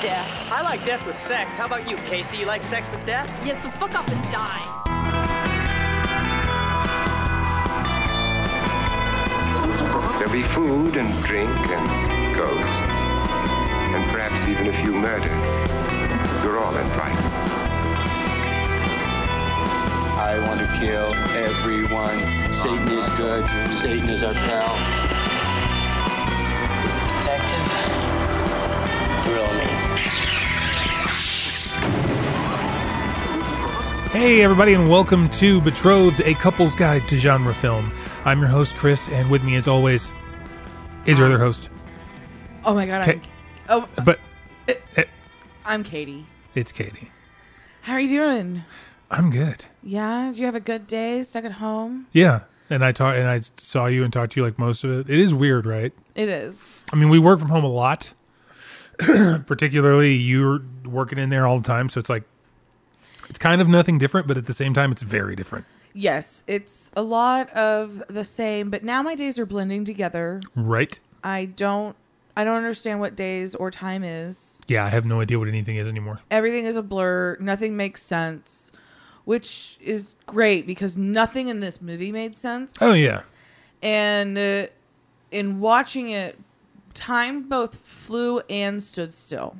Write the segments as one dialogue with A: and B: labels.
A: death.
B: I like death with sex. How about you, Casey? You like sex with death?
A: Yeah, so fuck up and die.
C: There'll be food and drink and ghosts, and perhaps even a few murders. You're all invited.
D: I want to kill everyone. Satan is good. Satan is our pal.
E: Detective, thrill me.
F: Hey, everybody, and welcome to Betrothed, a couple's guide to genre film. I'm your host, Chris, and with me, as always, is your other host.
G: Oh my god. I'm,
F: Ca-
G: oh,
F: But eh,
G: I'm Katie.
F: it's Katie.
G: How are you doing?
F: I'm good.
G: Yeah, did you have a good day stuck at home?
F: Yeah. And I talk, and I saw you and talked to you like most of it. It is weird, right?
G: It is.
F: I mean, we work from home a lot. Particularly, you're working in there all the time, so it's like it's kind of nothing different, but at the same time, it's very different.
G: Yes, it's a lot of the same, but now my days are blending together.
F: Right?
G: I don't I don't understand what days or time is.
F: Yeah, I have no idea what anything is anymore.
G: Everything is a blur, nothing makes sense, which is great because nothing in this movie made sense.
F: Oh yeah,
G: and uh, in watching it, time both flew and stood still.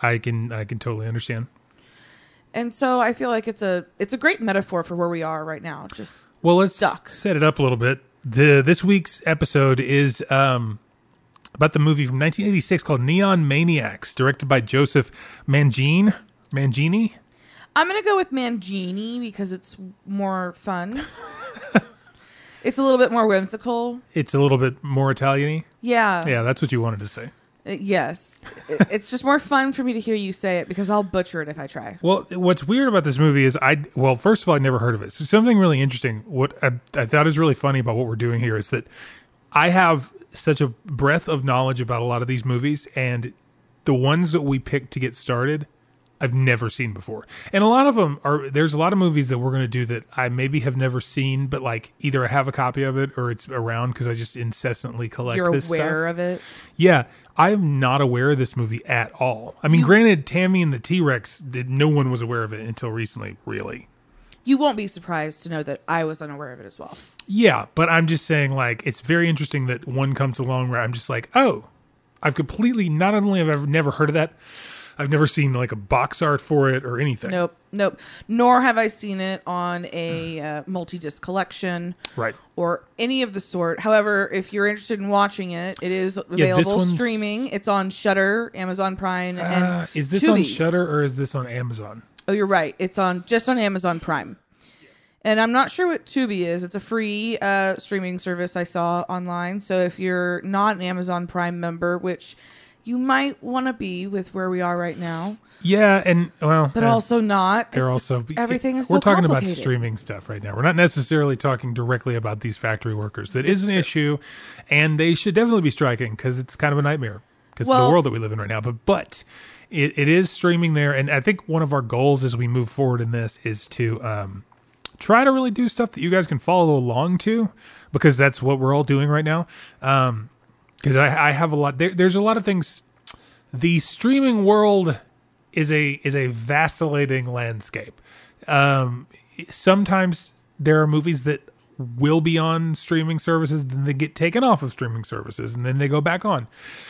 F: I can I can totally understand.
G: And so I feel like it's a it's a great metaphor for where we are right now. Just
F: Well, let's
G: stuck.
F: set it up a little bit. The this week's episode is um, about the movie from 1986 called Neon Maniacs, directed by Joseph Mangine. Mangini.
G: I'm gonna go with Mangini because it's more fun. it's a little bit more whimsical.
F: It's a little bit more Italian-y.
G: Yeah.
F: Yeah, that's what you wanted to say.
G: Uh, Yes. It- it's just more fun for me to hear you say it because I'll butcher it if I try.
F: Well, what's weird about this movie is I well, first of all, I never heard of it. So something really interesting. What I, I thought is really funny about what we're doing here is that I have such a breadth of knowledge about a lot of these movies, and the ones that we picked to get started, I've never seen before. And a lot of them are there's a lot of movies that we're going to do that I maybe have never seen, but like either I have a copy of it or it's around because I just incessantly collect.
G: You're aware
F: this stuff.
G: of it.
F: Yeah, I'm not aware of this movie at all. I mean, granted, Tammy and the T Rex did. No one was aware of it until recently, really.
G: You won't be surprised to know that I was unaware of it as well.
F: Yeah, but I'm just saying, like, it's very interesting that one comes along where I'm just like, oh, I've completely. Not only have I never heard of that, I've never seen like a box art for it or anything.
G: Nope, nope. Nor have I seen it on a uh, multi disc collection.
F: Right.
G: Or any of the sort. However, if you're interested in watching it, it is available
F: one's-
G: streaming. It's on Shutter, Amazon Prime,
F: Uh,
G: and
F: is this
G: Tubi.
F: on Shutter or is this on Amazon?
G: Oh, you're right. It's on just on Amazon Prime. And I'm not sure what Tubi is. It's a free uh, streaming service I saw online. So if you're not an Amazon Prime member, which you might want to be with where we are right now,
F: Yeah, and well,
G: but
F: eh.
G: also not.
F: They're
G: It's-
F: also
G: everything is
F: We're
G: so
F: talking about
G: complicated.
F: streaming stuff right now. We're not necessarily talking directly about these factory workers. That is an issue, and they should definitely be striking because it's kind of a nightmare because of
G: Well-
F: the world that we live in right now. But but it, it is streaming there, and I think one of our goals as we move forward in this is to um, try to really do stuff that you guys can follow along to because that's what we're all doing right now. Um, because I, I have a lot. There, there's a lot of things. The streaming world is a is a vacillating landscape. Um, sometimes there are movies that will be on streaming services, then they get taken off of streaming services, and then they go back on.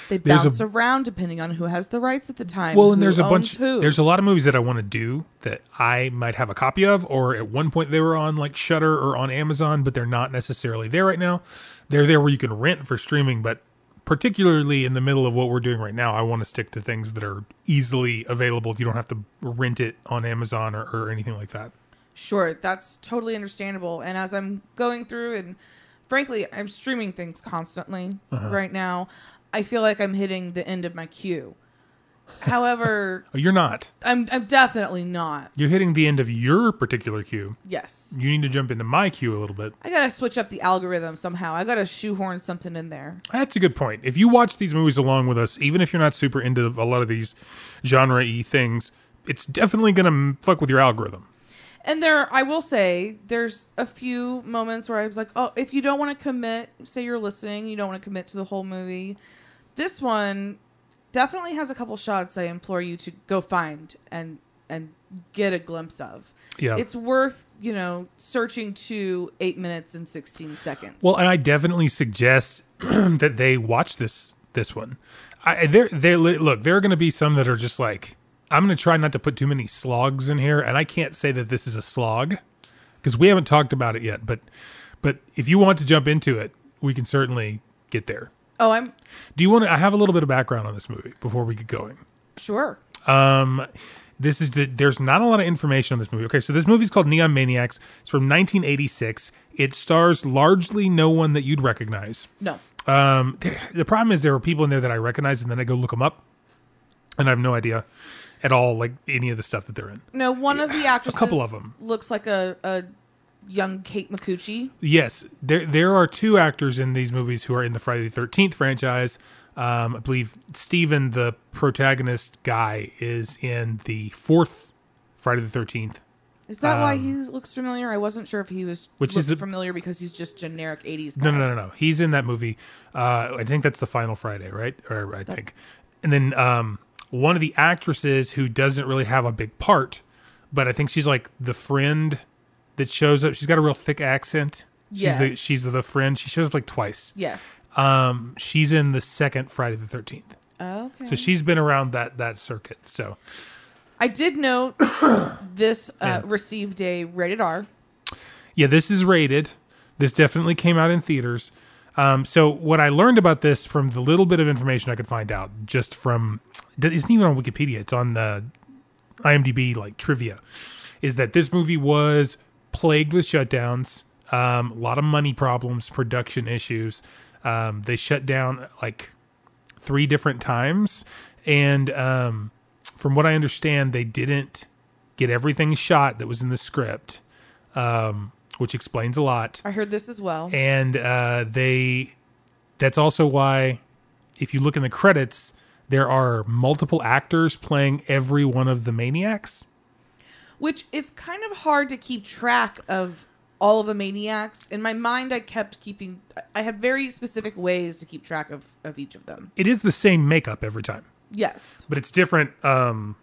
G: They
F: There's
G: bounce
F: a-
G: around depending on who has the rights at the time.
F: Well, and
G: who
F: there's a
G: owns
F: bunch.
G: Who.
F: There's a lot of movies that I want to do that I might have a copy of, or at one point they were on like Shutter or on Amazon, but they're not necessarily there right now. They're there where you can rent for streaming, but particularly in the middle of what we're doing right now, I want to stick to things that are easily available. You don't have to rent it on Amazon or, or anything like that.
G: sure that's totally understandable. And as I'm going through and frankly, I'm streaming things constantly right now. I feel like I'm hitting the end of my queue. However,
F: Oh, You're not.
G: I'm I'm definitely not.
F: You're hitting the end of your particular queue.
G: Yes.
F: You need to jump into my queue a little bit.
G: I gotta switch up the algorithm somehow. I gotta shoehorn something in there.
F: That's a good point. If you watch these movies along with us, even if you're not super into a lot of these genre y things, it's definitely going to fuck with your algorithm.
G: And there, I will say, there's a few moments where I was like, oh, if you don't want to commit, say you're listening, you don't want to commit to the whole movie. This one, definitely has a couple shots I implore you to go find and and get a glimpse of.
F: Yeah.
G: It's worth, you know, searching to 8 minutes and 16 seconds.
F: Well, and I definitely suggest that they watch this this one. I there there li- look, there are going to be some that are just like I'm going to try not to put too many slogs in here and I can't say that this is a slog because we haven't talked about it yet, but but if you want to jump into it, we can certainly get there.
G: oh, I'm
F: Do you want to I have a little bit of background on this movie before we get going.
G: sure.
F: Um, this is the there's not a lot of information on this movie. Okay, so this movie's called Neon Maniacs. It's from 1986. It stars largely no one that you'd recognize.
G: No.
F: Um, th- the problem is there are people in there that I recognize, and then I go look them up, and I have no idea at all like any of the stuff that they're in.
G: No, one of the actresses
F: couple of 'em.
G: looks like a, a young Kate McCucci.
F: Yes, there there are two actors in these movies who are in the Friday the Thirteenth franchise. Um, I believe Steven, the protagonist guy, is in the fourth Friday the Thirteenth
G: Is that why he looks familiar? I wasn't sure if he was
F: Um, Which
G: looked
F: is the-
G: familiar because he's just generic 80s.
F: No,
G: guy.
F: no, no, no, no. He's in that movie. Uh, I think that's the final Friday, right? Or I think, and then um, one of the actresses who doesn't really have a big part, but I think she's like the friend that shows up. She's got a real thick accent. She's the,
G: Yes.
F: she's the friend. She shows up like twice.
G: Yes.
F: Um, she's in the second Friday the Thirteenth,
G: Okay.
F: so she's been around that that circuit. So
G: I did note this uh, received a rated R.
F: yeah, this is rated. This definitely came out in theaters. Um, so what I learned about this from the little bit of information I could find out, just from that isn't even on Wikipedia, it's on the IMDb like trivia, is that this movie was plagued with shutdowns, um, a lot of money problems, production issues. Um, they shut down like three different times, and um, from what I understand, they didn't get everything shot that was in the script, um, which explains a lot
G: I heard this as well.
F: and uh, they that's also why if you look in the credits there are multiple actors playing every one of the maniacs
G: which it's kind of hard to keep track of all of the maniacs in my mind i kept keeping i had very specific ways to keep track of of each of them
F: it is the same makeup every time
G: yes
F: but it's different um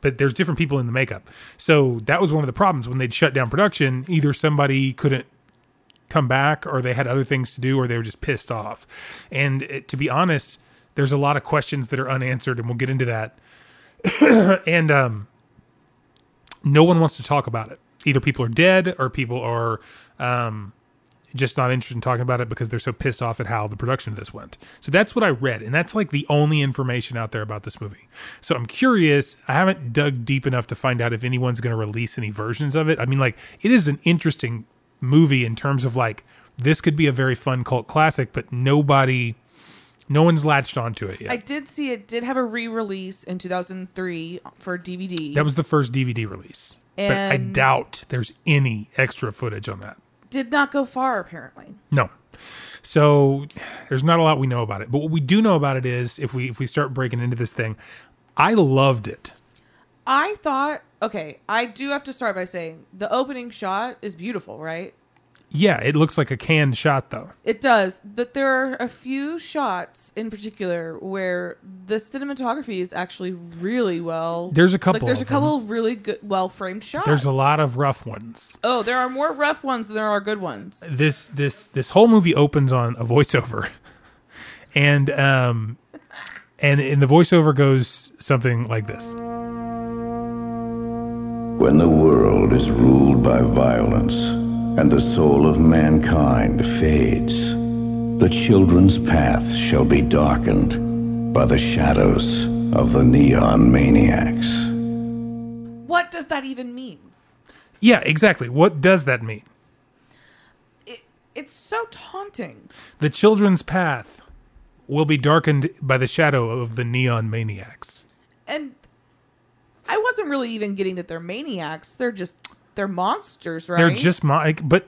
F: but there's different people in the makeup so that was one of the problems when they'd shut down production either somebody couldn't come back or they had other things to do or they were just pissed off and it, to be honest there's a lot of questions that are unanswered and we'll get into that and um no one wants to talk about it either people are dead or people are um just not interested in talking about it because they're so pissed off at how the production of this went. So that's what I read, and that's like the only information out there about this movie. So I'm curious. I haven't dug deep enough to find out if anyone's going to release any versions of it. I mean, like it is an interesting movie in terms of like this could be a very fun cult classic, but nobody, no one's latched onto it yet.
G: i did see it did have a re-release in 2003 for dvd
F: that was the first DVD release, but I
G: And-
F: doubt there's any extra footage on that.
G: did not go far apparently
F: No. So there's not a lot we know about it. But what we do know about it is if we if we start breaking into this thing, I loved it.
G: i thought okay i do have to start by saying the opening shot is beautiful right
F: Yeah, it looks like a canned shot though.
G: It does. That there are a few shots in particular where the cinematography is actually really well.
F: There's a couple
G: Like, there's
F: of
G: a couple of really good, well framed shots.
F: There's a lot of rough ones.
G: Oh, there are more rough ones than there are good ones.
F: This this this whole movie opens on a voiceover. and um and and the voiceover goes something like this.
H: When the world is ruled by violence and the soul of mankind fades, the children's path shall be darkened by the shadows of the neon maniacs.
G: What does that even mean?
F: Yeah, exactly. What does that mean?
G: It, it's so taunting.
F: The children's path will be darkened by the shadow of the neon maniacs.
G: And I wasn't really even getting that they're maniacs. They're just, they're monsters, right?
F: They're just my but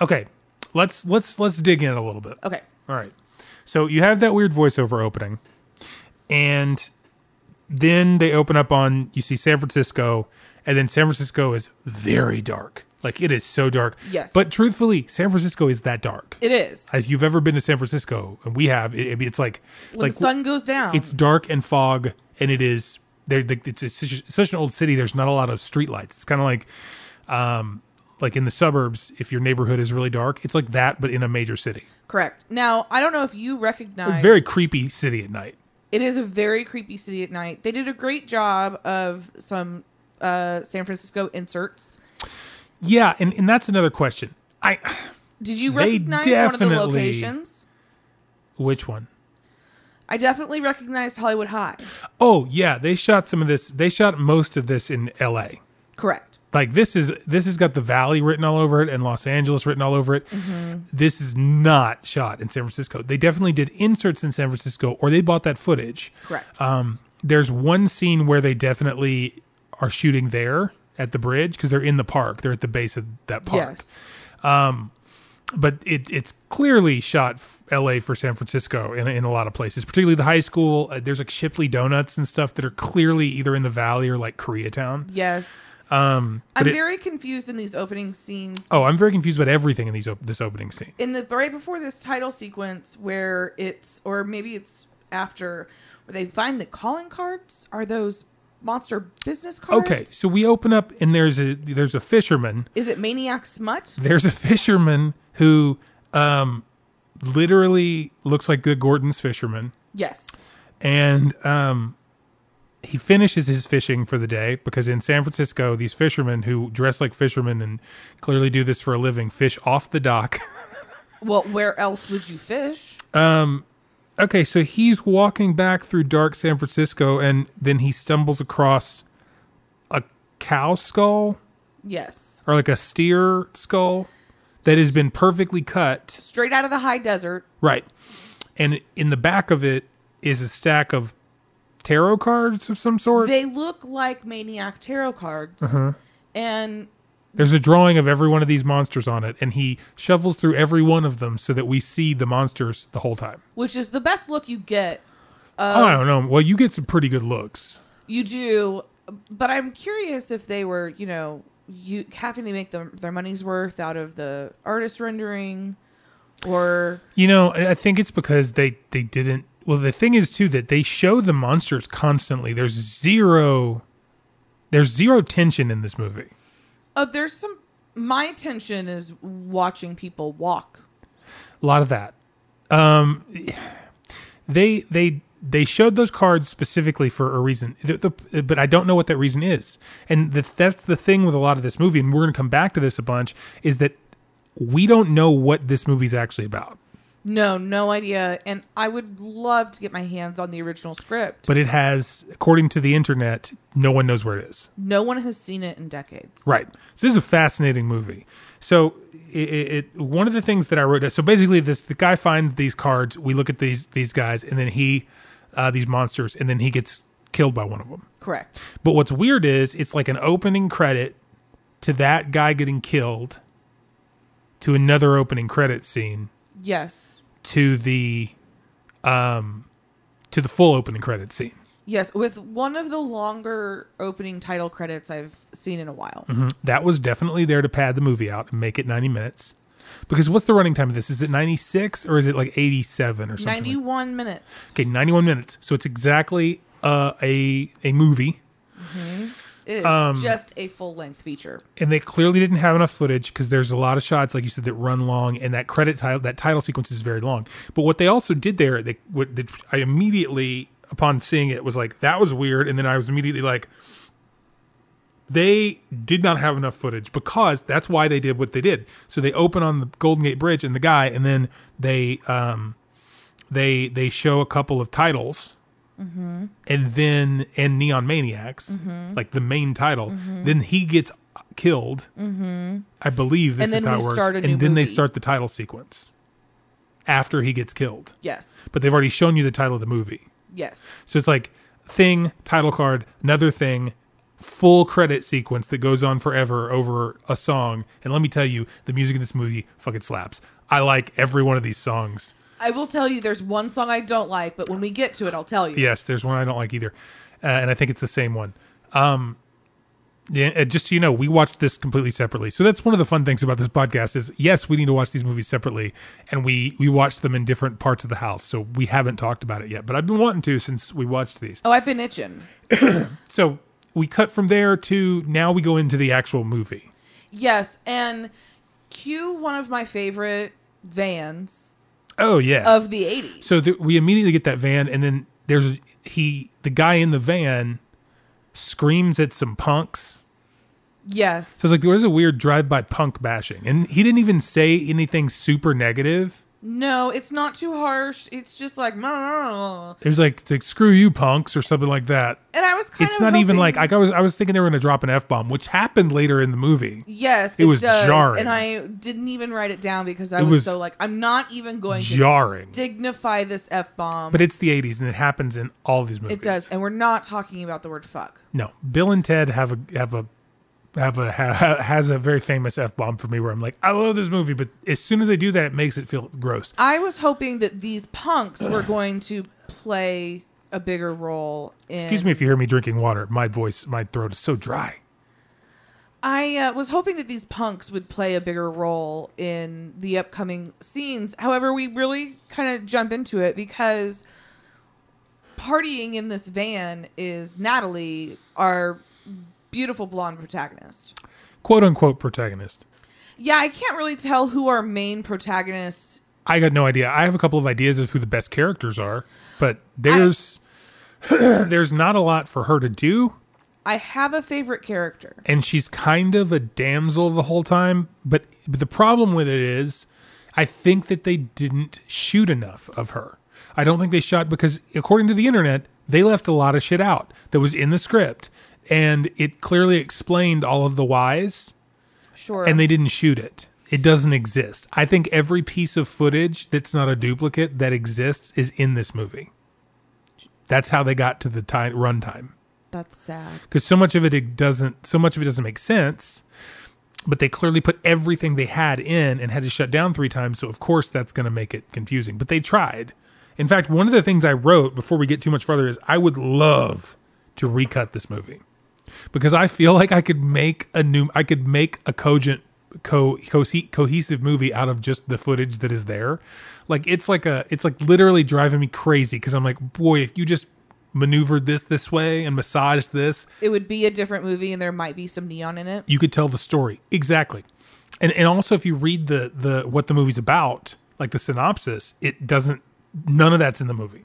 F: okay. Let's let's let's dig in a little bit.
G: Okay.
F: All right. So you have that weird voiceover opening and then they open up on you see San Francisco and then San Francisco is very dark. Like it is so dark.
G: Yes.
F: But truthfully, San Francisco is that dark.
G: It is.
F: if you've ever been to San Francisco, and we have, it, it's like
G: when
F: like
G: the sun goes down,
F: it's dark and fog, and it is there. the- It's, it's such, such an old city. There's not a lot of streetlights. It's kind of like, um, like in the suburbs, if your neighborhood is really dark, it's like that, but in a major city.
G: correct. Now, I don't know if you recognize
F: Very creepy city at night.
G: It is a very creepy city at night. They did a great job of some uh, San Francisco inserts.
F: Yeah, and, and that's another question. I
G: Did you
F: They
G: recognize one of the
F: definitely-
G: locations?
F: which one?
G: I definitely recognized Hollywood High.
F: Oh yeah, they shot some of this. They shot most of this in L.A.
G: Correct.
F: like this is this has got the valley written all over it and los angeles written all over it this is not shot in san francisco they definitely did inserts in san francisco or they bought that footage
G: Correct.
F: um, there's one scene where they definitely are shooting there at the bridge because they're in the park they're at the base of that park
G: Yes.
F: but it, it's clearly shot f- la for san francisco in, in a lot of places particularly the high school uh, there's like shipley donuts and stuff that are clearly either in the valley or like koreatown
G: Yes.
F: um,
G: I'm
F: but it-
G: very confused in these opening scenes.
F: oh i'm very confused about everything in these op- this opening scene
G: In the right before this title sequence, where it's or maybe it's after, where they find the calling cards are those monster business cards.
F: Okay, so we open up and there's a there's a fisherman.
G: Is it Maniac Smut?
F: There's a fisherman who um literally looks like the Gordon's fisherman
G: Yes.
F: and um he finishes his fishing for the day because in San Francisco these fishermen who dress like fishermen and clearly do this for a living fish off the dock.
G: Well, where else would you fish?
F: okay, so he's walking back through dark San Francisco and then he stumbles across a cow skull.
G: Yes.
F: or like a steer skull that has been perfectly cut.
G: Straight out of the high desert.
F: Right. And in the back of it is a stack of tarot cards of some sort.
G: They look like maniac tarot cards. And
F: There's a drawing of every one of these monsters on it, and he shuffles through every one of them so that we see the monsters the whole time.
G: which is the best look you get.
F: I don't know. Well, you get some pretty good looks.
G: You do, but I'm curious if they were, you know, you having to make them their money's worth out of the artist rendering or
F: You know, I I think it's because they they didn't. Well, the thing is too that they show the monsters constantly. There's zero, there's zero tension in this movie.
G: oh there's some my attention is watching people walk.
F: a lot of that um they they they showed those cards specifically for a reason The- the- but i don't know what that reason is and the, that's the thing with a lot of this movie and we're going to come back to this a bunch is that we don't know what this movie's actually about
G: No, no idea. And I would love to get my hands on the original script.
F: but it has according to the internet no one knows where it is
G: no one has seen it in decades.
F: Right. So this is a fascinating movie. So it, it, it one of the things that I wrote. down- So basically, this the guy finds these cards. We look at these these guys, and then he uh, these monsters, and then he gets killed by one of them.
G: Correct.
F: But what's weird is it's like an opening credit to that guy getting killed, to another opening credit scene,
G: Yes.
F: to the um to the full opening credit scene.
G: Yes, with one of the longer opening title credits I've seen in a while.
F: Mm-hmm. That was definitely there to pad the movie out and make it 90 minutes. Because what's the running time of this? Is it 96 or is it like 87 or something?
G: 91 minutes.
F: okay, 91 minutes. So it's exactly uh, a a movie.
G: It is
F: Um,
G: just a full length feature.
F: And they clearly didn't have enough footage because there's a lot of shots, like you said, that run long, and that credit title, that title sequence is very long. But what they also did there, they what did, I immediately upon seeing it was like that was weird, and then I was immediately like, they did not have enough footage because that's why they did what they did. So they open on the Golden Gate Bridge and the guy, and then they um they they show a couple of titles,
G: Mm-hmm.
F: and then and Neon Maniacs, like the main title.
G: Mm-hmm.
F: Then he gets killed. Mm-hmm. I believe this
G: And
F: is
G: then
F: how
G: we
F: it works.
G: start a
F: and
G: new
F: then they
G: movie.
F: start the title sequence after he gets killed.
G: Yes.
F: But they've already shown you the title of the movie.
G: Yes.
F: So it's like thing, title card, another thing, full credit sequence that goes on forever over a song. And let me tell you, the music in this movie fucking slaps. I like every one of these songs.
G: I will tell you there's one song I don't like, but when we get to it, I'll tell you.
F: Yes, there's one I don't like either, uh, and I think it's the same one. Um, Yeah, uh, just so you know, we watched this completely separately. So that's one of the fun things about this podcast is yes, we need to watch these movies separately, and we we watch them in different parts of the house. So we haven't talked about it yet, but I've been wanting to since we watched these.
G: Oh, I've been itching.
F: So we cut from there to now we go into the actual movie.
G: Yes, and cue one of my favorite vans
F: Oh yeah.
G: of the 80s.
F: so th- we immediately get that van, and then there's he the guy in the van screams at some punks.
G: Yes.
F: So it's like there was a weird drive-by punk bashing, and he didn't even say anything super negative.
G: no, it's not too harsh. It's just like, "Mrrr."
F: It was like, it's like screw you punks or something like that.
G: and I was kind
F: it's
G: of.
F: not even
G: hoping-
F: like like, I was I was thinking they were going to drop an f bomb, which happened later in the movie.
G: Yes,
F: It
G: it,
F: was
G: does.
F: jarring.
G: and I didn't even write it down because I
F: It
G: was,
F: was
G: so like, I'm not even going
F: Jarring,
G: to dignify this f bomb.
F: but it's the '80s and it happens in all these movies.
G: It does, and we're not talking about the word fuck.
F: No, Bill and Ted have a have a have a ha, has a very famous f bomb for me where I'm like, I love this movie, but as soon as they do that, it makes it feel gross.
G: I was hoping that these punks were going to play a bigger role. In,
F: Excuse me if you hear me drinking water. My voice, my throat is so dry.
G: I uh, was hoping that these punks would play a bigger role in the upcoming scenes. However, we really kind of jump into it because partying in this van is Natalie, our beautiful blonde protagonist.
F: "Quote unquote" protagonist.
G: Yeah, I can't really tell who our main protagonist
F: I got no idea. I have a couple of ideas of who the best characters are, but there's there's not a lot for her to do,
G: I have a favorite character.
F: and she's kind of a damsel the whole time. But, but the problem with it is, I think that they didn't shoot enough of her. I don't think they shot because, according to the internet, they left a lot of shit out that was in the script, and it clearly explained all of the whys,
G: Sure.
F: and they didn't shoot it. It doesn't exist. I think every piece of footage that's not a duplicate that exists is in this movie. That's how they got to the time runtime
G: That's sad.
F: because so much of it, it doesn't. So much of it doesn't make sense. But they clearly put everything they had in and had to shut down three times. So of course that's going to make it confusing. But they tried. In fact, one of the things I wrote before we get too much further is I would love to recut this movie because I feel like I could make a new, I could make a cogent, co, cohesive, cohesive movie out of just the footage that is there. Like it's like a, it's like literally driving me crazy because I'm like, boy, if you just maneuvered this this way and massaged this,
G: It would be a different movie, and there might be some neon in it.
F: you could tell the story exactly. And and also if you read the the what the movie's about, like the synopsis, it doesn't. None of that's in the movie.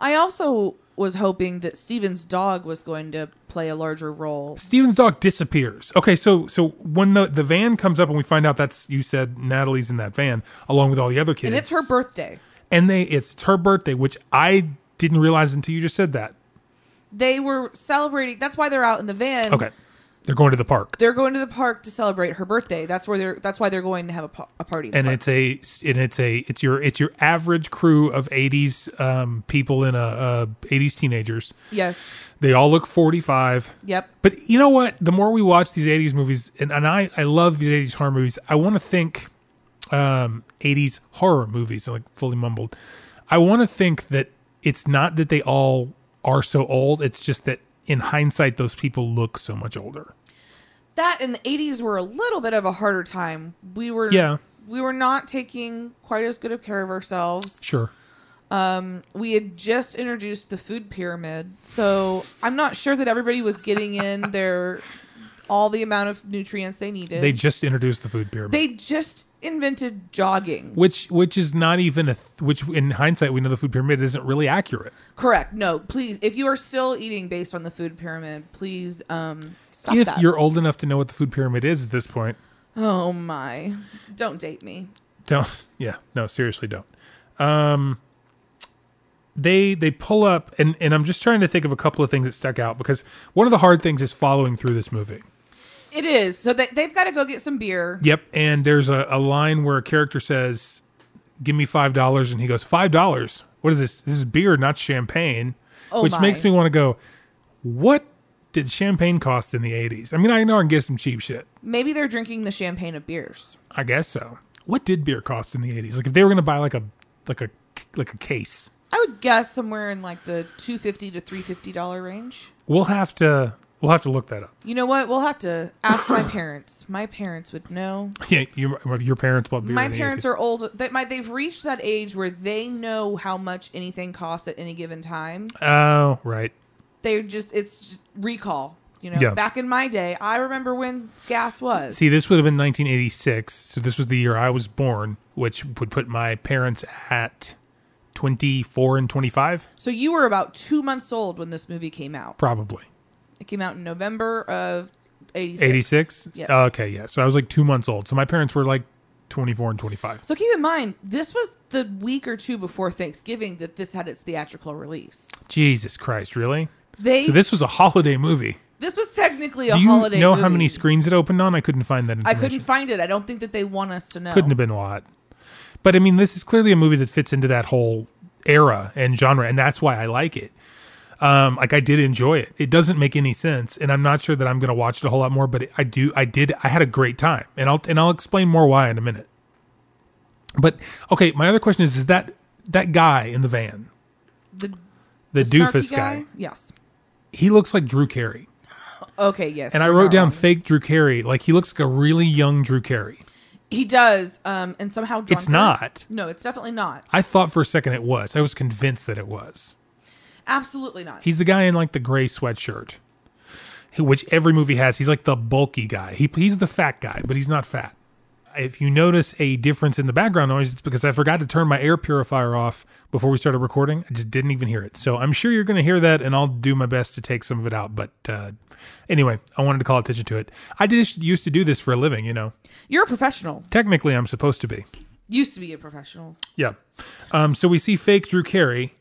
G: I also was hoping that Steven's dog was going to play a larger role.
F: Steven's dog disappears. Okay, so so when the the van comes up and we find out that's you said Natalie's in that van along with all the other kids,
G: And it's her birthday.
F: and they it's, it's her birthday, which I didn't realize until you just said that.
G: Mm-hmm. They were celebrating. That's why they're out in the van.
F: Okay, they're going to the park,
G: They're going to the park to celebrate her birthday. That's where they're. That's why they're going to have a, pa- a party. in the
F: and
G: park.
F: it's a and it's a it's your it's your average crew of eighties um, people in a, uh eighties teenagers.
G: yes,
F: They all look forty five.
G: yep.
F: But you know what? The more we watch these 80s movies, and, and I, I love these 80s horror movies, I want to think um, 80s horror movies, like fully mumbled. I want to think that it's not that they all are so old, it's just that in hindsight, those people look so much older.
G: That in the '80s were a little bit of a harder time. We were.
F: Yeah.
G: We were not taking quite as good of care of ourselves.
F: Sure.
G: we had just introduced the food pyramid, so I'm not sure that everybody was getting in their all the amount of nutrients they needed.
F: They just introduced the food pyramid.
G: They just invented jogging.
F: which, which is not even a th- which in hindsight we know the food pyramid isn't really accurate.
G: Correct. No, please. If you are still eating based on the food pyramid, please um stop
F: if
G: that.
F: you're old enough to know what the food pyramid is at this point,
G: oh my. Don't date me.
F: don't yeah no seriously don't um they they pull up and and i'm just trying to think of a couple of things that stuck out because one of the hard things is following through this movie
G: It is. So they they've got to go get some beer.
F: yep and there's a, a line where a character says give me five dollars and he goes five dollars what is this this is beer not champagne
G: Oh
F: which
G: my.
F: makes me want to go what did champagne cost in the 80s i mean i know i can get some cheap shit
G: Maybe they're drinking the champagne of beers.
F: i guess so what did beer cost in the 80s like if they were gonna buy like a like a like a case
G: I would guess somewhere in like the 250 to 350 dollar range.
F: We'll have to We'll have to look that up.
G: You know what? We'll have to ask my parents. My parents would know.
F: Yeah, your, your parents will be.
G: my
F: in the
G: parents
F: 80s.
G: are old. They, my, they've reached that age where they know how much anything costs at any given time.
F: Oh, right.
G: They just it's just recall. You know,
F: Yeah.
G: back in my day, I remember when gas was.
F: See, this would have been 1986, so this was the year I was born, which would put my parents at 24 and 25,
G: so you were about two months old when this movie came out.
F: probably.
G: It came out in November of eighty six.
F: 86?
G: Yes.
F: Okay, yeah. So I was like two months old. So my parents were like 24 and 25.
G: So keep in mind, this was the week or two before Thanksgiving that this had its theatrical release.
F: Jesus Christ, really?
G: They
F: So this was a holiday movie.
G: this was technically a
F: Do you
G: holiday.
F: know how
G: movie.
F: many screens it opened on? I couldn't find that
G: I
F: information.
G: couldn't find it. I don't think that they want us to know.
F: couldn't have been a lot. But I mean, this is clearly a movie that fits into that whole era and genre, and that's why I like it. Um, like I did enjoy it. It doesn't make any sense, and I'm not sure that I'm going to watch it a whole lot more. But I do. I did. I had a great time, and I'll and I'll explain more why in a minute. But okay, my other question is: Is that that guy in the van,
G: The,
F: the,
G: the
F: doofus
G: snarky
F: guy?
G: Yes.
F: He looks like Drew Carey,
G: Okay. Yes.
F: and I
G: you're
F: wrote
G: not
F: down
G: wrong.
F: fake Drew Carey. Like he looks like a really young Drew Carey.
G: He does. Um. And somehow drunker.
F: It's not.
G: No, it's definitely not.
F: I thought for a second it was. I was convinced that it was.
G: Absolutely not.
F: He's the guy in like the gray sweatshirt, who- which every movie has. He's like the bulky guy. He, he's the fat guy, but he's not fat. If you notice a difference in the background noise, it's because I forgot to turn my air purifier off before we started recording. I just didn't even hear it. So I'm sure you're going to hear that, and I'll do my best to take some of it out. But uh, anyway, I wanted to call attention to it. I just used to do this for a living, you know.
G: You're a professional.
F: Technically, I'm supposed to be.
G: Used to be a professional.
F: Yeah. Um, so we see fake Drew Carey,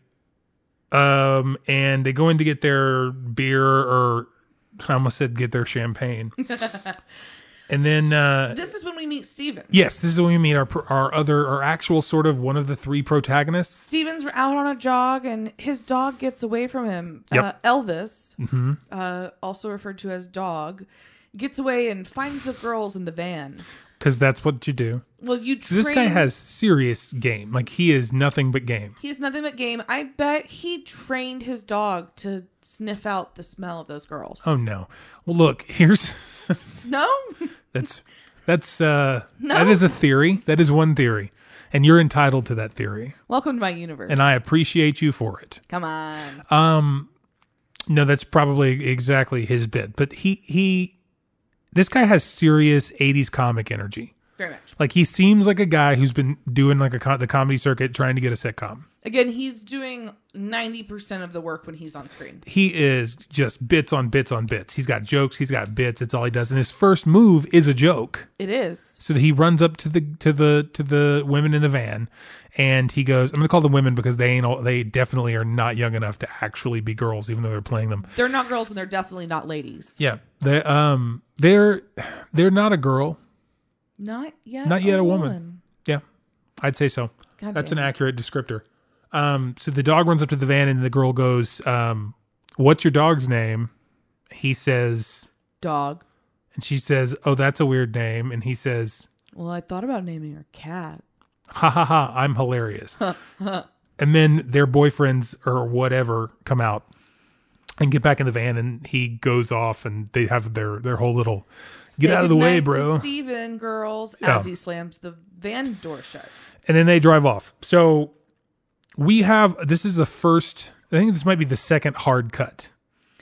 F: um, and they go in to get their beer or I almost said get their champagne. and then uh,
G: This is when we meet Steven.
F: yes, this is when we meet our our other our actual sort of one of the three protagonists.
G: Steven's out on a jog and his dog gets away from him.
F: Yep. Mm-hmm.
G: Uh, Elvis, uh, also referred to as Dog, gets away and finds the girls in the van.
F: Because that's what you do.
G: Well, you train,
F: So this guy has serious game. Like he is nothing but game.
G: He has nothing but game. I bet he trained his dog to sniff out the smell of those girls.
F: Oh no. Well, look here's
G: No?
F: that's that's uh that is a theory. That is one theory, and you're entitled to that theory,
G: Welcome to my universe.
F: and I Uh, appreciate you for it.
G: Come on.
F: No, that's probably exactly his bit. But he he this guy has serious 80s comic energy.
G: Very much.
F: Like he seems like a guy who's been doing like a co- the comedy circuit trying to get a sitcom.
G: Again, he's doing 90% of the work when he's on screen.
F: He is just bits on bits on bits. He's got jokes, he's got bits, it's all he does. And his first move is a joke.
G: It is.
F: So he runs up to the to the to the women in the van and he goes, I'm going to call them women because they ain't all, they definitely are not young enough to actually be girls even though they're playing them.
G: They're not girls and they're definitely not ladies.
F: Yeah. They um they're they're not a girl.
G: Not yet.
F: Not yet a woman. Yeah, I'd say so.
G: God
F: That's
G: damn
F: an
G: it.
F: accurate descriptor. Um, so the dog runs up to the van, and the girl goes, um, "What's your dog's name?" He says,
G: Dog.
F: and she says, "Oh, that's a weird name." And he says,
G: Well, I thought about naming her Cat.
F: "Ha ha ha! I'm hilarious." and then their boyfriends or whatever come out and get back in the van, and he goes off, and they have their their whole little get
G: Say
F: out of the way,
G: goodnight to
F: bro.
G: Steven, girls,
F: Yeah.
G: as he slams the van door shut.
F: and then they drive off. So we have this is the first. I think this might be the second hard cut,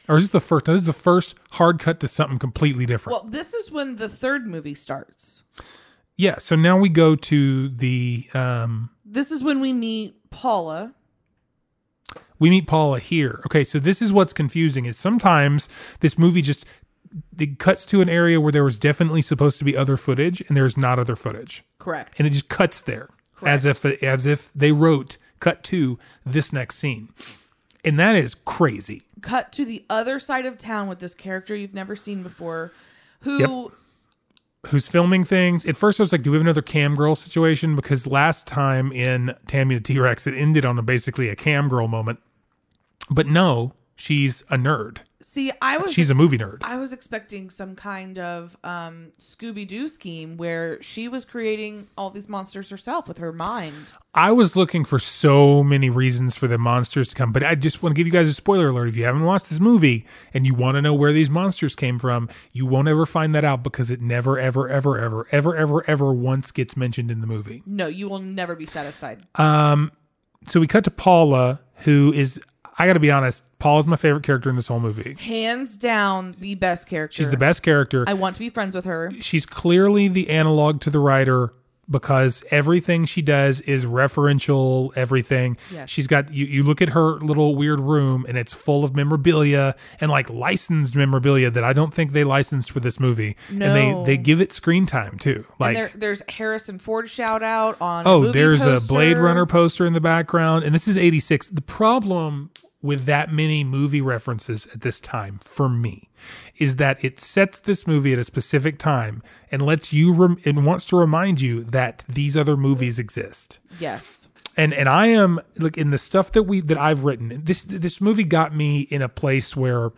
F: or is this the first? No, this is the first hard cut to something completely different.
G: Well, this is when the third movie starts.
F: yeah. So now we go to the. Um,
G: This is when we meet Paula.
F: we meet Paula here. Okay, so this is what's confusing is sometimes this movie just it cuts to an area where there was definitely supposed to be other footage and there's not other footage.
G: Correct.
F: and it just cuts there as if as if they wrote cut to this next scene and that is crazy
G: Cut to the other side of town with this character you've never seen before, who
F: who's filming things at first i was like do we have another cam girl situation because last time in tammy the t-rex it ended on a, basically a cam girl moment but no she's a nerd
G: See, I was
F: She's a movie nerd.
G: I was expecting some kind of um, Scooby Doo scheme where she was creating all these monsters herself with her mind.
F: I was looking for so many reasons for the monsters to come, but I just want to give you guys a spoiler alert. If you haven't watched this movie and you want to know where these monsters came from, you won't ever find that out because it never, ever, ever, ever, ever, ever, ever once gets mentioned in the movie.
G: No, you will never be satisfied.
F: Uh, So we cut to Paula, who is, I got to be honest, Paula's my favorite character in this whole movie.
G: Hands down, the best character.
F: She's the best character.
G: I want to be friends with her.
F: she's clearly the analog to the writer because everything she does is referential everything
G: Yes.
F: she's got you, you look at her little weird room and it's full of memorabilia and like licensed memorabilia that i don't think they licensed for this movie
G: No.
F: and they they give it screen time too
G: And
F: like
G: there, there's Harrison Ford shout out on. a
F: oh
G: movie
F: there's a blade
G: poster.
F: runner poster in the background and this is 86 the problem with that many movie references at this time for me is that it sets this movie at a specific time and lets you rem- and wants to remind you that these other movies exist
G: Yes.
F: and and I am like in the stuff that we that I've written. This this movie got me in a place where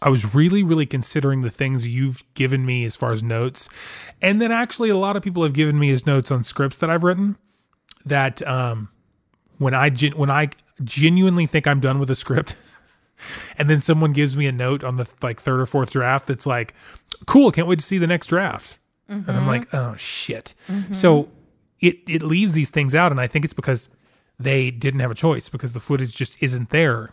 F: I was really really considering the things you've given me as far as notes, and then actually a lot of people have given me as notes on scripts that I've written. That um, when I gen- when I genuinely think I'm done with a script. And then someone gives me a note on the like third or fourth draft that's like, "Cool, can't wait to see the next draft." And I'm like, "Oh shit!" So it it leaves these things out, and I think it's because they didn't have a choice because the footage just isn't there.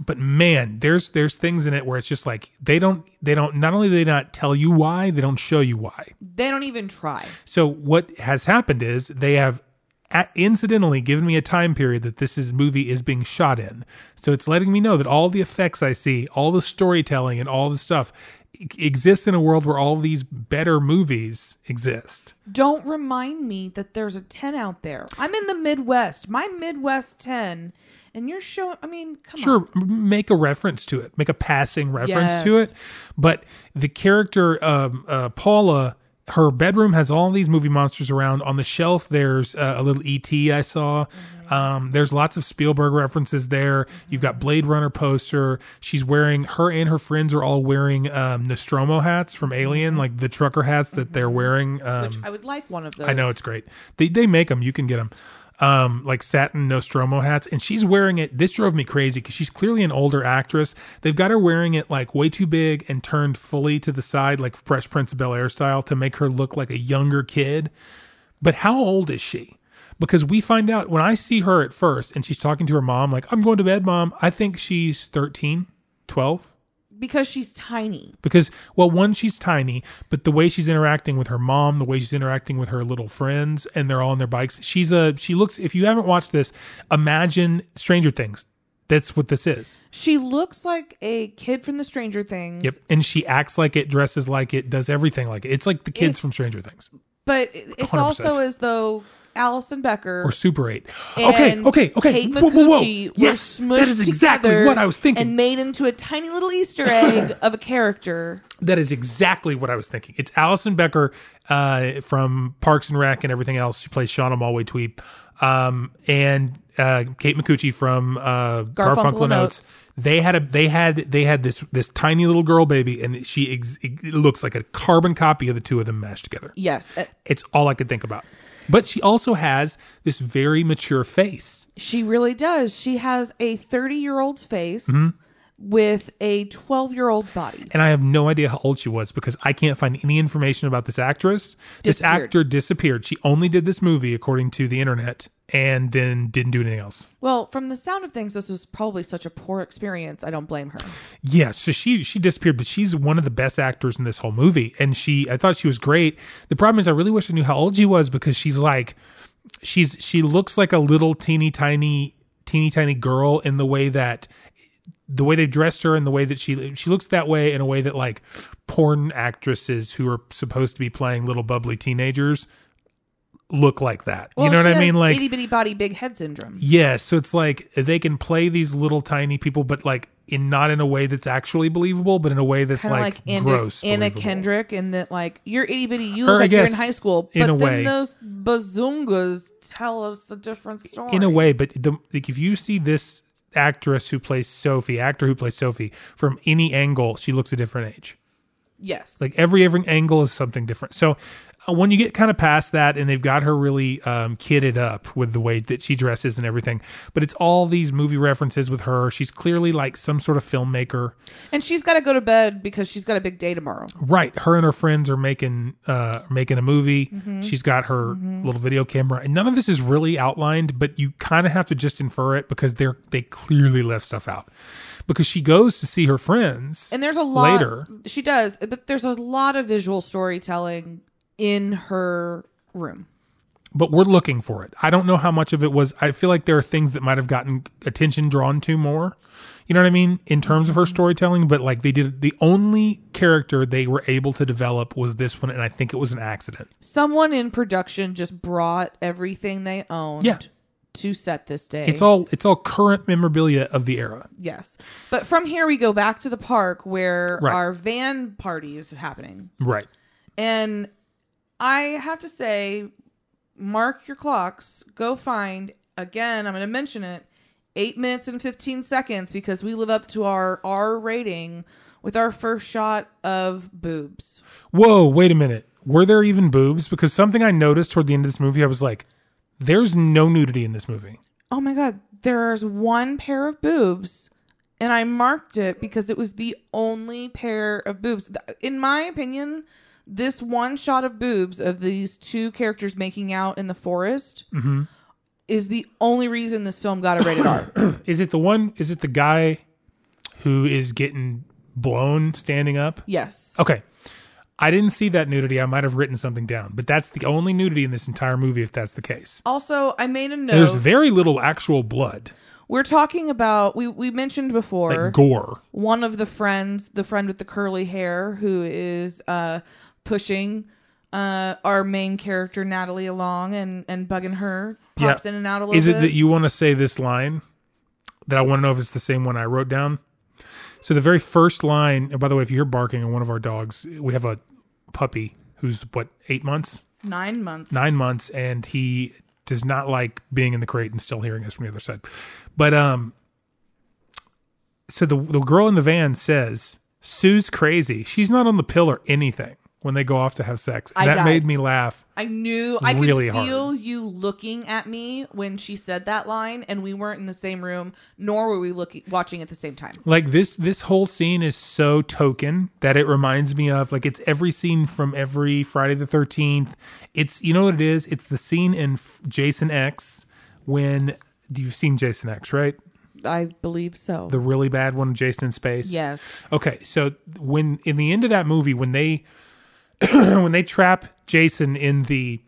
F: But man, there's there's things in it where it's just like they don't they don't not only do they not tell you why they don't show you why.
G: They don't even try.
F: So what has happened is they have a- incidentally given me a time period that this is movie is being shot in. So it's letting me know that all the effects I see, all the storytelling and all the stuff e- exists in a world where all these better movies exist.
G: Don't remind me that there's a 10 out there. I'm in the Midwest. My Midwest 10. And you're showing, I mean, come on.
F: sure m- make a reference to it make a passing reference to
G: Yes.
F: it but the character um, uh, paula her bedroom has all these movie monsters around on the shelf there's uh, a little et i saw
G: Mm-hmm.
F: um, there's lots of spielberg references there you've got blade runner poster she's wearing her and her friends are all wearing um, nostromo hats from
G: Mm-hmm.
F: alien like the trucker hats that they're wearing um,
G: I would like one of those.
F: I know it's great. They they make them. You can get them. Um, like satin Nostromo hats, and she's wearing it. This drove me crazy because she's clearly an older actress. They've got her wearing it like way too big and turned fully to the side, like Fresh Prince of Bel Air style, to make her look like a younger kid. But how old is she? Because we find out when I see her at first and she's talking to her mom, like, I'm going to bed, mom. I think she's 13, 12
G: because she's tiny.
F: because well one she's tiny but the way she's interacting with her mom the way she's interacting with her little friends and they're all on their bikes she's a she looks if you haven't watched this imagine stranger things that's what this is
G: She looks like a kid from the Stranger Things.
F: yep and she acts like it dresses like it does everything like it it's like the kids from stranger things
G: But it- it's
F: 100%.
G: also as though Allison Becker
F: or super 8 okay
G: and
F: okay okay
G: Kate
F: whoa whoa
G: Micucci
F: whoa
G: were
F: yes that
G: smushed
F: is exactly
G: together
F: what i was thinking
G: and made into a tiny little Easter egg of a character.
F: That is exactly what I was thinking. It's Allison Becker uh, from Parks and Rec and everything else. She plays Shauna Malway Tweep. Um, and uh, Kate McCucci from uh, Garfunkel, and Oates.
G: Oates.
F: They had a they had they had this this tiny little girl baby, and she ex- it looks like a carbon copy of the two of them mashed together.
G: Yes, uh,
F: It's all I could think about. But she also has this very mature face.
G: she really does. She has a 30 year old's face
F: Mm-hmm.
G: with a 12 year old body.
F: and I have no idea how old she was because I can't find any information about this actress. This
G: Disappeared.
F: actor disappeared. She only did this movie according to the internet and then didn't do anything else.
G: Well, from the sound of things, this was probably such a poor experience. I don't blame her.
F: Yeah, so she she disappeared, but she's one of the best actors in this whole movie and she I thought she was great. The problem is I really wish I knew how old she was because she's like she's she looks like a little teeny tiny teeny tiny girl in the way that the way they dressed her and the way that she she looks that way in a way that like porn actresses who are supposed to be playing little bubbly teenagers look like that.
G: Well,
F: you know what
G: she
F: I mean?
G: has
F: Like
G: itty bitty body, big head syndrome.
F: yeah, so it's like they can play these little tiny people, but like in not in a way that's actually believable, but in a way that's
G: Kind of
F: like,
G: like, Anna,
F: gross.
G: Anna
F: believable.
G: Kendrick, and that like you're itty bitty, you
F: Or,
G: look
F: I
G: like you're in
F: guess,
G: high school, but
F: in a
G: then
F: way-
G: those bazungas tell us a different story.
F: in a way, but the, like if you see this actress who plays Sophie, actor who plays Sophie, from any angle, she looks a different age.
G: Yes.
F: Like every every angle is something different. So uh, when you get kind of past that, and they've got her really um, kitted up with the way that she dresses and everything, but it's all these movie references with her. She's clearly like some sort of filmmaker.
G: and she's got to go to bed because she's got a big day tomorrow.
F: Right. Her and her friends are making uh making a movie. She's got her little video camera. And none of this is really outlined, but you kind of have to just infer it because they're they clearly left stuff out. Because she goes to see her friends.
G: And there's a lot
F: later.
G: she does, but there's a lot of visual storytelling in her room.
F: But we're looking for it. I don't know how much of it was I feel like there are things that might have gotten attention drawn to more. You know what I mean? In terms of her storytelling, but like they did the only character they were able to develop was this one, and I think it was an accident.
G: Someone in production just brought everything they owned
F: Yeah.
G: to set this day.
F: It's all it's all current memorabilia of the era.
G: yes. But from here we go back to the park where
F: Right.
G: our van party is happening.
F: Right.
G: And I have to say, mark your clocks. Go find, again, I'm going to mention it, eight minutes and 15 seconds because we live up to our R rating with our first shot of boobs.
F: Whoa, wait a minute. Were there even boobs? Because something I noticed toward the end of this movie, I was like, there's no nudity in this movie.
G: Oh my God, there's one pair of boobs. And I marked it because it was the only pair of boobs. Th- In my opinion, this one shot of boobs of these two characters making out in the forest is the only reason this film got a rated R.
F: Is it the one is it the guy who is getting blown standing up?
G: Yes.
F: Okay. I didn't see that nudity. I might have written something down, but that's the only nudity in this entire movie if that's the case.
G: Also, I made a note.
F: There's very little actual blood,
G: We're talking about we we mentioned before
F: like gore.
G: one of the friends, the friend with the curly hair who is uh pushing uh our main character Natalie along and and bugging her pops in and out a little
F: Is
G: bit.
F: it that you want to say this line that I want to know if it's the same one I wrote down? So the very first line, and by the way, if you hear barking on one of our dogs, we have a puppy who's what eight months,
G: 9 months.
F: nine months, and he does not like being in the crate and still hearing us from the other side. But um, so the the girl in the van says Sue's crazy. She's not on the pill or anything when they go off to have sex. And
G: I
F: that
G: died.
F: made me laugh.
G: I knew I could
F: Really hard.
G: feel you looking at me when she said that line and we weren't in the same room nor were we looking watching at the same time.
F: like this this whole scene is so token that it reminds me of like it's every scene from every Friday the 13th. It's you know what it is? It's the scene in F- Jason X when you've seen Jason X, right?
G: I believe so.
F: The really bad one Jason in space.
G: yes.
F: Okay, so when in the end of that movie, when they when they trap Jason in the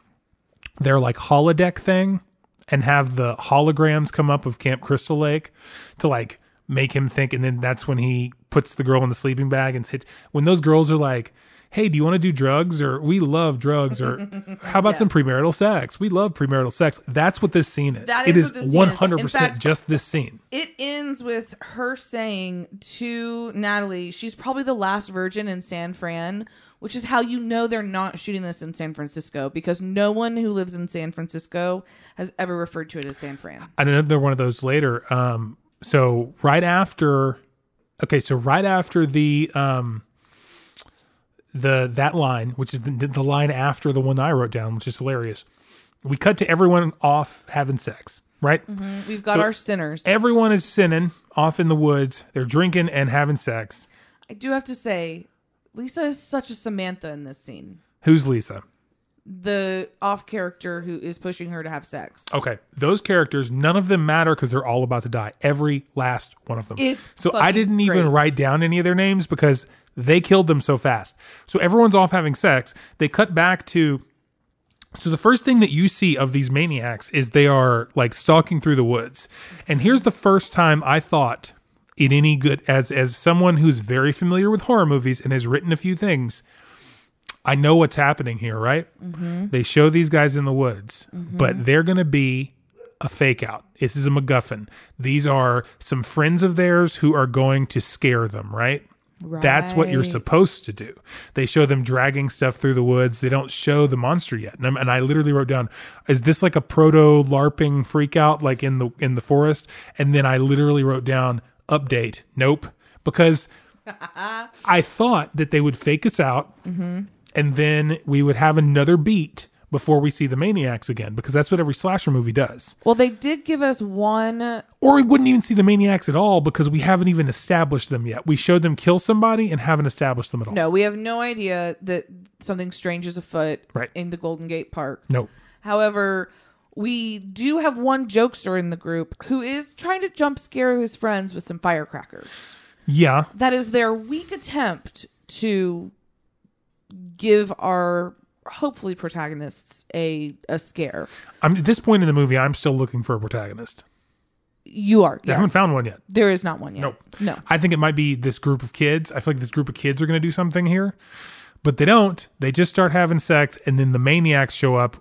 F: their like holodeck thing and have the holograms come up of Camp Crystal Lake to like make him think, and then that's when he puts the girl in the sleeping bag and hits. When those girls are like. Hey, do you want to do drugs or we love drugs or how about some premarital sex? We love premarital sex. That's what this scene is.
G: That
F: it
G: is
F: is
G: what this scene is. In
F: 100%
G: fact-
F: just this scene.
G: it ends with her saying to Natalie, she's probably the last virgin in San Fran, which is how you know they're not shooting this in San Francisco because no one who lives in San Francisco has ever referred to it as San Fran.
F: and another one of those later. Um, so right after, okay, so right after the um, the that line, which is the, the line after the one I wrote down, which is hilarious. We cut to everyone off having sex, right?
G: We've got our sinners.
F: Everyone is sinning off in the woods. They're drinking and having sex.
G: I do have to say, Lisa is such a Samantha in this scene.
F: Who's Lisa?
G: The off character who is pushing her to have sex.
F: Okay, those characters, none of them matter because they're all about to die. Every last one of them.
G: It's
F: so I
G: fucking
F: didn't even
G: great.
F: write down any of their names because they killed them so fast. So everyone's off having sex. They cut back to. So the first thing that you see of these maniacs is they are like stalking through the woods, and here's the first time I thought in any good as as someone who's very familiar with horror movies and has written a few things. I know what's happening here, right?
G: Mm-hmm.
F: They show these guys in the woods, but they're going to be a fake out. This is a MacGuffin. These are some friends of theirs who are going to scare them, right? That's what you're
G: Right.
F: supposed to do. They show them dragging stuff through the woods. They don't show the monster yet. And, I'm, and I literally wrote down, "Is this like a proto LARPing freakout, like in the in the forest?" And then I literally wrote down, "Update." Nope, because I thought that they would fake us out, and then we would have another beat before we see the maniacs again, because that's what every slasher movie does.
G: Well, they did give us one.
F: Or we wouldn't even see the maniacs at all because we haven't even established them yet. We showed them kill somebody and haven't established them at all.
G: No, we have no idea that something strange is afoot
F: Right.
G: in the Golden Gate Park.
F: Nope.
G: However, we do have one jokester in the group who is trying to jump scare his friends with some firecrackers.
F: Yeah.
G: That is their weak attempt to give our hopefully protagonists a a scare.
F: I'm at this point in the movie, I'm still looking for a protagonist.
G: You are.
F: I haven't
G: Yes.
F: found one yet.
G: there is not one yet.
F: Nope.
G: No.
F: I think it might be this group of kids. I feel like this group of kids are going to do something here, but they don't. They just start having sex, and then the maniacs show up.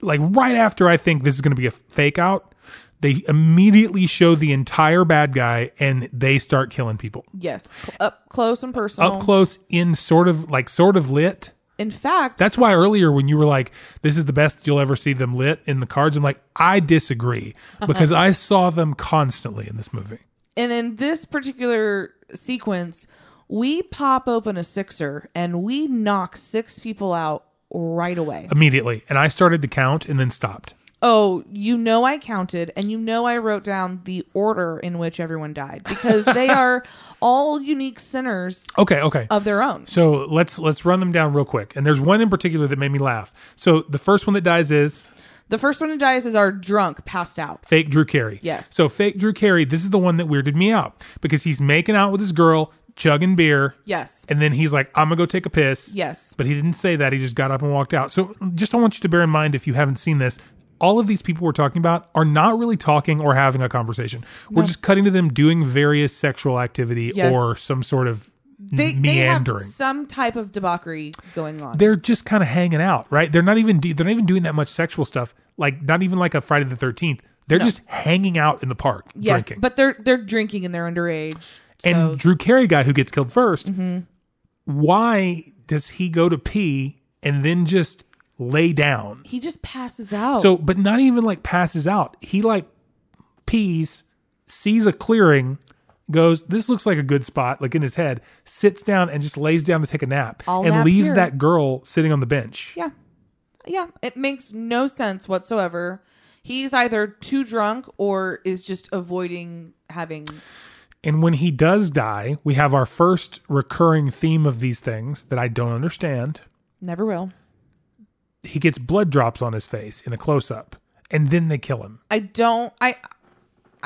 F: Like right after I think this is going to be a fake out, they immediately show the entire bad guy and they start killing people
G: Yes. Cl- Up close and personal.
F: up close in sort of like sort of lit.
G: In fact,
F: That's why earlier when you were like, "This is the best you'll ever see them lit" in the cards, I'm like, I disagree because I saw them constantly in this movie.
G: and in this particular sequence, we pop open a sixer and we knock six people out right away.
F: immediately and i started to count and then stopped
G: Oh, you know I counted and you know I wrote down the order in which everyone died because they are all unique sinners
F: okay okay
G: of their own.
F: so let's let's run them down real quick and there's one in particular that made me laugh so the first one that dies is
G: The first one who dies is our drunk passed out.
F: fake drew carey
G: Yes.
F: so fake drew carey this is the one that weirded me out because he's making out with his girl chugging beer
G: Yes.
F: and then he's like i'm gonna go take a piss
G: Yes.
F: but he didn't say that he just got up and walked out so just i want you to bear in mind if you haven't seen this all of these people we're talking about are not really talking or having a conversation. We're just cutting to them doing various sexual activity
G: Yes.
F: or some sort of
G: They, they have
F: meandering.
G: some type of debauchery going on.
F: they're just kind of hanging out, right? They're not even they're not even doing that much sexual stuff. Like not even like a Friday the Thirteenth. They're just hanging out in the park
G: yes,
F: drinking.
G: but they're they're drinking and they're underage.
F: and Drew Carey guy who gets killed 1st
G: Mm-hmm.
F: Why does he go to pee and then just lay down?
G: He just passes out.
F: So, but not even like passes out. He like pees, sees a clearing. Goes, this looks like a good spot, like in his head, sits down and just lays down to take a nap
G: I'll
F: and
G: nap
F: leaves
G: here.
F: that girl sitting on the bench.
G: Yeah. Yeah. It makes no sense whatsoever. He's either too drunk or is just avoiding having.
F: And when he does die, we have our first recurring theme of these things that I don't understand.
G: Never will.
F: He gets blood drops on his face in a close up, and then they kill him.
G: I don't. I.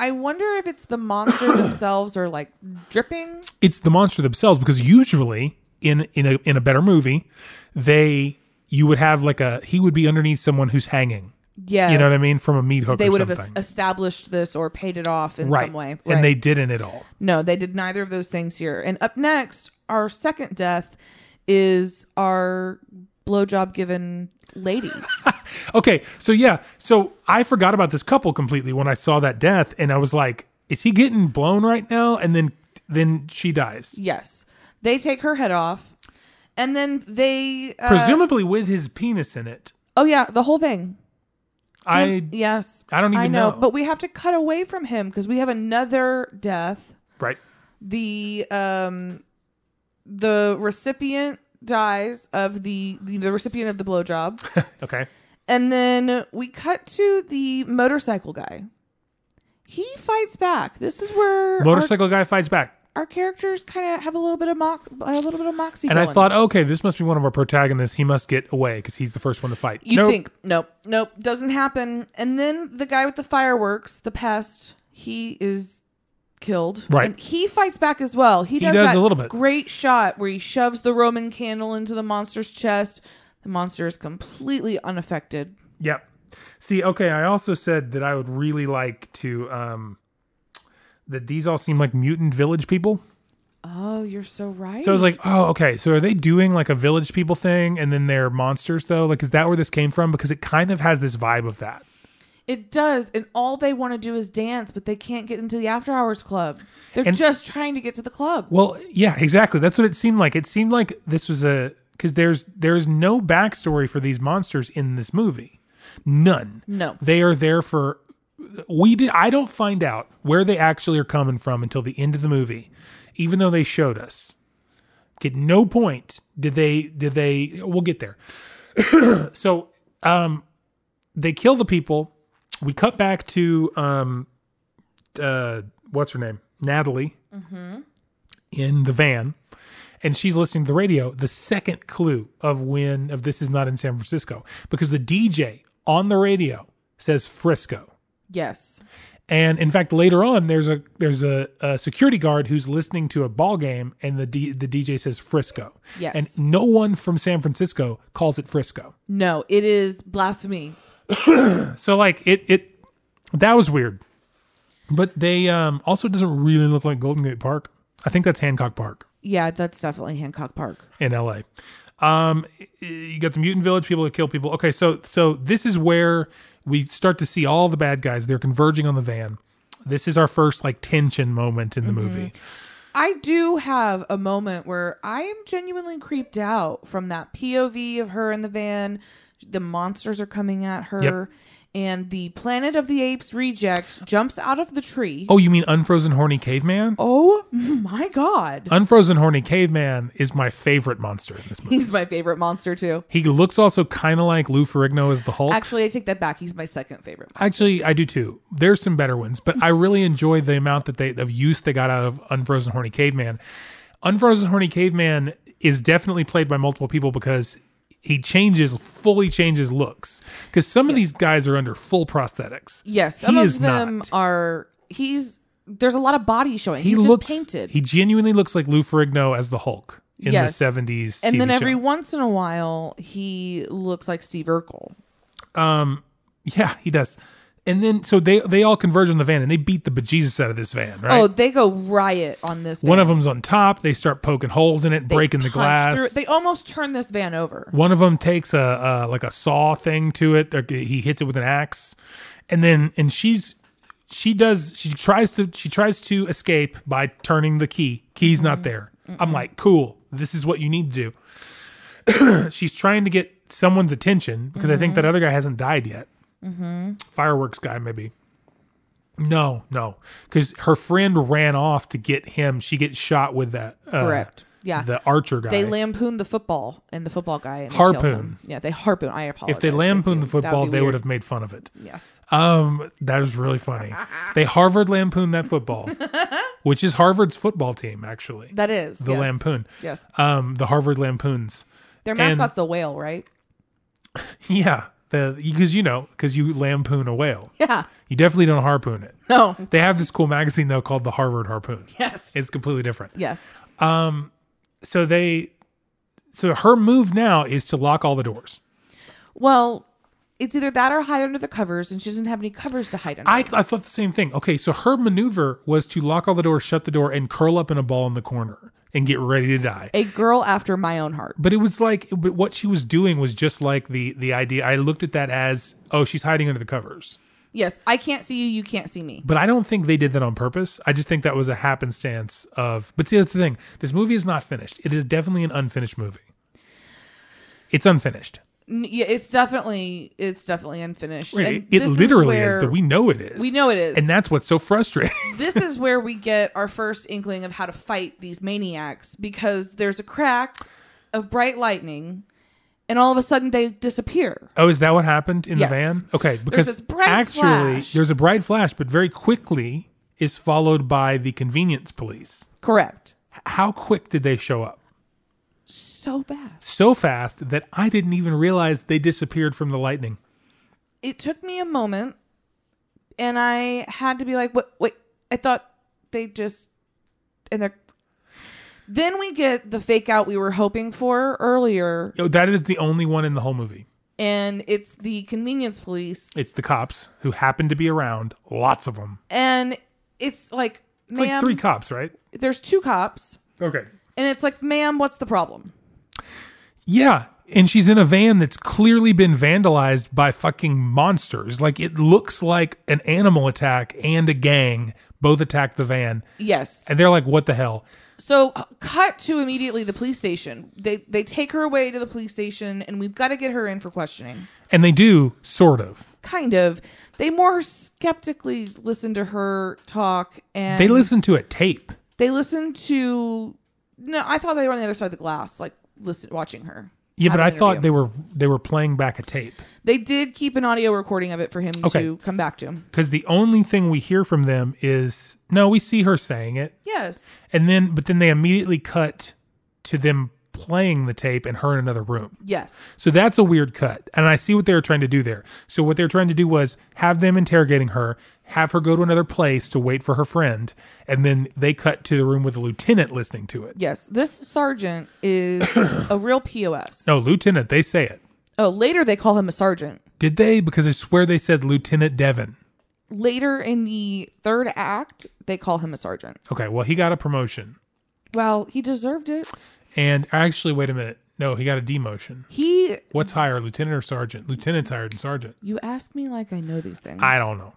G: I wonder if it's the monster themselves or like dripping.
F: It's the monster themselves because usually in in a in a better movie, they you would have like a he would be underneath someone who's hanging.
G: Yes.
F: You know what I mean from a meat hook
G: They
F: or
G: would have es-
F: something.
G: established this or paid it off in
F: right.
G: some way. Right.
F: And they didn't at all.
G: No, they did neither of those things here. And up next, our second death is our blowjob given lady.
F: Okay, so yeah, so I forgot about this couple completely when I saw that death, and I was like, "Is he getting blown right now?" And then, then she dies,
G: Yes. They take her head off and then they uh,
F: presumably with his penis in it.
G: Oh yeah, the whole thing.
F: I
G: Yes.
F: I don't even know.
G: But we have to cut away from him cuz we have another death.
F: right,
G: The um the recipient dies of the the, the recipient of the blowjob.
F: okay,
G: and then we cut to the motorcycle guy. He fights back. This is where our-
F: motorcycle guy fights back,
G: our, characters kind of have a little bit of mox, a little bit of moxie.
F: and I
G: going.
F: thought, okay, this must be one of our protagonists. He must get away because he's the first one to fight.
G: You
F: Nope.
G: think, nope, nope, doesn't happen. And then the guy with the fireworks, the pest, he is killed.
F: Right.
G: And he fights back as well. He does,
F: does
G: that
F: a little bit.
G: great shot where he shoves the Roman candle into the monster's chest. The monster is completely unaffected.
F: Yep. See, okay, I also said that I would really like to um that these all seem like mutant village people.
G: Oh, you're so right.
F: So I was like, oh, okay. So are they doing like a village people thing and then they're monsters though? Like, is that where this came from? Because it kind of has this vibe of that.
G: It does, and all they want to do is dance, but they can't get into the after hours club. They're
F: And-
G: just trying to get to the club.
F: Well, yeah, exactly. That's what it seemed like. It seemed like this was a because there's there's no backstory for these monsters in this movie. None.
G: No.
F: They are there for we did I don't find out where they actually are coming from until the end of the movie, even though they showed us. At no point did they did they we'll get there. so um they kill the people. We cut back to um uh what's her name? Natalie in the van and she's listening to the radio the second clue of when of this is not in san francisco because the dj on the radio says frisco
G: yes.
F: and in fact later on there's a there's a, a security guard who's listening to a ball game and the D, the dj says frisco
G: Yes.
F: and no one from san francisco calls it frisco
G: No, it is blasphemy.
F: so like it it that was weird but they um also it doesn't really look like golden gate park i think that's hancock park
G: Yeah, that's definitely Hancock Park.
F: in LA. Um, you got the mutant village people that kill people. Okay, so so this is where we start to see all the bad guys. They're converging on the van. This is our first like tension moment in the movie.
G: I do have a moment where I am genuinely creeped out from that POV of her in the van. The monsters are coming at her, and the Planet of the Apes reject jumps out of the tree.
F: Oh, you mean unfrozen horny caveman?
G: Oh my god.
F: Unfrozen horny caveman is my favorite monster in this movie.
G: He's my favorite monster too.
F: He looks also kind of like Lou Ferrigno as the Hulk.
G: Actually, I take that back. He's my second favorite. monster.
F: Actually, I do too. There's some better ones, but I really enjoyed the amount that they of use they got out of Unfrozen Horny Caveman. Unfrozen Horny Caveman is definitely played by multiple people because he changes fully changes looks because some of these guys are under full prosthetics.
G: Yes, some
F: he
G: of
F: is
G: them
F: not.
G: are he's there's a lot of body showing.
F: he
G: he's
F: looks
G: just painted.
F: He genuinely looks like Lou Ferrigno as the Hulk in
G: Yes.
F: the 70s.
G: and
F: TV
G: then
F: show.
G: every once in a while he looks like Steve Urkel.
F: yeah, he does. And then so they they all converge on the van and they beat the bejesus out of this van, right?
G: Oh, they go riot on this.
F: One
G: van.
F: of them's on top. They start poking holes in it,
G: They
F: breaking the
G: punch
F: glass.
G: through- they almost turn this van over.
F: One of them takes a uh, like a saw thing to it. Or he hits it with an axe, and then and she's she does she tries to she tries to escape by turning the key. Key's not there. I'm like, cool. This is what you need to do. she's trying to get someone's attention because I think that other guy hasn't died yet. Fireworks guy, maybe. No, no, because her friend ran off to get him. She gets shot with that. Uh,
G: Correct. Yeah.
F: the archer guy.
G: They lampoon the football and the football guy. And they kill
F: Harpoon.
G: him. Yeah, they harpoon. I apologize.
F: if they
G: Thank
F: lampooned
G: you.
F: the football,
G: That
F: they would
G: weird.
F: have made fun of it.
G: Yes.
F: Um, that is really funny. they Harvard lampooned that football, which is Harvard's football team, actually.
G: That is
F: the
G: yes.
F: Lampoon.
G: Yes.
F: Um, the Harvard Lampoons.
G: Their
F: and-
G: mascot's the whale, right?
F: Yeah, the because you know because you lampoon a whale.
G: Yeah.
F: You definitely don't harpoon it.
G: No.
F: They have this cool magazine though called the Harvard Harpoon.
G: Yes.
F: It's completely different.
G: yes.
F: So they, so her move now is to lock all the doors.
G: Well, it's either that or hide under the covers, and she doesn't have any covers to hide under.
F: I, I thought the same thing. Okay, so her maneuver was to lock all the doors, shut the door, and curl up in a ball in the corner and get ready to die.
G: a girl after my own heart.
F: But it was like, but what she was doing was just like the the idea. I looked at that as, oh, she's hiding under the covers.
G: Yes, I can't see you. You can't see me.
F: But I don't think they did that on purpose. I just think that was a happenstance of. But see, that's the thing. This movie is not finished. It is definitely an unfinished movie. It's unfinished.
G: N- Yeah, it's definitely it's definitely unfinished. And
F: It, it
G: this
F: literally is,
G: where-
F: that we know it is.
G: we know it is.
F: and that's what's so frustrating.
G: this is where we get our first inkling of how to fight these maniacs because there's a crack of bright lightning, and all of a sudden they disappear.
F: Oh, is that what happened in
G: Yes.
F: the van? Okay, because
G: this bright
F: actually
G: flash.
F: there's a bright flash, but very quickly is followed by the convenience police.
G: Correct.
F: H- How quick did they show up?
G: So fast.
F: So fast that I didn't even realize they disappeared from the lightning.
G: It took me a moment, and I had to be like, "What? Wait, I thought they just and they're." Then we get the fake out we were hoping for earlier,
F: Oh, That is the only one in the whole movie.
G: and it's the convenience police,
F: It's the cops who happen to be around, lots of them.
G: and it's like,
F: It's like
G: "Ma'am,
F: three cops, right?
G: there's two cops."
F: Okay.
G: And it's like, ma'am, what's the problem?
F: Yeah. And she's in a van that's clearly been vandalized by fucking monsters. Like it looks like an animal attack and a gang both attacked the van.
G: Yes.
F: And they're like, what the hell?
G: So cut to immediately the police station. They they take her away to the police station and we've got to get her in for questioning.
F: And they do, sort of.
G: Kind of. They more skeptically listen to her talk and
F: They listen to a tape.
G: they listen to No, I thought they were on the other side of the glass like listen watching her.
F: Yeah, but
G: have
F: I
G: an
F: thought they
G: interview.
F: were they were playing back a tape.
G: They did keep an audio recording of it for him
F: Okay.
G: to come back to him.
F: Because the only thing we hear from them is no, we see her saying it.
G: Yes.
F: And then but then they immediately cut to them playing the tape and her in another room.
G: Yes.
F: So that's a weird cut. And I see what they were trying to do there. So what they were trying to do was have them interrogating her, have her go to another place to wait for her friend, and then they cut to the room with the lieutenant listening to it.
G: Yes. This sergeant is a real POS.
F: No, lieutenant, they say it.
G: Oh, later they call him a sergeant.
F: Did they? Because I swear they said Lieutenant Devon.
G: Later in the third act, they call him a sergeant.
F: Okay, well he got a promotion.
G: Well, he deserved it.
F: And actually, wait a minute. No, he got a demotion.
G: He
F: What's higher, lieutenant or sergeant? Lieutenant's higher than sergeant.
G: you ask me like I know these things.
F: I don't know.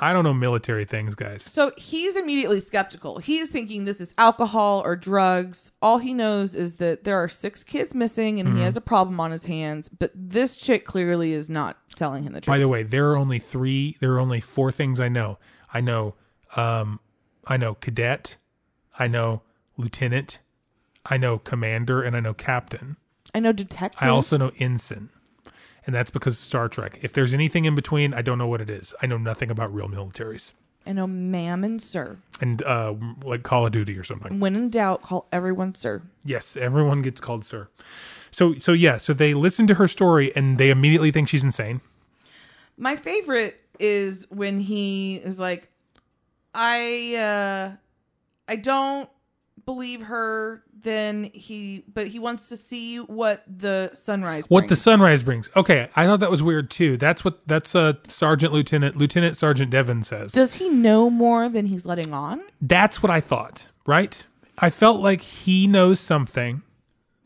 F: I don't know military things, guys.
G: So he's immediately skeptical. He's thinking this is alcohol or drugs. All he knows is that there are six kids missing and
F: Mm-hmm.
G: he has a problem on his hands, but this chick clearly is not telling him the
F: By
G: truth.
F: the way, there are only three. There are only four things I know. I know. Um, I know cadet. I know lieutenant. I know commander, and I know captain.
G: I know detective.
F: I also know ensign, and that's because of Star Trek. If there's anything in between, I don't know what it is. I know nothing about real militaries
G: I know ma'am and sir.
F: and uh, like Call of Duty or something.
G: When in doubt, call everyone sir.
F: Yes, everyone gets called sir. So so yeah, so they listen to her story and they immediately think she's insane.
G: My favorite is when he is like, I uh I don't believe her, then he but he wants to see what the sunrise
F: What the
G: brings.
F: sunrise brings. Okay, I thought that was weird too. That's what that's uh Sergeant Lieutenant Lieutenant Sergeant Devon says.
G: Does he know more than he's letting on?
F: That's what I thought, right? I felt like he knows something.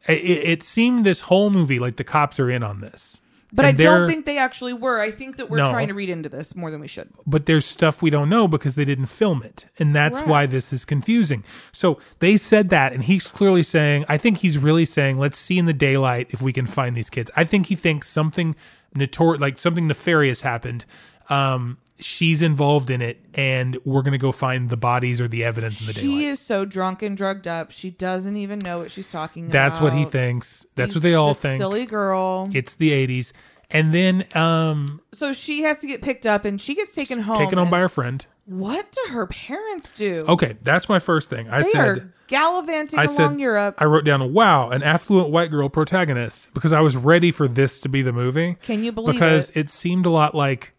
F: It, it, it seemed this whole movie like the cops are in on this.
G: But
F: And
G: I don't
F: they're-
G: think they actually were. I think that we're
F: No.
G: trying to read into this more than we should.
F: but there's stuff we don't know because they didn't film it. And that's why this is confusing. So they said that, and he's clearly saying, I think he's really saying, let's see in the daylight if we can find these kids. I think he thinks something notor- like something nefarious happened. Um, she's involved in it, and we're going to go find the bodies or the evidence in the daylight.
G: She is so drunk and drugged up, she doesn't even know what she's talking
F: that's
G: about.
F: what he thinks. That's what
G: He's
F: they all
G: this
F: think.
G: Silly girl.
F: It's the 80s. And then um,
G: so she has to get picked up and she gets taken home.
F: taken on
G: and
F: by her friend.
G: What do her parents do?
F: Okay, that's my first thing. I
G: they
F: said.
G: are gallivanting
F: I
G: along
F: said,
G: Europe.
F: I wrote down, wow, an affluent white girl protagonist because I was ready for this to be the movie.
G: Can you believe
F: Because it, seemed a lot like.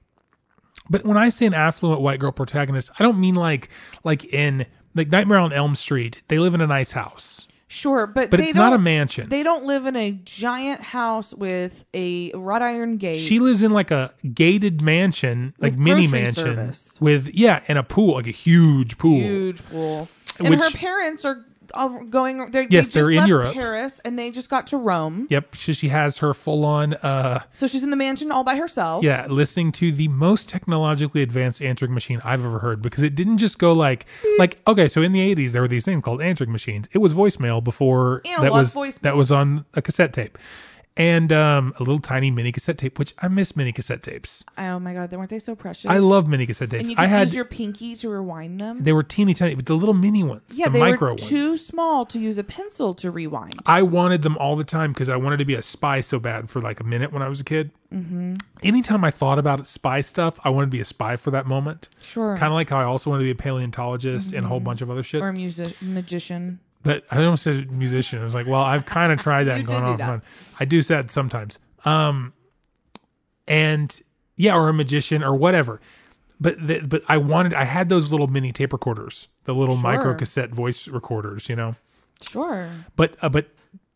F: But when I say an affluent white girl protagonist, I don't mean like like in like Nightmare on Elm Street. They live in a nice house,
G: sure, but
F: but
G: they
F: it's not a
G: don't-
F: mansion.
G: They don't live in a giant house with a wrought iron gate.
F: she lives in like a gated mansion, like
G: With
F: mini
G: grocery
F: mansion
G: service.
F: with yeah, and a pool, like a huge pool.
G: huge pool. And
F: Which-
G: her parents are all going. They're,
F: Yes,
G: they just
F: they're in
G: left
F: Europe.
G: Paris, and they just got to Rome.
F: Yep, she, she has her full on uh
G: So she's in the mansion all by herself.
F: Yeah, listening to the most technologically advanced answering machine I've ever heard because it didn't just go like
G: Hmm.
F: like okay, so in the eighties there were these things called answering machines. It was voicemail before that
G: Analog
F: was
G: voicemail.
F: that was on a cassette tape. And um, a little tiny mini cassette tape, which I miss mini cassette tapes.
G: Oh my god, they weren't they so precious?
F: I love mini cassette tapes.
G: And you could
F: I had
G: use your pinky to rewind them.
F: they were teeny tiny, but the little mini ones,
G: yeah,
F: the
G: they
F: micro
G: were
F: ones.
G: too small to use a pencil to rewind.
F: I wanted them all the time because I wanted to be a spy so bad for like a minute when I was a kid. Mm-hmm. Anytime I thought about spy stuff, I wanted to be a spy for that moment.
G: Sure. Mm-hmm.
F: Kind of like how I also wanted to be a paleontologist and a whole bunch of other shit.
G: or a music magician.
F: but I almost said musician. I was like, well, I've kind of tried that and
G: You
F: gone
G: do do
F: off. and
G: that.
F: on. I do that sometimes. Um, and yeah, or a magician or whatever. But the, but I wanted I had those little mini tape recorders, the little micro cassette voice recorders, you know
G: Sure.
F: but uh, but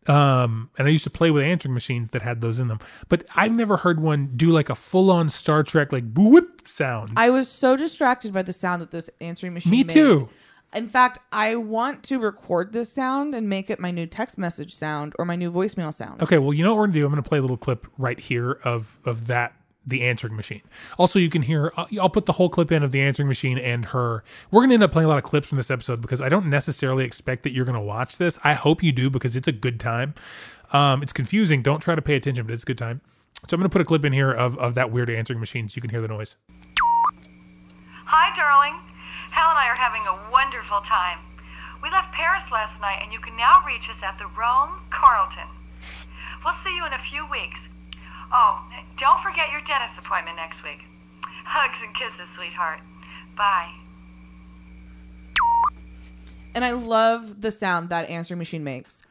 F: um and i used to play with answering machines that had those in them but i've never heard one do like a full-on star trek like whoop sound
G: I was so distracted by the sound that this answering machine
F: me
G: made.
F: too
G: In fact, I want to record this sound and make it my new text message sound or my new voicemail sound.
F: Okay, well, you know what we're gonna do? I'm gonna play a little clip right here of of that the answering machine. Also, you can hear. uh, I'll I'll put the whole clip in of the answering machine and her. We're gonna end up playing a lot of clips from this episode because I don't necessarily expect that you're gonna watch this. I hope you do because it's a good time. Um, it's confusing. Don't try to pay attention, but it's a good time. So I'm gonna put a clip in here of of that weird answering machine so you can hear the noise.
I: Hi, darling. Hal and I are having a wonderful time. We left Paris last night, and you can now reach us at the Rome Carlton. We'll see you in a few weeks. Oh, don't forget your dentist appointment next week. Hugs and kisses, sweetheart. Bye.
G: And I love the sound that answering machine makes.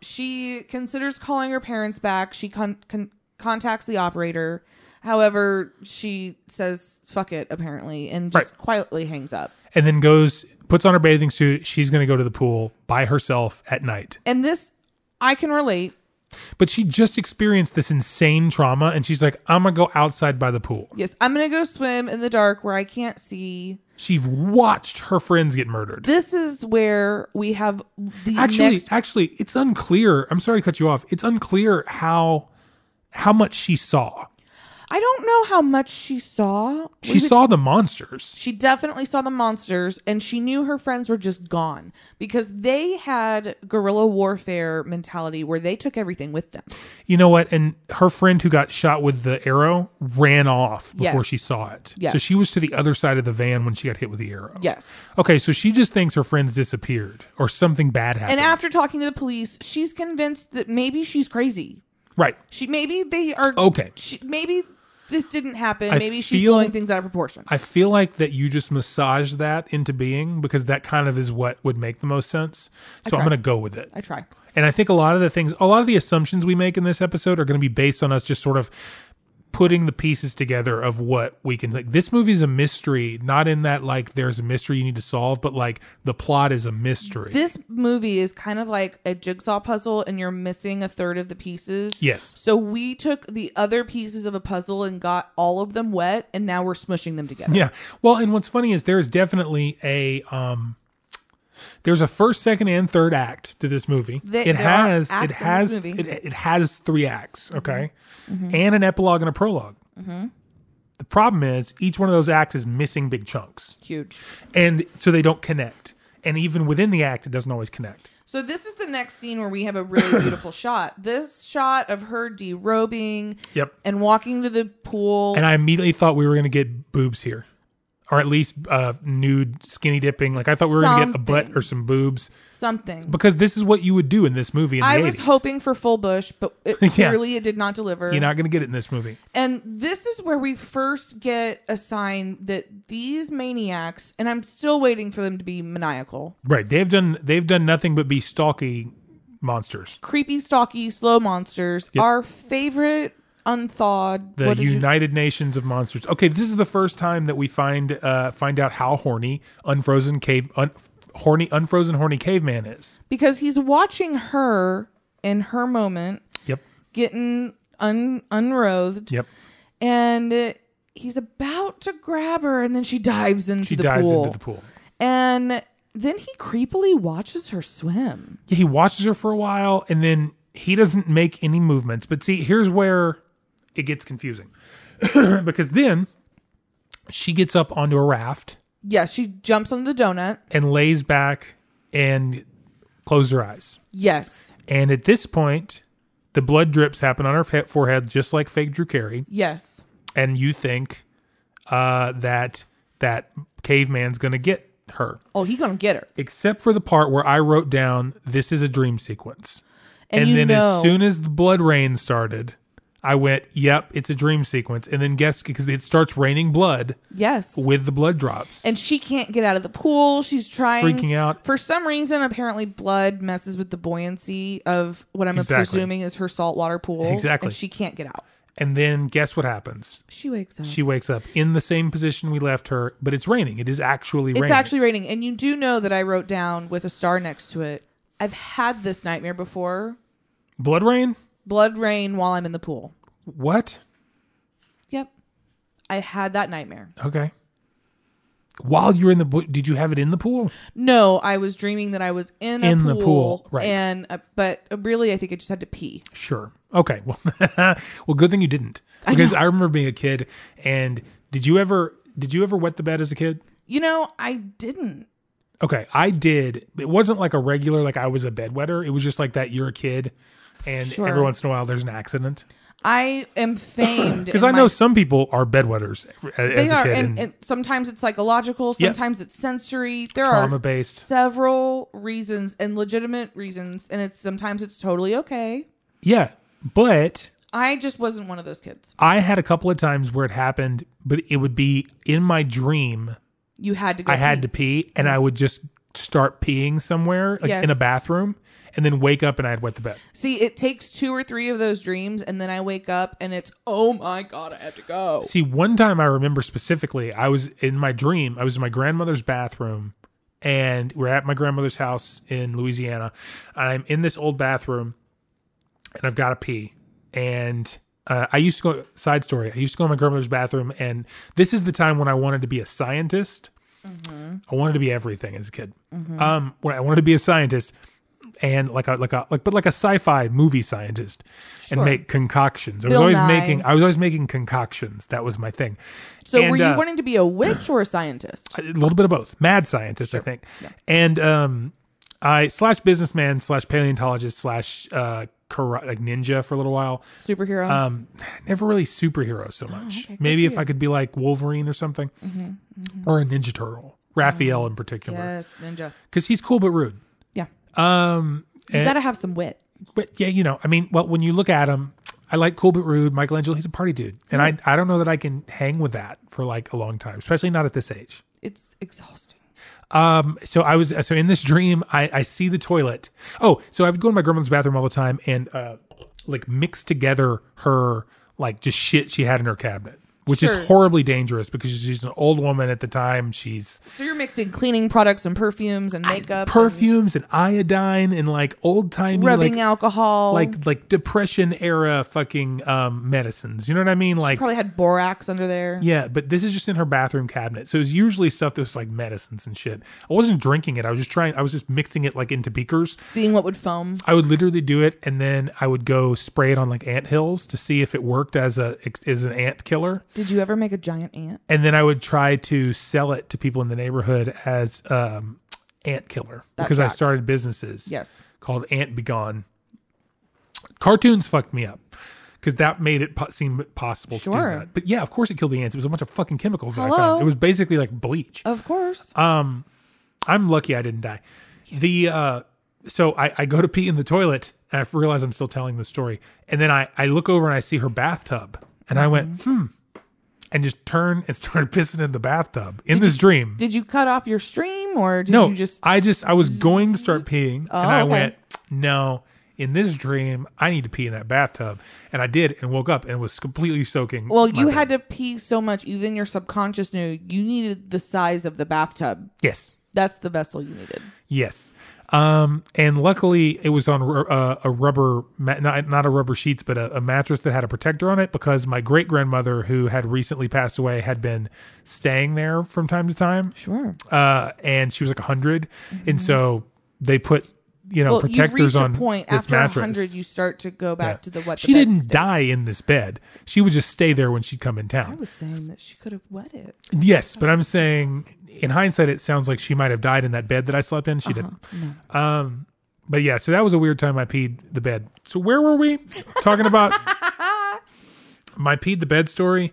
G: She considers calling her parents back. She con- con- contacts the operator. However, she says "fuck it" apparently and just
F: Right.
G: quietly hangs up.
F: and then goes puts on her bathing suit she's going to go to the pool by herself at night
G: And this, I can relate.
F: but she just experienced this insane trauma and she's like i'm going to go outside by the pool
G: Yes, I'm gonna go swim in the dark where I can't see.
F: she watched her friends get murdered
G: This is where we have the
F: actually
G: next
F: actually it's unclear i'm sorry to cut you off it's unclear how how much she saw
G: I don't know how much she saw.
F: she
G: We would-
F: saw the monsters
G: She definitely saw the monsters and she knew her friends were just gone because they had guerrilla warfare mentality where they took everything with them.
F: you know what and her friend who got shot with the arrow ran off before
G: Yes.
F: she saw it so
G: Yes.
F: she was to the other side of the van when she got hit with the arrow
G: Yes.
F: okay so she just thinks her friends disappeared or something bad happened
G: And after talking to the police, she's convinced that maybe she's crazy.
F: right
G: She maybe they are
F: Okay.
G: She, maybe this didn't happen.
F: I
G: maybe she's
F: feel-
G: blowing things out of proportion.
F: I feel like that you just massage that into being because that kind of is what would make the most sense. So I'm
G: try.
F: going to go with it.
G: I try.
F: And I think a lot of the things, a lot of the assumptions we make in this episode are going to be based on us just sort of putting the pieces together of what we can like this movie's a mystery not in that like there's a mystery you need to solve but like the plot is a mystery
G: This movie is kind of like a jigsaw puzzle and you're missing a third of the pieces.
F: yes
G: So we took the other pieces of a puzzle and got all of them wet and now we're smushing them together.
F: Yeah. Well, and what's funny is there is definitely a um there's a first, second, and third act to this movie.
G: They-
F: it
G: there are
F: has
G: acts in
F: it
G: this
F: has
G: movie. Mm-hmm.
F: it, it has three acts, okay? And an epilogue and a prolog The problem is each one of those acts is missing big chunks.
G: Huge.
F: And so they don't connect. And even within the act it doesn't always connect.
G: So this is the next scene where we have a really beautiful shot. This shot of her derobing
F: Yep.
G: and walking to the pool.
F: And I immediately thought we were going to get boobs here. Or at least uh, nude skinny dipping. Like I thought we were going to get a butt
G: Something.
F: or some boobs
G: something.
F: because this is what you would do in this movie. In the
G: I was
F: 80s.
G: hoping for full bush, but it,
F: Yeah.
G: clearly it did not deliver.
F: You're not going to get it in this movie.
G: And this is where we first get a sign that these maniacs, and I'm still waiting for them to be maniacal,
F: Right. They've done they've done nothing but be stalky monsters.
G: creepy, stalky, slow monsters, our favorite unthawed.
F: The
G: what did you-
F: United Nations of Monsters. Okay, this is the first time that we find uh find out how horny unfrozen cave un, horny unfrozen horny caveman is.
G: because he's watching her in her moment
F: Yep.
G: getting un unrothed,
F: Yep.
G: and it, he's about to grab her, and then she dives into
F: She
G: the
F: dives
G: pool,
F: into the pool.
G: and then he creepily watches her swim.
F: he watches her for a while and then he doesn't make any movements. But see, here's where it gets confusing. because then she gets up onto a raft
G: Yes, she jumps on the donut.
F: and lays back and closes her eyes.
G: Yes,
F: And at this point, the blood drips happen on her fa- forehead, just like fake Drew Carey.
G: yes.
F: And you think uh, that that caveman's going to get her,
G: Oh, he gonna get her.
F: except for the part where I wrote down this is a dream sequence.
G: And, you
F: then
G: know,
F: as soon as the blood rain started, I went, "Yep, it's a dream sequence." And then guess because it starts raining blood
G: yes.
F: with the blood drops.
G: And she can't get out of the pool. She's trying
F: Freaking out.
G: For some reason, apparently blood messes with the buoyancy of what I'm
F: Exactly.
G: presuming is her saltwater pool.
F: Exactly.
G: And she can't get out.
F: and then guess what happens?
G: She wakes up.
F: She wakes up in the same position we left her, but it's raining. It is actually
G: it's
F: raining.
G: actually raining. And you do know that I wrote down with a star next to it. I've had this nightmare before.
F: blood rain.
G: Blood rain while I'm in the pool.
F: What?
G: Yep. I had that nightmare.
F: Okay. While you were in the pool, did you have it in the pool?
G: No, I was dreaming that I was in a
F: In
G: pool,
F: the pool, right.
G: And uh, but really, I think I just had to pee.
F: Sure. Okay. Well, well, good thing you didn't because I, remember being a kid. And did you ever did you ever wet the bed as a kid?
G: You know, I didn't.
F: Okay, I did. It wasn't like a regular like I was a bedwetter. It was just like that you're a kid, and
G: Sure.
F: every once in a while there's an accident.
G: I am famed
F: Because
G: in
F: I know
G: my-
F: some people are bedwetters a- as
G: They
F: a
G: are,
F: kid.
G: and, and sometimes it's psychological,
F: Yep.
G: sometimes it's sensory. There are
F: Trauma-based.
G: several reasons and legitimate reasons, and it's sometimes it's totally okay.
F: yeah, but
G: I just wasn't one of those kids.
F: I had a couple of times where it happened, but it would be in my dream.
G: You had to go.
F: I had to
G: pee.
F: pee, and I would just start peeing somewhere like in a
G: Yes.
F: bathroom, and then wake up and I'd wet the bed.
G: See, it takes two or three of those dreams, and then I wake up and it's oh my god, I have to go.
F: See, one time I remember specifically, I was in my dream. I was in my grandmother's bathroom, and we're at my grandmother's house in Louisiana. And I'm in this old bathroom, and I've got to pee. And uh, I used to go. Side story: I used to go in my grandmother's bathroom, and this is the time when I wanted to be a scientist. I wanted to be everything as a kid.
G: Mm-hmm.
F: Um, when I wanted to be a scientist, and like a like a like, but like a sci-fi movie scientist, and make concoctions. I was
G: Bill
F: always
G: Nye.
F: making I was always making concoctions. That was my thing.
G: So
F: And,
G: were you
F: uh,
G: wanting to be a witch or a scientist?
F: a little bit of both? Mad scientist, I think. And um, I slash businessman slash paleontologist slash uh karate, like ninja for a little while.
G: Superhero?
F: Um, never really superhero
G: Oh,
F: so much. Maybe if I could be like Wolverine or something,
G: Mm-hmm,
F: or a Ninja Turtle. Raphael in particular,
G: yes, ninja.
F: because he's cool but rude.
G: Yeah.
F: Um,
G: You
F: and-
G: gotta have some wit.
F: but yeah, you know, I mean, well, when you look at him, I like cool but rude. Michelangelo, he's a party dude, and I I don't know that I can hang with that for like a long time, especially not at this age.
G: It's exhausting.
F: Um, so I was so in this dream, I I see the toilet. Oh, so I would go in my grandmother's bathroom all the time and uh, like mix together her like just shit she had in her cabinet. Which
G: Sure.
F: is horribly dangerous because she's an old woman at the time. She's
G: So you're mixing cleaning products and perfumes and makeup, and
F: perfumes and iodine and like old timey
G: rubbing
F: like,
G: alcohol,
F: like like depression era fucking um medicines. You know what I mean? Like
G: probably had borax under there.
F: yeah, but this is just in her bathroom cabinet. So it's usually stuff that's like medicines and shit. I wasn't drinking it. I was just trying I was just mixing it like into beakers.
G: Seeing what would foam.
F: I would literally do it and then I would go spray it on like ant hills to see if it worked as a as an ant killer.
G: Did you ever make a giant ant?
F: And then I would try to sell it to people in the neighborhood as um ant killer
G: That
F: because I
G: tracks.
F: started businesses
G: Yes.
F: called Ant Begone. Cartoons fucked me up because that made it po- seem possible to
G: Sure.
F: do that. But yeah, of course it killed the ants. It was a bunch of fucking chemicals that I
G: Hello? Oh.
F: found. It was basically like bleach.
G: Of course.
F: Uh, I'm lucky I didn't die. The uh, so I, I go to pee in the toilet. And I realize I'm still telling the story, and then I I look over and I see her bathtub, and I went
G: Mm-hmm.
F: hmm, and just turned and started pissing in the bathtub in this dream.
G: did you cut off your stream or did
F: no,
G: you just Oh,
F: I just I was going to start peeing, and I
G: okay.
F: went no. In this dream, I need to pee in that bathtub, and I did, and woke up and was completely soaking.
G: Well, you had to pee so much, even your subconscious knew you needed the size of the bathtub.
F: yes.
G: That's the vessel you needed.
F: Yes. Um, and luckily, it was on ru- uh, a rubber, ma- not, not a rubber sheets, but a, a mattress that had a protector on it because my great grandmother, who had recently passed away, had been staying there from time to time.
G: Sure.
F: Uh, and she was like 100. And so they put, you know,
G: Mm-hmm. Well, you
F: Oh, protectors
G: reach a
F: on
G: point
F: this
G: after
F: mattress.
G: hundred, you start to go back
F: Yeah.
G: to the what. The
F: she
G: bed
F: didn't
G: state.
F: die in this bed. She would just stay there when she'd come in
G: I
F: town.
G: was saying that she could have wet it.
F: Yes, but I'm saying in hindsight, it sounds like she might have died in that bed that I slept in. She
G: Uh-huh.
F: didn't. Um, but yeah, so that was a weird time I peed the bed. So where were we talking about my peed the bed story?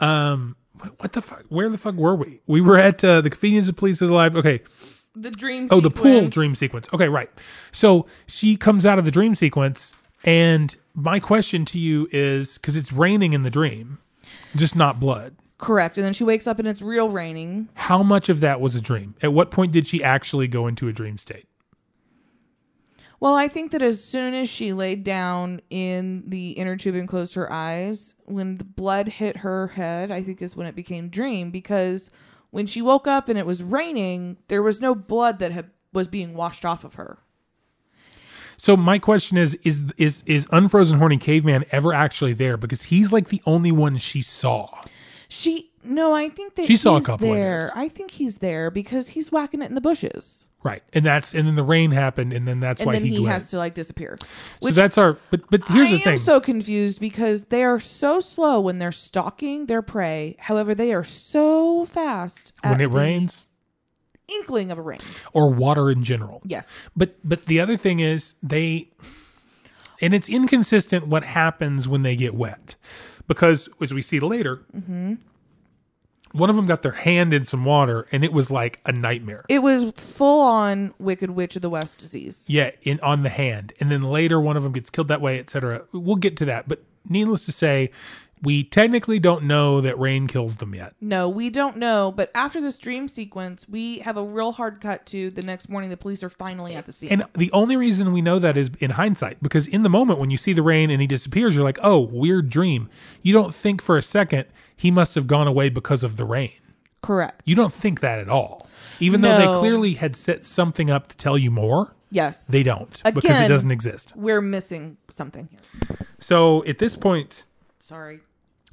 F: Um, wh- what the fuck? Where the fuck were we? We were at uh, the convenience of police was alive. Okay.
G: The dream.
F: Oh, the pool dream sequence. Okay, right. So she comes out of the dream sequence, and my question to you is because it's raining in the dream, just not blood.
G: Correct. And then she wakes up and it's real raining.
F: how much of that was a dream? At what point did she actually go into a dream state?
G: Well, I think that as soon as she laid down in the inner tube and closed her eyes, when the blood hit her head, I think is when it became dream because when she woke up and it was raining, there was no blood that had, was being washed off of her.
F: So my question is is is is unfrozen horny caveman ever actually there because he's like the only one she saw.
G: She No, I think that
F: She saw a
G: he's
F: couple, I
G: there.
F: guess.
G: I think he's there because he's whacking it in the bushes,
F: Right. And that's and then the rain happened and then that's
G: and
F: why
G: then
F: he,
G: he
F: went.
G: has to like disappear.
F: So that's our but but here's
G: I
F: the
G: am
F: thing.
G: so confused because they are so slow when they're stalking their prey. However, they are so fast
F: when
G: at
F: it
G: the
F: rains
G: Inkling of a rain.
F: or water in general.
G: Yes.
F: But but the other thing is they and it's inconsistent what happens when they get wet. Because as we see later, one of them got their hand in some water and it was like a nightmare.
G: It was full on Wicked Witch of the West disease.
F: Yeah, in on the hand, and then later one of them gets killed that way, etc. We'll get to that, but needless to say, we technically don't know that rain kills them yet.
G: No, we don't know, but after this dream sequence, we have a real hard cut to the next morning the police are finally at the scene.
F: And the only reason we know that is in hindsight, because in the moment when you see the rain and he disappears, you're like, "Oh, weird dream." You don't think for a second he must have gone away because of the rain.
G: Correct.
F: You don't think that at all, even though they
G: No.
F: clearly had set something up to tell you more.
G: Yes.
F: They don't because it
G: Again-
F: doesn't exist.
G: We're missing something here.
F: So at this point,
G: Sorry.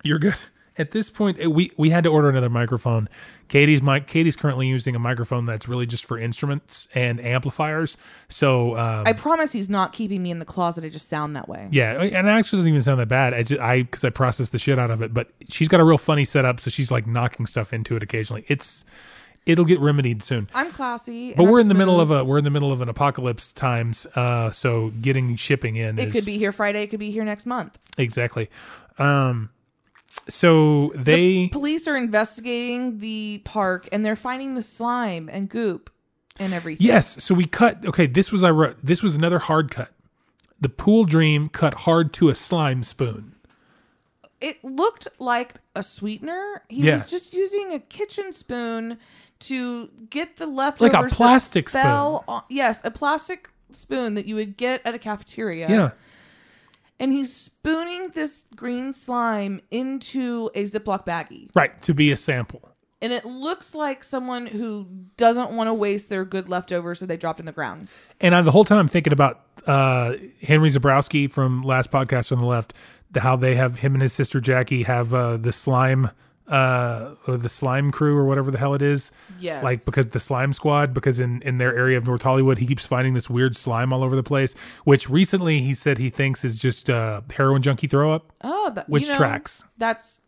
F: You're good. At this point, eh, we we had to order another microphone. Katie's mic. Katie's currently using a microphone that's really just for instruments and amplifiers. So um,
G: I promise he's not keeping me in the closet. I just sound that way.
F: yeah, and it actually doesn't even sound that bad. I just, I because I processed the shit out of it. But she's got a real funny setup, so she's like knocking stuff into it occasionally. It's it'll get remedied soon.
G: I'm classy.
F: But we're in the middle of a we're in the middle of an apocalypse times. Uh, so getting shipping in
G: It
F: is,
G: could be here Friday. It could be here next month.
F: exactly. Um, so they
G: Police are investigating the park and they're finding the slime and goop and everything.
F: Yes. So we cut. Okay, this was I wrote. This was another hard cut. The pool dream cut hard to a slime spoon.
G: It looked like a sweetener. He
F: Yeah.
G: was just using a kitchen spoon to get the leftovers.
F: Like a
G: that
F: plastic spoon.
G: fell On, yes, a plastic spoon that you would get at a cafeteria.
F: Yeah.
G: And he's spooning this green slime into a Ziploc baggie.
F: Right. To be a sample.
G: And it looks like someone who doesn't want to waste their good leftovers so they dropped in the ground.
F: And I, the whole time I'm thinking about uh, Henry Zabrowski from last podcast on the left, the, how they have him and his sister Jackie have uh, the slime uh or the slime crew or whatever the hell it is
G: Yes.
F: like because the slime squad because in in their area of north hollywood he keeps finding this weird slime all over the place which recently he said he thinks is just uh heroin junkie throw up
G: Oh, that,
F: Which
G: you know,
F: tracks?
G: That's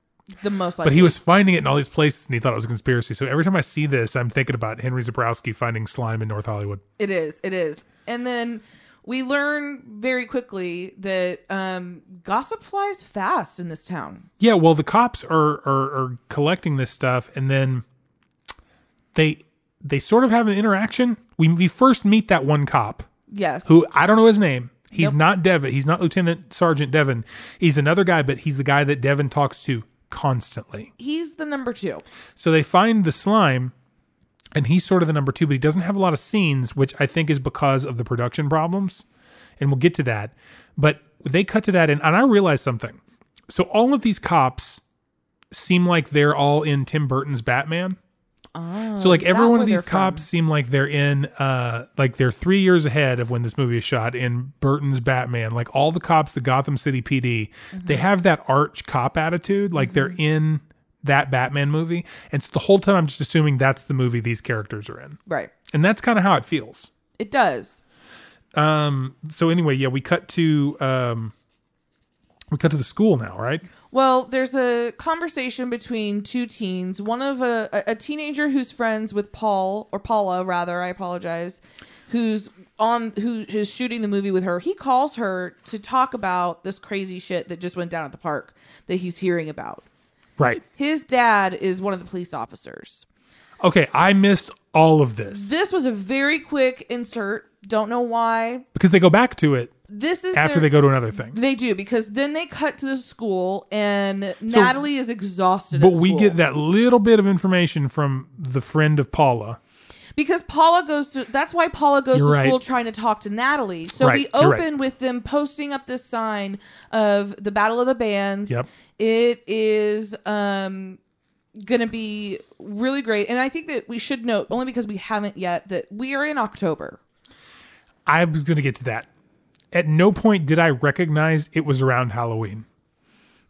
G: the most likely.
F: But he was finding it in all these places and he thought it was a conspiracy. So every time I see this, I'm thinking about Henry Zabrowski finding slime in North Hollywood.
G: It is. It is. And then we learn very quickly that um, gossip flies fast in this town.
F: Yeah, well, the cops are, are are collecting this stuff and then they they sort of have an interaction. We we first meet that one cop
G: Yes.
F: who I don't know his name. He's not Devin. He's not Lieutenant Sergeant Devin. He's another guy, but he's the guy that Devin talks to constantly.
G: He's the number two.
F: So they find the slime, and he's sort of the number two, but he doesn't have a lot of scenes, which I think is because of the production problems. And we'll get to that. But they cut to that, and, and I realized something. So all of these cops seem like they're all in Tim Burton's Batman. so like
G: Oh, is
F: every
G: that
F: one of
G: where
F: these
G: they're from?
F: cops seem like they're in uh like they're three years ahead of when this movie is shot in Burton's Batman. Like all the cops, the Gotham City PD,
G: Mm-hmm.
F: they have that arch cop attitude. Like they're in that Batman movie. And so the whole time I'm just assuming that's the movie these characters are in.
G: Right.
F: And that's kind of how it feels.
G: It does.
F: So anyway, yeah, we cut to um we cut to the school now, right?
G: Well, there's a conversation between two teens. One of a, a a teenager who's friends with Paul or Paula, rather. I apologize. Who's on? Who is shooting the movie with her? He calls her to talk about this crazy shit that just went down at the park that he's hearing about.
F: Right.
G: His dad is one of the police officers.
F: Okay, I missed all of this.
G: This was a very quick insert. Don't know why.
F: because they go back to it
G: This is
F: after
G: their-
F: they go to another thing.
G: They do because then they cut to the school and Natalie is exhausted.
F: But
G: at
F: we
G: school.
F: get that little bit of information from the friend of Paula.
G: because Paula goes to that's why Paula goes
F: You're
G: to
F: right.
G: school trying to talk to Natalie. So
F: Right,
G: we
F: you're right.
G: open with them posting up this sign of the Battle of the Bands.
F: Yep.
G: It is um gonna be really great. And I think that we should note, only because we haven't yet, that we are in October.
F: I was going to get to that. At no point did I recognize it was around Halloween.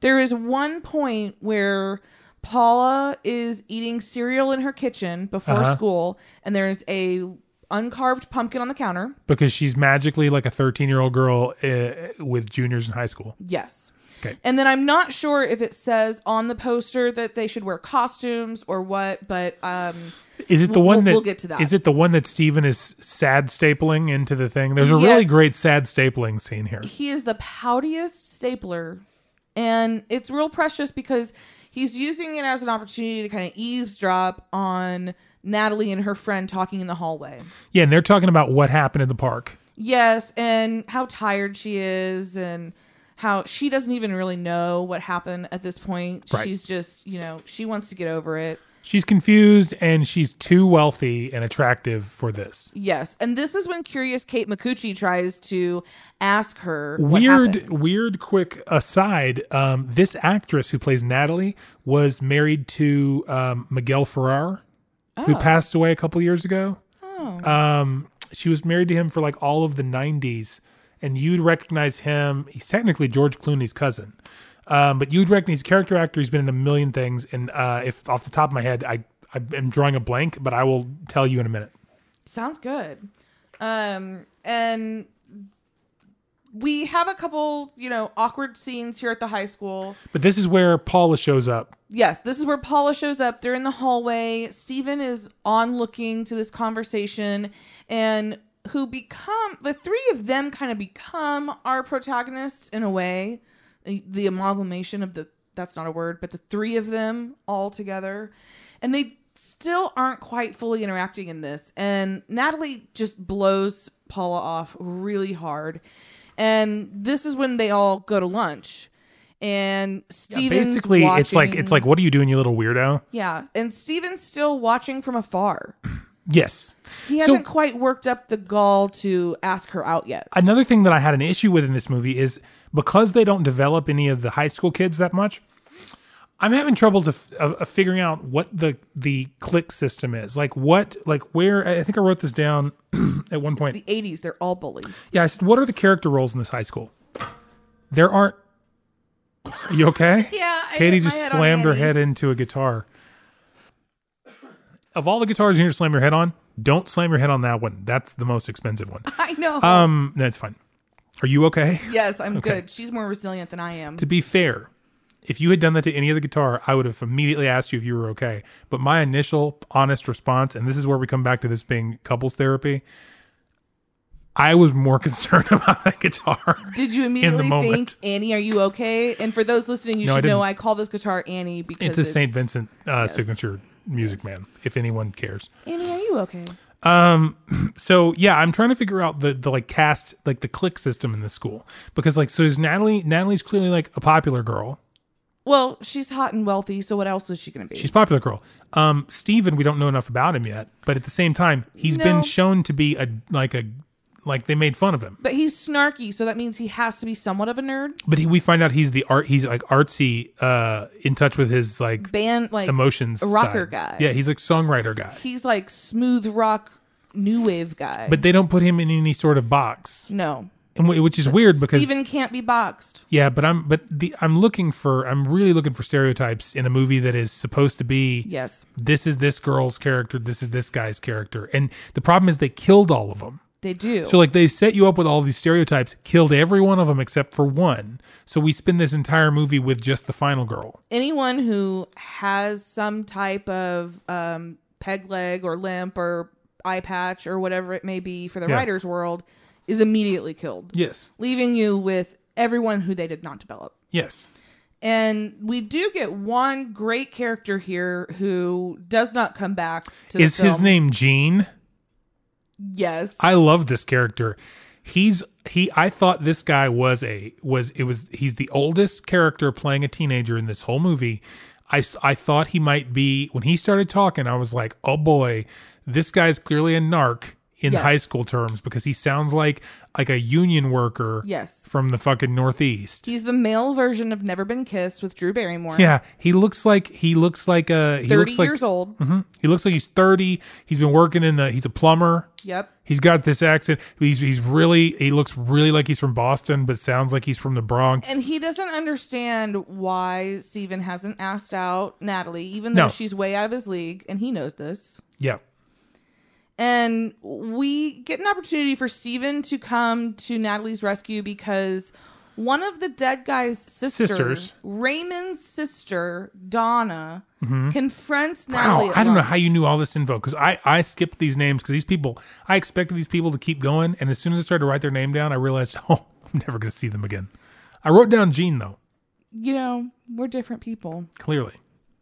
G: There is one point where Paula is eating cereal in her kitchen before
F: Uh-huh.
G: school, and there's a uncarved pumpkin on the counter.
F: because she's magically like a 13 year old girl uh, with juniors in high school.
G: Yes.
F: Okay.
G: And then I'm not sure if it says on the poster that they should wear costumes or what, but um,
F: Is it the
G: We'll-
F: one
G: we'll-
F: that
G: we'll get to that.
F: Is it the one that Steven is sad stapling into the thing? There's a really
G: Yes.
F: great sad stapling scene here.
G: he is the poutiest stapler, and it's real precious because he's using it as an opportunity to kind of eavesdrop on Natalie and her friend talking in the hallway.
F: Yeah, and they're talking about what happened in the park.
G: Yes, and how tired she is, and how she doesn't even really know what happened at this point.
F: Right.
G: She's just, you know, she wants to get over it.
F: She's confused and she's too wealthy and attractive for this.
G: Yes, and this is when curious Kate Micucci tries to ask her what
F: Weird,
G: happened.
F: weird. Quick aside: um, this actress who plays Natalie was married to um, Miguel Ferrar,
G: Oh.
F: who passed away a couple years ago. Um, she was married to him for like all of the '90s, and you'd recognize him. He's technically George Clooney's cousin, um, but you'd recognize he's a character actor. He's been in a million things, and uh, if off the top of my head, I I am drawing a blank, but I will tell you in a minute.
G: Sounds good. Um, and we have a couple, you know, awkward scenes here at the high school.
F: But this is where Paula shows up.
G: Yes, this is where Paula shows up. They're in the hallway. Steven is on looking to this conversation and who become the three of them kind of become our protagonists in a way. The the amalgamation of the that's not a word, but the three of them all together. And they still aren't quite fully interacting in this. And Natalie just blows Paula off really hard. And this is when they all go to lunch. And Steven's
F: Basically, it's like it's
G: watching-
F: like, what are you doing, you little weirdo?
G: yeah, and Steven's still watching from afar.
F: Yes.
G: He
F: So-
G: hasn't quite worked up the gall to ask her out yet.
F: another thing that I had an issue with in this movie is because they don't develop any of the high school kids that much. I'm having trouble to f- of, of figuring out what the the click system is. Like what like where I think I wrote this down at one point.
G: The 80s, they're all bullies.
F: Yeah, I said what are the character roles in this high school? There aren't Are you okay?
G: Yeah, I
F: Katie
G: hit my
F: just
G: head on
F: slammed her
G: Annie.
F: head into a guitar. Of all the guitars you need to slam your head on, don't slam your head on that one. That's the most expensive one.
G: I know.
F: Um, that's fine. Are you okay?
G: yes, I'm good. She's more resilient than I am.
F: To be fair, if you had done that to any other guitar, I would have immediately asked you if you were okay. But my initial honest response, and this is where we come back to this being couples therapy, I was more concerned about that guitar.
G: Did you immediately think,
F: moment.
G: Annie, are you okay? And for those listening, you
F: No, I
G: should know
F: didn't.
G: I call this guitar Annie because
F: It's a St. Vincent uh, signature music, man, if anyone cares.
G: Annie, are you okay?
F: so yeah i'm trying to figure out the the like cast like the click system in the school because like so is natalie natalie's clearly like a popular girl
G: Well, she's hot and wealthy, so what else is she going to be?
F: she's a popular girl um steven we don't know enough about him yet but at the same time he's
G: No.
F: been shown to be a like a like they made fun of him
G: but he's snarky, so that means he has to be somewhat of a nerd.
F: but he, we find out he's the art he's like artsy uh in touch with his like
G: Band, like,
F: emotions
G: a rocker
F: side.
G: guy.
F: yeah he's like songwriter guy
G: he's like smooth rock, new wave guy.
F: but they don't put him in any sort of box
G: no,
F: and wh- which is weird because
G: Steven can't be boxed.
F: Yeah, but I'm but the I'm looking for I'm really looking for stereotypes in a movie that is supposed to be
G: Yes,
F: this is this girl's character, this is this guy's character. And the problem is they killed all of them.
G: they do.
F: So like they set you up with all these stereotypes, killed every one of them except for one. So we spend this entire movie with just the final girl.
G: Anyone who has some type of um, peg leg or limp or eye patch or whatever it may be for the
F: Yeah.
G: writer's world is immediately killed,
F: Yes.
G: leaving you with everyone who they did not develop.
F: Yes.
G: And we do get one great character here who does not come back to the
F: Is his
G: film.
F: name Gene?
G: Yes.
F: I love this character. He's he I thought this guy was a was it was he's the oldest character playing a teenager in this whole movie. I s- I thought he might be when he started talking I was like, "Oh boy, this guy's clearly a narc in
G: Yes.
F: high school terms because he sounds like like a union worker
G: Yes.
F: from the fucking northeast.
G: He's the male version of Never Been Kissed with Drew Barrymore.
F: Yeah, he looks like he looks like a he
G: 30
F: looks like,
G: years old.
F: Mhm. He looks like he's thirty. He's been working in the. He's a plumber.
G: Yep.
F: He's got this accent. He's he's really he looks really like he's from Boston, but sounds like he's from the Bronx.
G: And he doesn't understand why Steven hasn't asked out Natalie, even though
F: No.
G: she's way out of his league, and he knows this.
F: yeah,
G: And we get an opportunity for Steven to come to Natalie's rescue because one of the dead guy's sister,
F: Sisters.
G: Raymond's sister, Donna, confronts Natalie.
F: Mm-hmm. Wow,
G: at
F: I don't know
G: lunch.
F: how you knew all this info because I I skipped these names because these people I expected these people to keep going, and as soon as I started to write their name down, I realized oh I'm never going to see them again. I wrote down Gene though
G: You know, we're different people.
F: clearly.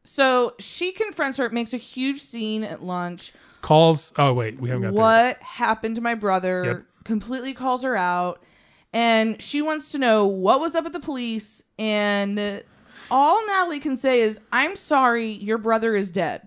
G: So she confronts her, makes a huge scene at lunch.
F: Calls. Oh wait, we haven't got there.
G: what happened to my brother
F: Yep.
G: completely calls her out and she wants to know what was up at the police and all natalie can say is i'm sorry your brother is dead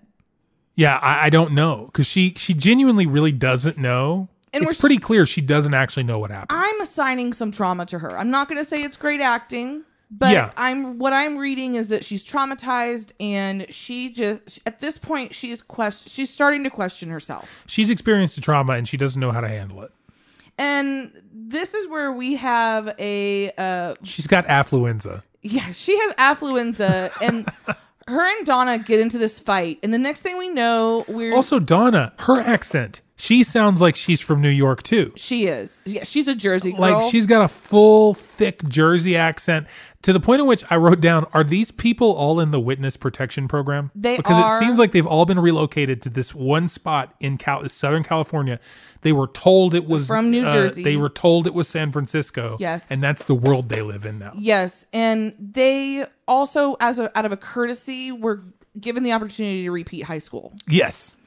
F: Yeah, I, I don't know because she she genuinely really doesn't know.
G: And
F: it's
G: we're-
F: pretty clear she doesn't actually know what happened.
G: i'm assigning some trauma to her i'm not going to say it's great acting but
F: Yeah.
G: i'm what i'm reading is that she's traumatized and she just at this point she's quest she's starting to question herself
F: She's experienced a trauma and she doesn't know how to handle it.
G: and this is where we have a uh,
F: She's got affluenza.
G: yeah, she has affluenza, and her and Donna get into this fight, and the next thing we know, we're
F: Also, Donna, her accent. She sounds like she's from New York too.
G: she is. Yeah, she's a Jersey girl.
F: Like she's got a full, thick Jersey accent to the point in which I wrote down: Are these people all in the witness protection program?
G: They
F: because
G: are.
F: it seems like they've all been relocated to this one spot in Cal- Southern California. They were told it was
G: From New
F: uh,
G: Jersey.
F: they were told it was San Francisco.
G: Yes.
F: and that's the world they live in now.
G: yes, and they also, as a, out of a courtesy, were given the opportunity to repeat high school,
F: Yes,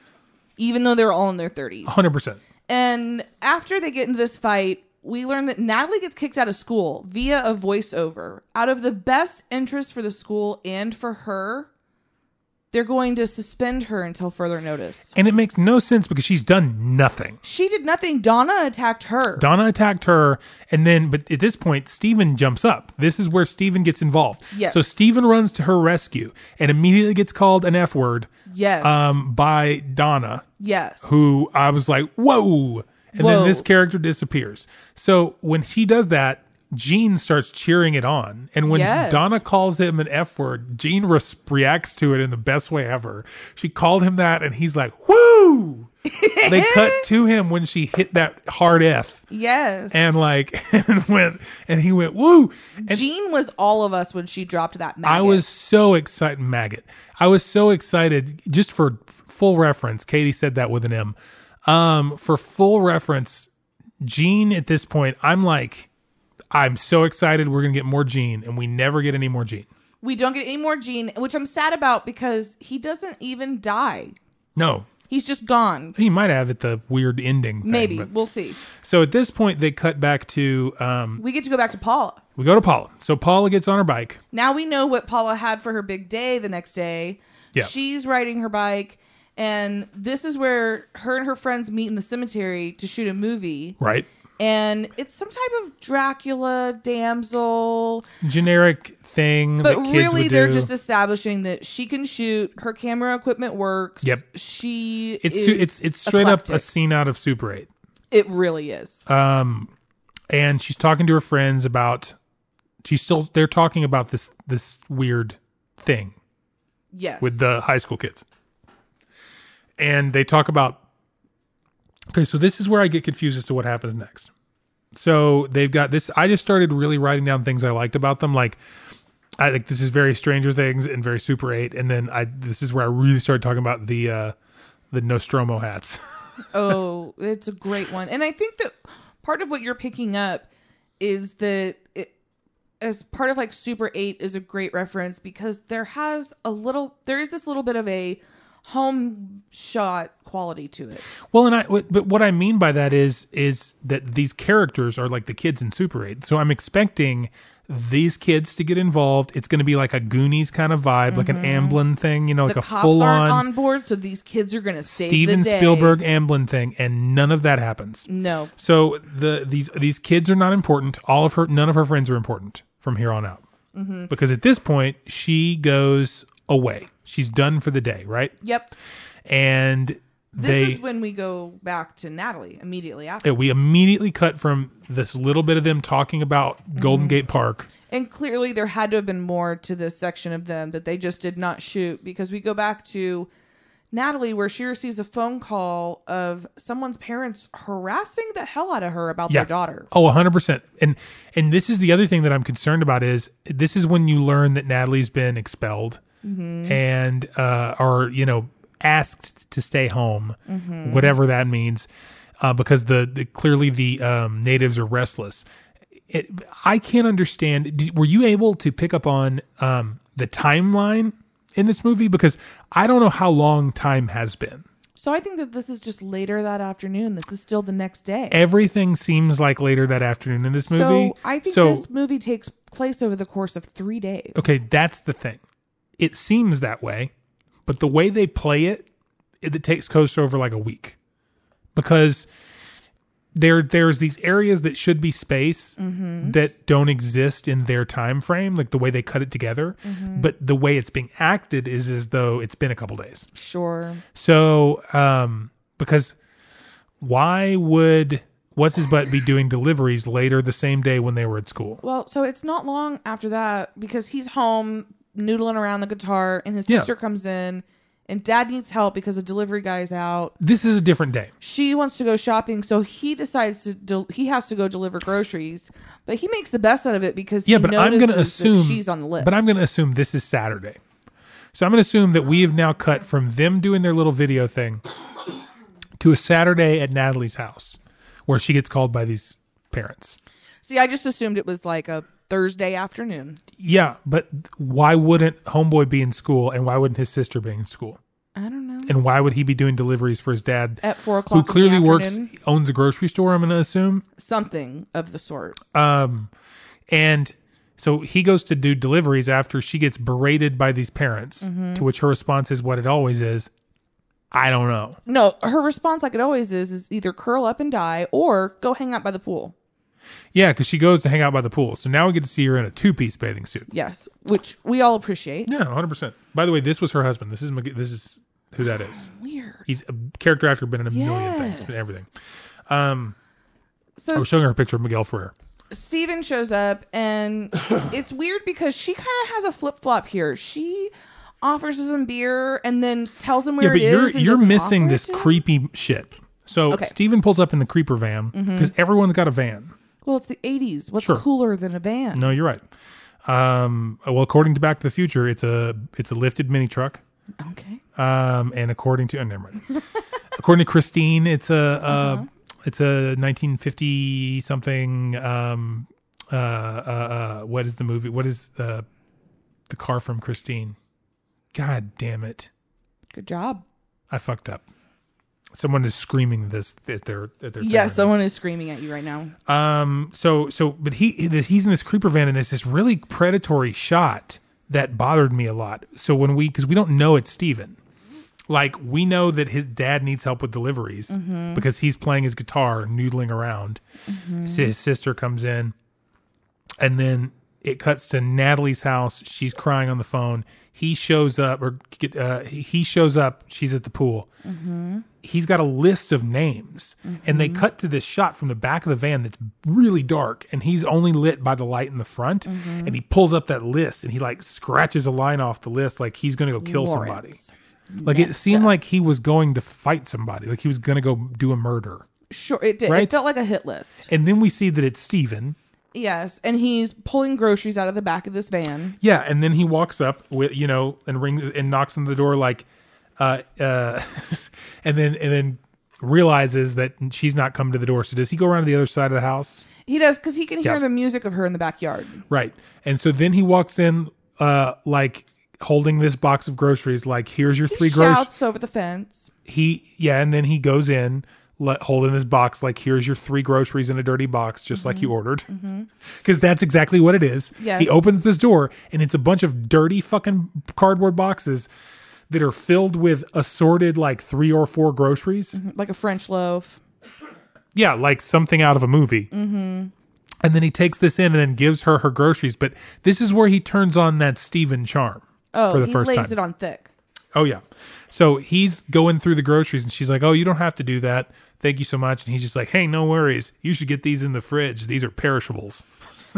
G: even though they're all in their thirties.
F: hundred percent.
G: And after they get into this fight, we learn that Natalie gets kicked out of school via a voiceover. Out of the best interest for the school and for her, they're going to suspend her until further notice.
F: And it makes no sense because she's done nothing.
G: She did nothing. Donna attacked her.
F: Donna attacked her, and then, but at this point, Steven jumps up. This is where Steven gets involved.
G: Yes.
F: So Steven runs to her rescue and immediately gets called an F word
G: yes.
F: um, by Donna,
G: yes.
F: who I was like, whoa. And
G: Whoa.
F: then this character disappears. So when she does that, Gene starts cheering it on. And when
G: Yes.
F: Donna calls him an F word, Gene res- reacts to it in the best way ever. She called him that, and he's like, woo. they cut to him when she hit that hard F
G: yes.
F: and like and went and he went woo and
G: Jean was all of us when she dropped that maggot.
F: i was so excited maggot i was so excited just for full reference katie said that with an m um for full reference gene at this point i'm like i'm so excited we're gonna get more gene and we never get any more gene
G: We don't get any more Jean, which I'm sad about because he doesn't even die.
F: no
G: He's just gone.
F: he might have at the weird ending thing,
G: Maybe.
F: but-
G: We'll see.
F: so at this point they cut back to um
G: We get to go back to Paula.
F: we go to paula so paula gets on her bike
G: Now we know what Paula had for her big day the next day.
F: Yeah.
G: She's riding her bike, and this is where her and her friends meet in the cemetery to shoot a movie.
F: right
G: And it's some type of Dracula damsel,
F: generic thing
G: but
F: that kids
G: really
F: would
G: they're
F: do.
G: just establishing that she can shoot. Her camera equipment works.
F: Yep.
G: She
F: It's
G: is
F: su- it's it's straight
G: eclectic.
F: up a scene Uh, out of Super Eight,
G: It really is.
F: and she's talking to her friends about she's still they're talking about this this weird thing
G: yes.
F: with the high school kids, and they talk about okay, so this is where I get confused as to what happens next. So they've got this. I just started really writing down things I liked about them, like. I think this is very Stranger Things and very Super Eight, and then I this is where I really started talking about the uh, the Nostromo hats.
G: oh, it's a great one. And I think that part of what you're picking up is that it, as part of like Super 8 is a great reference because there has a little there is this little bit of a home shot quality to it.
F: Well, and I w- but what I mean by that is is that these characters are like the kids in Super 8. So I'm expecting these kids to get involved. It's going to be like a Goonies kind of vibe, like an Amblin thing, you know, like
G: Mm-hmm. the
F: a
G: cops
F: full
G: aren't
F: on
G: on board, so these kids are gonna save
F: Steven
G: the day.
F: Spielberg Amblin thing, and none of that happens.
G: No,
F: So the these these kids are not important. All of her none of her friends are important from here on out.
G: Mm-hmm.
F: Because at this point she goes away. She's done for the day, right?
G: yep.
F: And
G: This
F: they
G: is when we go back to Natalie immediately after,
F: Yeah, we immediately cut from this little bit of them talking about Golden Gate Park.
G: and clearly there had to have been more to this section of them that they just did not shoot because we go back to Natalie where she receives a phone call of someone's parents harassing the hell out of her about
F: Yeah.
G: their daughter.
F: Oh, 100%. And and this is the other thing that I'm concerned about is this is when you learn that Natalie's been expelled
G: Mm-hmm.
F: and uh or you know asked to stay home,
G: Mm-hmm.
F: whatever that means, uh because the, the clearly the um natives are restless. It, I can't understand did, were you able to pick up on um the timeline in this movie because I don't know how long time has been.
G: So I think that this is just later that afternoon. This is still the next day.
F: everything seems like later that afternoon in this movie.
G: So I think
F: So,
G: this movie takes place over the course of three days.
F: okay, that's the thing. It seems that way, but the way they play it, it, it takes coast over like a week because there there's these areas that should be space that don't exist in their time frame, like the way they cut it together. But the way it's being acted is as though it's been a couple days.
G: Sure.
F: So, um, because why would what's his butt be doing deliveries later the same day when they were at school?
G: Well, so it's not long after that because he's home noodling around the guitar and his
F: Yeah.
G: sister comes in and dad needs help because a delivery guy's out.
F: This is a different day.
G: She wants to go shopping, so he decides to del he has to go deliver groceries, but he makes the best out of it because
F: Yeah,
G: he
F: but I'm going
G: notices
F: to
G: that
F: assume
G: she's on the list.
F: But I'm going to assume this is Saturday. So I'm going to assume that we have now cut from them doing their little video thing to a Saturday at Natalie's house where she gets called by these parents.
G: See, I just assumed it was like a Thursday afternoon.
F: Yeah, but why wouldn't homeboy be in school and why wouldn't his sister be in school?
G: I don't know.
F: and why would he be doing deliveries for his dad
G: At four o'clock in the
F: Who clearly works,
G: afternoon?
F: owns a grocery store. I'm going to assume,
G: Something of the sort.
F: and so he goes to do deliveries after she gets berated by these parents.
G: Mm-hmm.
F: To which her response is what it always is: "I don't know."
G: No, her response, like it always is, is either curl up and die or go hang out by the pool.
F: Yeah, because she goes to hang out by the pool. So now we get to see her in a two-piece bathing suit.
G: Yes, which we all appreciate.
F: Yeah, 100. percent By the way, this was her husband. This is Mag- this is who that is.
G: Weird.
F: He's a character actor, been in a million things,
G: Yes.
F: been everything. I
G: So
F: was showing her a picture of Miguel Ferrer.
G: Steven shows up, and it's weird because she kind of has a flip flop here. She offers him beer and then tells him
F: yeah,
G: where
F: but
G: it
F: you're
G: is and
F: you're
G: doesn't
F: missing
G: offer it
F: this
G: to him.
F: creepy shit. So
G: Okay. Mm-hmm.
F: Steven pulls up in the creeper van because everyone's got a van.
G: Well, it's the '80s. What's
F: Sure.
G: cooler than a van?
F: No, you're right. Um, well, according to Back to the Future, it's a it's a lifted mini truck.
G: Okay.
F: Um, and according to oh, never mind. according to Christine, it's a uh, it's a 1950 something. Um, uh, uh, uh, what is the movie? What is uh, the car from Christine? God damn it!
G: Good job.
F: I fucked up. Someone is screaming this at their at their. thing
G: Yeah,
F: right now.
G: someone is screaming at you right now.
F: Um. So so, but he he's in this creeper van, and it's this really predatory shot that bothered me a lot. So when we because we don't know it's Steven. Like we know that his dad needs help with deliveries because he's playing his guitar, noodling around. So his sister comes in, and then it cuts to Natalie's house. She's crying on the phone. He shows up, or uh, he shows up. She's at the pool he's got a list of names and they cut to this shot from the back of the van that's really dark and he's only lit by the light in the front and he pulls up that list and he like scratches a line off the list like he's going to go kill
G: Lawrence.
F: somebody like it seemed like he was going to fight somebody like he was going to go do a murder
G: Sure, it did.
F: Right?
G: It felt like a hit list.
F: and then we see that it's Steven
G: Yes, and he's pulling groceries out of the back of this van.
F: yeah and then he walks up with you know and rings and knocks on the door like uh uh and then and then realizes that she's not come to the door so does he go around to the other side of the house
G: He does because he can hear
F: Yeah.
G: the music of her in the backyard.
F: Right. And so then he walks in uh like holding this box of groceries, like, here's your three groceries.
G: shouts over the fence.
F: He, yeah, and then he goes in, le- holding this box, like, here's your three groceries in a dirty box, just like you ordered. Because that's exactly what it is.
G: Mm-hmm. Yes.
F: He opens this door, and it's a bunch of dirty fucking cardboard boxes that are filled with assorted, like, three or four groceries.
G: like a French loaf.
F: yeah, like something out of a movie. Mm-hmm. And then he takes this in and then gives her her groceries. But this is where he turns on that Stephen charm
G: Oh,
F: for the
G: he
F: first
G: lays
F: time.
G: it on thick.
F: Oh yeah. So he's going through the groceries and she's like, "Oh, you don't have to do that. Thank you so much." And he's just like, "Hey, no worries. You should get these in the fridge. These are perishables."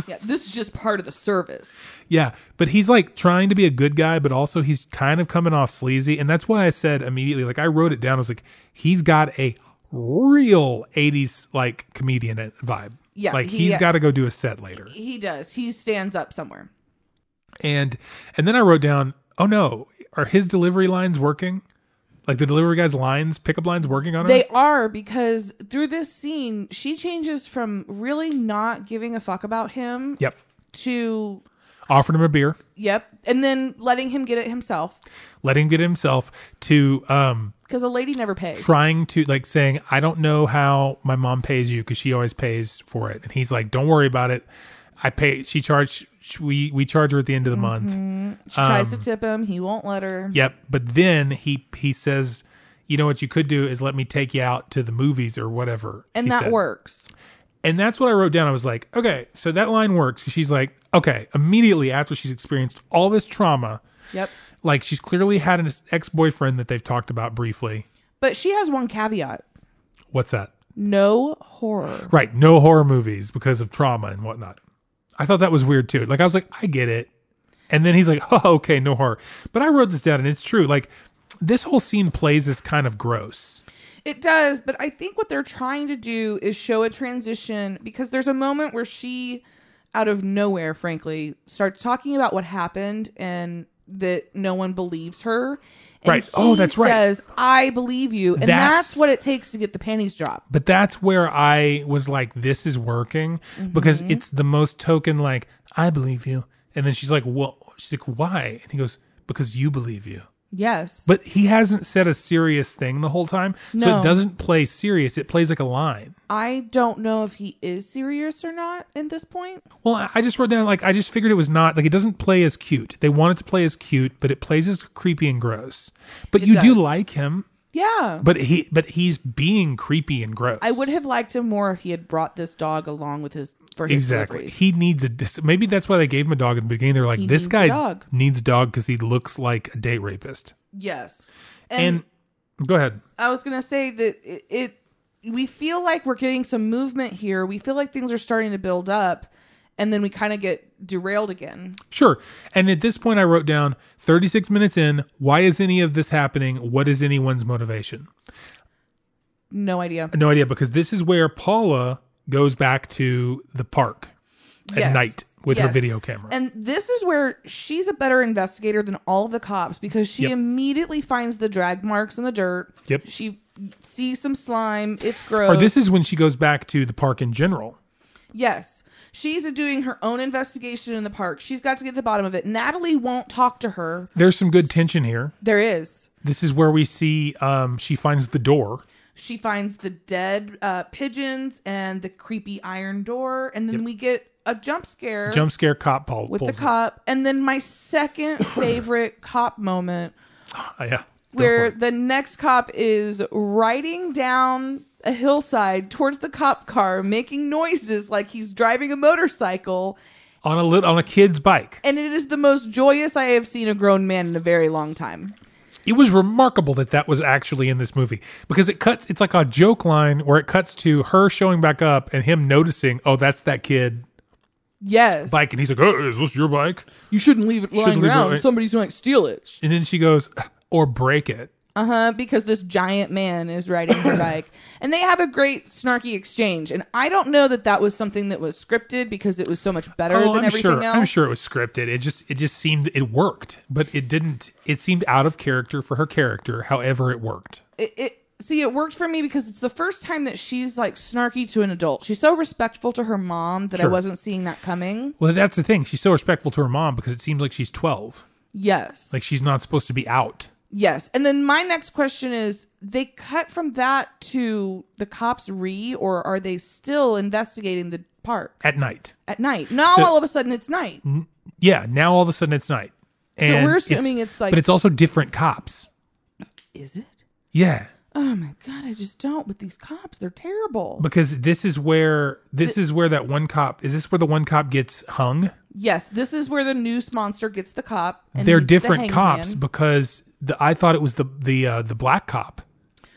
G: Yeah, this is just part of the service.
F: Yeah, but he's like trying to be a good guy, but also he's kind of coming off sleazy, and that's why I said immediately, like I wrote it down. I was like, he's got a real '80s like comedian vibe.
G: Yeah,
F: like
G: he- uh,
F: he's got to go do a set later.
G: He does. He stands up somewhere.
F: and and then I wrote down, oh no, are his delivery lines working? Like the delivery guy's lines, pickup lines working on him?
G: They are because through this scene, she changes from really not giving a fuck about him
F: yep.
G: to
F: Offered him a beer,
G: yep, and then letting him get it himself
F: let him get it himself to um
G: because a lady never pays.
F: trying to like saying, I don't know how my mom pays you because she always pays for it, and he's like, don't worry about it. I pay. She charge. We we charge her at the end of the
G: Mm-hmm.
F: month.
G: she tries
F: um,
G: to tip him. He won't let her.
F: Yep. But then he he says. You know what you could do is let me take you out to the movies or whatever. he
G: and that
F: said.
G: works.
F: And that's what I wrote down. I was like, okay, so that line works. She's like, okay, immediately after she's experienced all this trauma,
G: Yep.
F: like she's clearly had an ex boyfriend that they've talked about briefly.
G: But she has one caveat:
F: What's that?
G: no horror.
F: Right. No horror movies because of trauma and whatnot. I thought that was weird too. Like, I was like, I get it. And then he's like, oh, okay, no horror. But I wrote this down and it's true. Like, this whole scene plays as kind of gross.
G: It does, but I think what they're trying to do is show a transition because there's a moment where she, out of nowhere, frankly, starts talking about what happened and that no one believes her. And
F: Right. Oh,
G: he
F: that's right.
G: Says I believe you, and that's,
F: That's-
G: what it takes to get the panties dropped.
F: But that's where I was like, this is working because it's the most token, like, I believe you. And then she's like, well, she's like, why? And he goes, because you believe you.
G: Yes,
F: But he hasn't said a serious thing the whole time. So
G: No.
F: it doesn't play serious. It plays like a line.
G: I don't know if he is serious or not at this point.
F: Well, I- I just wrote down, like, I just figured it was not, like, it doesn't play as cute. They want it to play as cute, but it plays as creepy and gross. But you do
G: does.
F: like him.
G: Yeah,
F: But he, but he's being creepy and gross.
G: I would have liked him more if he had brought this dog along with his for his
F: Exactly.
G: deliveries.
F: He needs a dis- maybe that's why they gave him a dog at the beginning. They're like,
G: He
F: this
G: needs a
F: guy
G: dog."
F: needs a dog because he looks like a date rapist.
G: yes,
F: And, go ahead.
G: I was gonna say that it, it we feel like we're getting some movement here. We feel like things are starting to build up, and then we kind of get derailed again.
F: Sure. And at this point, I wrote down 36 minutes in. Why is any of this happening? What is anyone's motivation?
G: No idea.
F: No idea because this is where Paula goes back to the park at
G: Yes.
F: night with her
G: Yes.
F: video camera.
G: And this is where she's a better investigator than all of the cops because she
F: Yep.
G: immediately finds the drag marks in the dirt.
F: Yep.
G: She sees some slime. It's
F: or
G: gross.
F: this is when she goes back to the park in general.
G: Yes. She's doing her own investigation in the park. She's got to get to the bottom of it. Natalie won't talk to her.
F: There's some good tension here.
G: There is.
F: This is where we see um, she finds the door.
G: she finds the dead uh, pigeons and the creepy iron door, and then we get a jump scare
F: Jump scare cop Paul
G: with the
F: pulls up.
G: cop, and then my second favorite cop moment,
F: Uh, yeah. Go for
G: where
F: it.
G: the next cop is riding down a hillside towards the cop car, making noises like he's driving a motorcycle,
F: on a lit on a kid's bike.
G: and it is the most joyous I have seen a grown man in a very long time.
F: It was remarkable that that was actually in this movie because it cuts. It's like a joke line where it cuts to her showing back up and him noticing, oh, that's that kid
G: Yes,
F: bike, and he's like, oh, is this your bike?
G: you shouldn't leave it lying
F: leave it
G: around.
F: right-
G: Somebody's going to steal it.
F: And then she goes, or break it.
G: uh-huh because this giant man is riding her bike and they have a great snarky exchange and i don't know that that was something that was scripted because it was so much better
F: Oh,
G: than
F: I'm
G: everything
F: sure.
G: else
F: I'm sure it was scripted. It just it just seemed it worked, but it didn't. It seemed out of character for her character. However, it worked.
G: it, it- see it worked for me because it's the first time that she's like snarky to an adult she's so respectful to her mom that i
F: Sure.
G: wasn't seeing that coming
F: Well, that's the thing. She's so respectful to her mom because it seems like she's twelve.
G: Yes.
F: Like she's not supposed to be out.
G: Yes. And then my next question is they cut from that to the cops re or are they still investigating the park
F: at night.
G: at night? Now
F: So-
G: all of a sudden it's night.
F: Yeah, now all of a sudden it's night. And
G: we're assuming it's like-
F: But it's also different cops.
G: Is it?
F: Yeah.
G: Oh my god, I just don't with these cops. They're terrible.
F: Because this is where this is where that one cop is this where the one cop gets hung?
G: yes, this is where the noose monster gets the cop. and
F: They're
G: the- the
F: different
G: hangman.
F: cops because the, I thought it was the the uh, the black cop,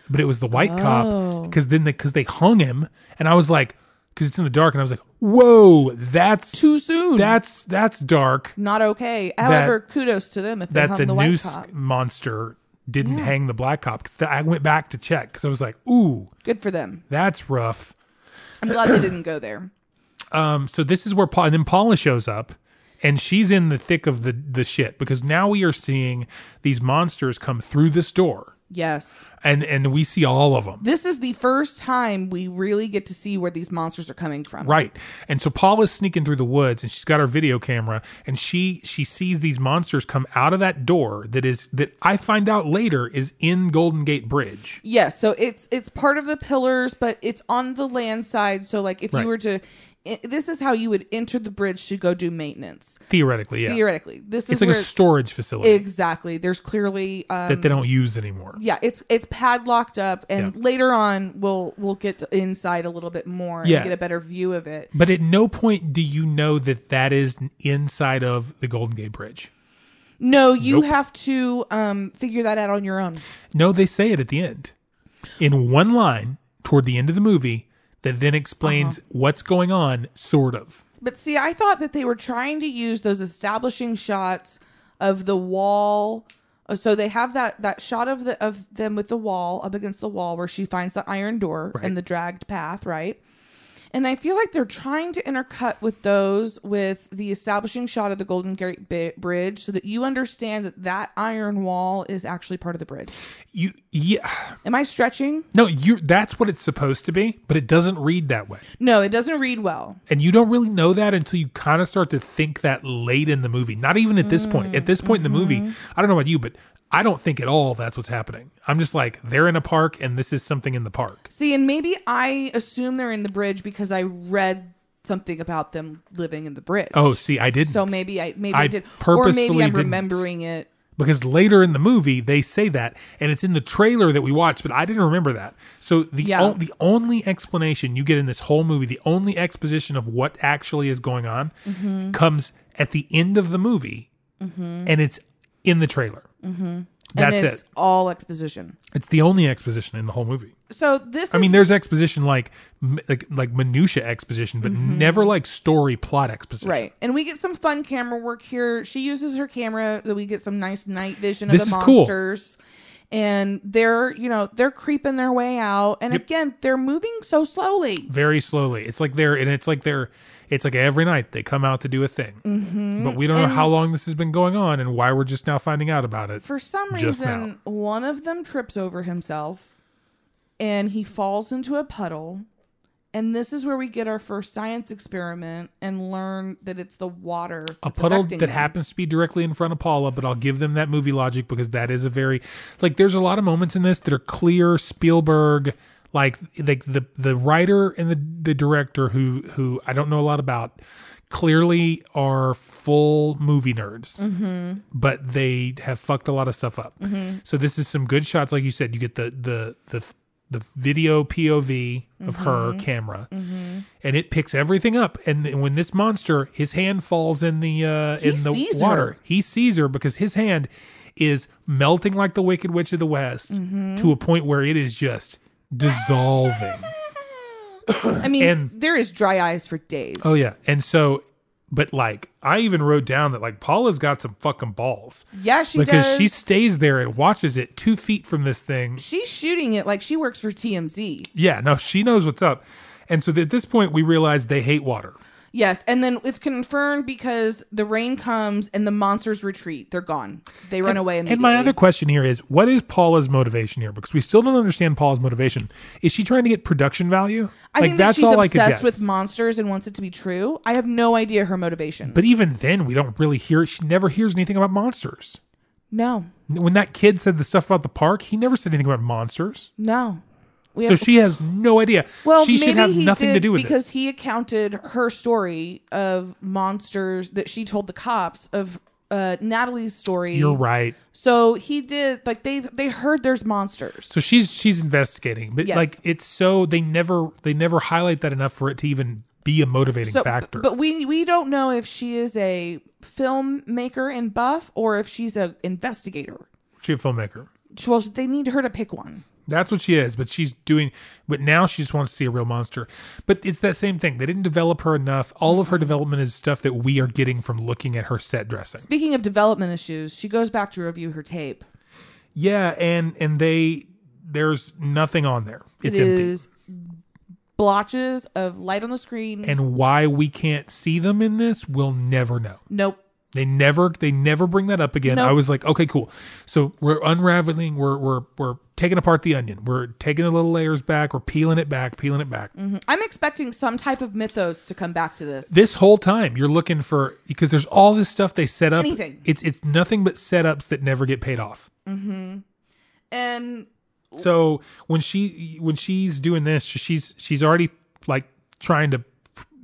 F: but it was the white
G: Oh.
F: cop because then because they hung him and I was like because it's in the dark and I was like whoa that's
G: Too soon.
F: that's that's dark
G: not okay. However, kudos to them if they
F: that
G: hung
F: the,
G: the, white
F: noose
G: cop.
F: monster didn't hang the black cop because I went back to check because I was like ooh
G: Good for them.
F: that's rough Um,
G: I'm glad they didn't go there.
F: so this is where Paul, and then Paula shows up, and she's in the thick of the the shit because now we are seeing these monsters come through this door,
G: Yes.
F: and and we see all of them.
G: This is the first time we really get to see where these monsters are coming from.
F: Right, and so Paula's sneaking through the woods, and she's got her video camera, and she she sees these monsters come out of that door that is that I find out later is in Golden Gate Bridge.
G: Yes, so it's it's part of the pillars, but it's on the land side. So like if
F: Right.
G: you were to i- this is how you would enter the bridge to go do maintenance.
F: Theoretically, yeah,
G: Theoretically. This
F: it's
G: is
F: like a
G: where
F: storage facility
G: exactly. There's clearly um,
F: that they don't use anymore.
G: yeah, it's it's padlocked up and
F: Yeah.
G: later on we'll we'll get inside a little bit more
F: Yeah.
G: and get a better view of it.
F: But at no point do you know that that is inside of the Golden Gate Bridge.
G: No, you
F: Nope.
G: have to um figure that out on your own.
F: No, they say it at the end. In one line toward the end of the movie that then explains
G: Uh-huh.
F: what's going on, sort of.
G: But see, I thought that they were trying to use those establishing shots of the wall. Uh, So they have that that shot of the of them with the wall up against the wall where she finds the iron door
F: Right.
G: and the dragged path, right? And I feel like they're trying to intercut with those with the establishing shot of the Golden Gate Bi- Bridge so that you understand that that iron wall is actually part of the bridge.
F: You yeah.
G: Am I stretching?
F: No, you that's what it's supposed to be, but it doesn't read that way.
G: No, it doesn't read well.
F: And you don't really know that until you kind of start to think that late in the movie. Not even at this point. At this point in the movie,
G: Mm-hmm.
F: I don't know about you, but I don't think at all that's what's happening. I'm just like they're in a park and this is something in the park.
G: See, and maybe I assume they're in the bridge because I read something about them living in the bridge.
F: Oh, see, I didn't.
G: so maybe I maybe
F: I
G: I did, or
F: purposefully
G: maybe I'm
F: didn't.
G: remembering it.
F: because later in the movie they say that and it's in the trailer that we watched but i didn't remember that so the
G: Yeah.
F: o- the only explanation you get in this whole movie the only exposition of what actually is going on
G: Mm-hmm.
F: comes at the end of the movie and it's in the trailer
G: Mm-hmm. And
F: that's
G: it's
F: it
G: all exposition.
F: it's the only exposition in the whole movie
G: So this,
F: i
G: is,
F: mean there's exposition like m- like like minutia exposition but
G: Mm-hmm.
F: never like story plot exposition
G: right, and we get some fun camera work here. She uses her camera, so we get some nice night vision
F: This
G: of the
F: is cool.
G: monsters. And they're, you know, they're creeping their way out, and
F: Yep.
G: again, they're moving so slowly.
F: very slowly. It's like they're and it's like they're it's like every night they come out to do a thing, mm-hmm. but we don't know how long this has been going on and why we're just now finding out about it.
G: For some
F: Just now.
G: reason, one of them trips over himself and he falls into a puddle. And this is where we get our first science experiment and learn that it's the water.
F: a
G: that's
F: puddle
G: affecting
F: that
G: him.
F: happens to be directly in front of Paula, but I'll give them that movie logic because that is a very like there's a lot of moments in this that are clear Spielberg like like the the writer and the the director who who I don't know a lot about clearly are full movie nerds. But they have fucked a lot of stuff up.
G: Mm-hmm.
F: So this is some good shots like you said you get the the the the video POV of
G: Mm-hmm.
F: her camera and it picks everything up. And th- when this monster, his hand falls in the uh, in the
G: sees
F: water,
G: her.
F: he sees her because his hand is melting like the Wicked Witch of the West
G: Mm-hmm.
F: to a point where it is just dissolving.
G: I mean,
F: and-
G: there is dry eyes for days.
F: oh yeah, and so. But like, I even wrote down that like Paula's got some fucking balls
G: Yeah, she
F: because
G: does.
F: she stays there and watches it two feet from this thing.
G: she's shooting it like she works for TMZ.
F: Yeah, no, she knows what's up, and so at this point we realize they hate water.
G: Yes, and then it's confirmed because the rain comes and the monsters retreat. They're gone. They run away.
F: And my other question here is what is Paula's motivation here? Because we still don't understand Paula's motivation. Is she trying to get production value?
G: I think that she's obsessed with monsters and wants it to be true. I have no idea her motivation.
F: but even then, we don't really hear. She never hears anything about monsters.
G: no,
F: When that kid said the stuff about the park, he never said anything about monsters.
G: no. We
F: So she has no idea.
G: well,
F: she
G: maybe
F: should have
G: he
F: nothing
G: did
F: to do with
G: because
F: this.
G: he accounted her story of monsters that she told the cops of uh, Natalie's story.
F: You're right.
G: So he did like they they heard there's monsters.
F: So she's she's investigating, but
G: Yes.
F: like it's so they never they never highlight that enough for it to even be a motivating
G: So,
F: factor.
G: But we we don't know if she is a filmmaker in buff or if she's a investigator.
F: she's a filmmaker.
G: Well, they need her to pick one.
F: That's what she is, but she's doing. But now she just wants to see a real monster. But it's that same thing. They didn't develop her enough. All of her development is stuff that we are getting from looking at her set dressing.
G: Speaking of development issues, she goes back to review her tape.
F: Yeah, and and they there's nothing on there. It's
G: It
F: empty.
G: is blotches of light on the screen.
F: And why we can't see them in this, we'll never know.
G: nope.
F: They never they never bring that up again.
G: Nope.
F: I was like, okay, cool. So we're unraveling, we're we're we're taking apart the onion. We're taking the little layers back, we're peeling it back, peeling it back.
G: I'm expecting some type of mythos to come back to this.
F: This whole time you're looking for because there's all this stuff they set up.
G: Anything.
F: It's it's nothing but setups that never get paid off.
G: and
F: So when she when she's doing this, she's she's already like trying to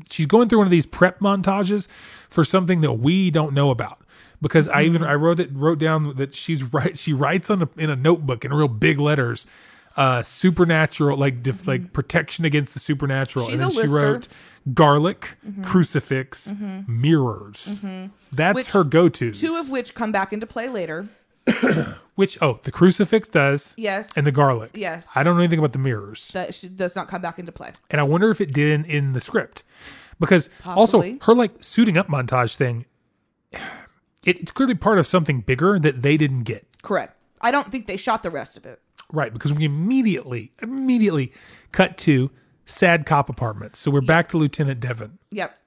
F: she's going through one of these prep montages for something that we don't know about. Because I even I wrote it wrote down that she's right she writes on a, in a notebook in real big letters uh supernatural like def, like protection against the supernatural
G: Mm-hmm. She's
F: and
G: a
F: then she
G: lister. Mm-hmm.
F: wrote garlic crucifix mirrors that's
G: Which-
F: her go-to
G: two of which come back into play later.
F: which oh the crucifix does
G: Yes.
F: and the garlic
G: Yes.
F: i don't know anything about the mirrors
G: that she does not come back into play.
F: and I wonder if it did in, in the script because
G: Possibly.
F: also her like suiting up montage thing. It, it's clearly part of something bigger that they didn't get
G: Correct. I don't think they shot the rest of it.
F: right because we immediately immediately cut to sad cop apartments. So we're back to Lieutenant Devon,
G: Yep.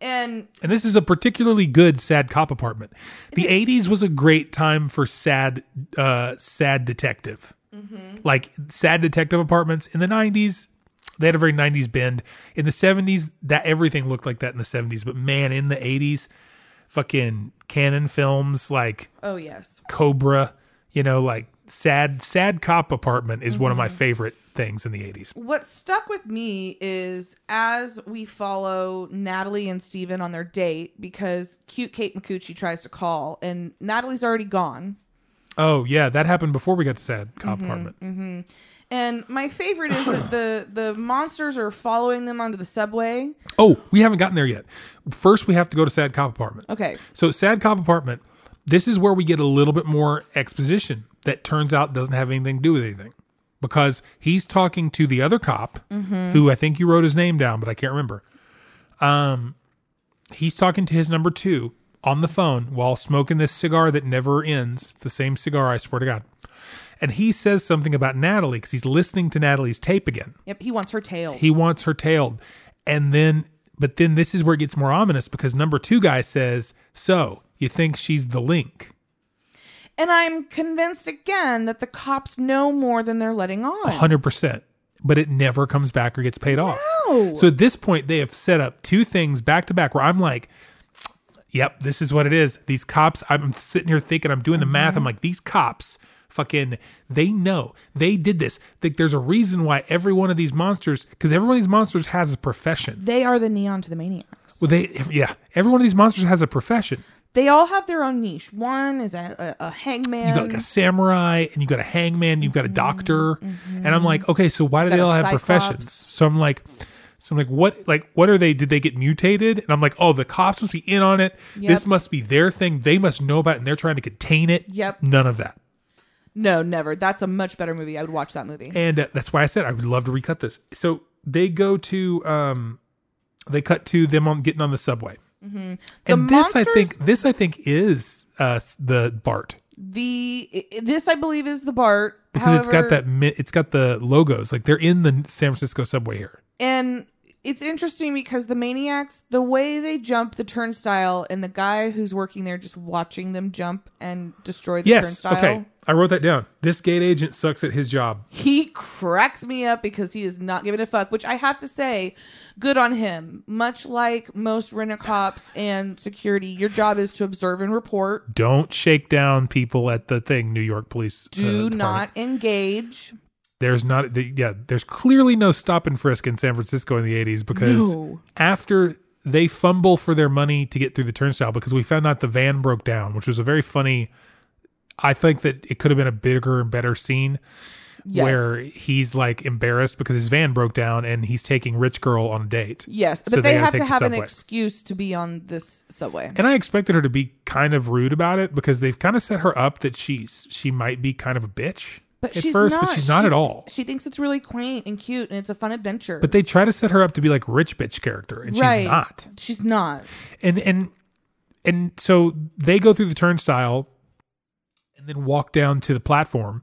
G: And
F: and this is a particularly good sad cop apartment. The '80s was a great time for sad uh, sad detective, like sad detective apartments in the '90s. They had a very 90s bend. In the 70s, that everything looked like that in the 70s. But man, in the 80s, fucking canon films like
G: oh yes.
F: Cobra, you know, like sad, sad cop apartment is one of my favorite things in the 80s.
G: what stuck with me is as we follow Natalie and Steven on their date because cute Kate McCucci tries to call and Natalie's already gone.
F: Oh, yeah, that happened before we got to sad cop apartment.
G: And my favorite is that the the monsters are following them onto the subway.
F: Oh, we haven't gotten there yet. First, we have to go to sad cop apartment.
G: Okay.
F: So, sad cop apartment, this is where we get a little bit more exposition that turns out doesn't have anything to do with anything because he's talking to the other cop who I think you wrote his name down, but I can't remember. Um, he's talking to his number two on the phone while smoking this cigar that never ends, the same cigar, I swear to God. And he says something about Natalie because he's listening to Natalie's tape again
G: Yep, he wants her tail.
F: he wants her tailed and then but then this is where it gets more ominous because number two guy says so you think she's the link
G: and I'm convinced again that the cops know more than they're letting on.
F: 100% but it never comes back or gets paid off so at this point they have set up two things back to back where i'm like yep this is what it is these cops i'm sitting here thinking i'm doing the math i'm like these cops fucking they know they did this like there's a reason why every one of these monsters because every one of these monsters has a profession
G: They are the neon to the maniacs.
F: well they yeah every one of these monsters has a profession
G: They all have their own niche. One is a, a, a hangman.
F: you got like a samurai and you got a hangman you've got
G: Mm-hmm.
F: a doctor and i'm like okay so why do
G: Got
F: they
G: a
F: all have
G: cyclops.
F: professions so i'm like so i'm like what like what are they did they get mutated and i'm like oh the cops must be in on it this
G: Yep.
F: must be their thing they must know about it and they're trying to contain it
G: Yep.
F: none of that
G: no, never. That's a much better movie. I would watch that movie.
F: and uh, that's why i said i would love to recut this so they go to um they cut to them on getting on the subway and
G: Mm-hmm.
F: this i
G: The monsters-
F: think this i think is uh the bart
G: the i- i- this I believe is the Bart.
F: because it's got
G: However-
F: that mi- it's got the logos like they're in the San Francisco subway here.
G: and it's interesting because the maniacs, the way they jump the turnstile, and the guy who's working there just watching them jump and destroy the
F: Yes.
G: turnstile.
F: Okay. I wrote that down. This gate agent sucks at his job.
G: he cracks me up because he is not giving a fuck, which I have to say, good on him. Much like most rent cops and security, your job is to observe and report.
F: Don't shake down people at the thing, New York Police. uh,
G: Do
F: Department.
G: not engage.
F: There's not. the- Yeah. There's clearly no stop and frisk in San Francisco in the 80s because
G: No.
F: after they fumble for their money to get through the turnstile because we found out the van broke down, which was a very funny. I think that it could have been a bigger and better scene.
G: Yes.
F: where he's like embarrassed because his van broke down and he's taking rich girl on a date.
G: Yes, but
F: So
G: they,
F: gotta
G: have
F: take
G: to
F: the
G: have an
F: subway.
G: excuse to be on this subway.
F: And I expected her to be kind of rude about it because they've kind of set her up that she's she might be kind of a bitch
G: But
F: at
G: she's
F: first,
G: not.
F: but she's not
G: She-
F: at all.
G: She thinks it's really quaint and cute and it's a fun adventure.
F: But they try to set her up to be like rich bitch character, and
G: right.
F: she's not.
G: She's not.
F: And and and so they go through the turnstile and then walk down to the platform,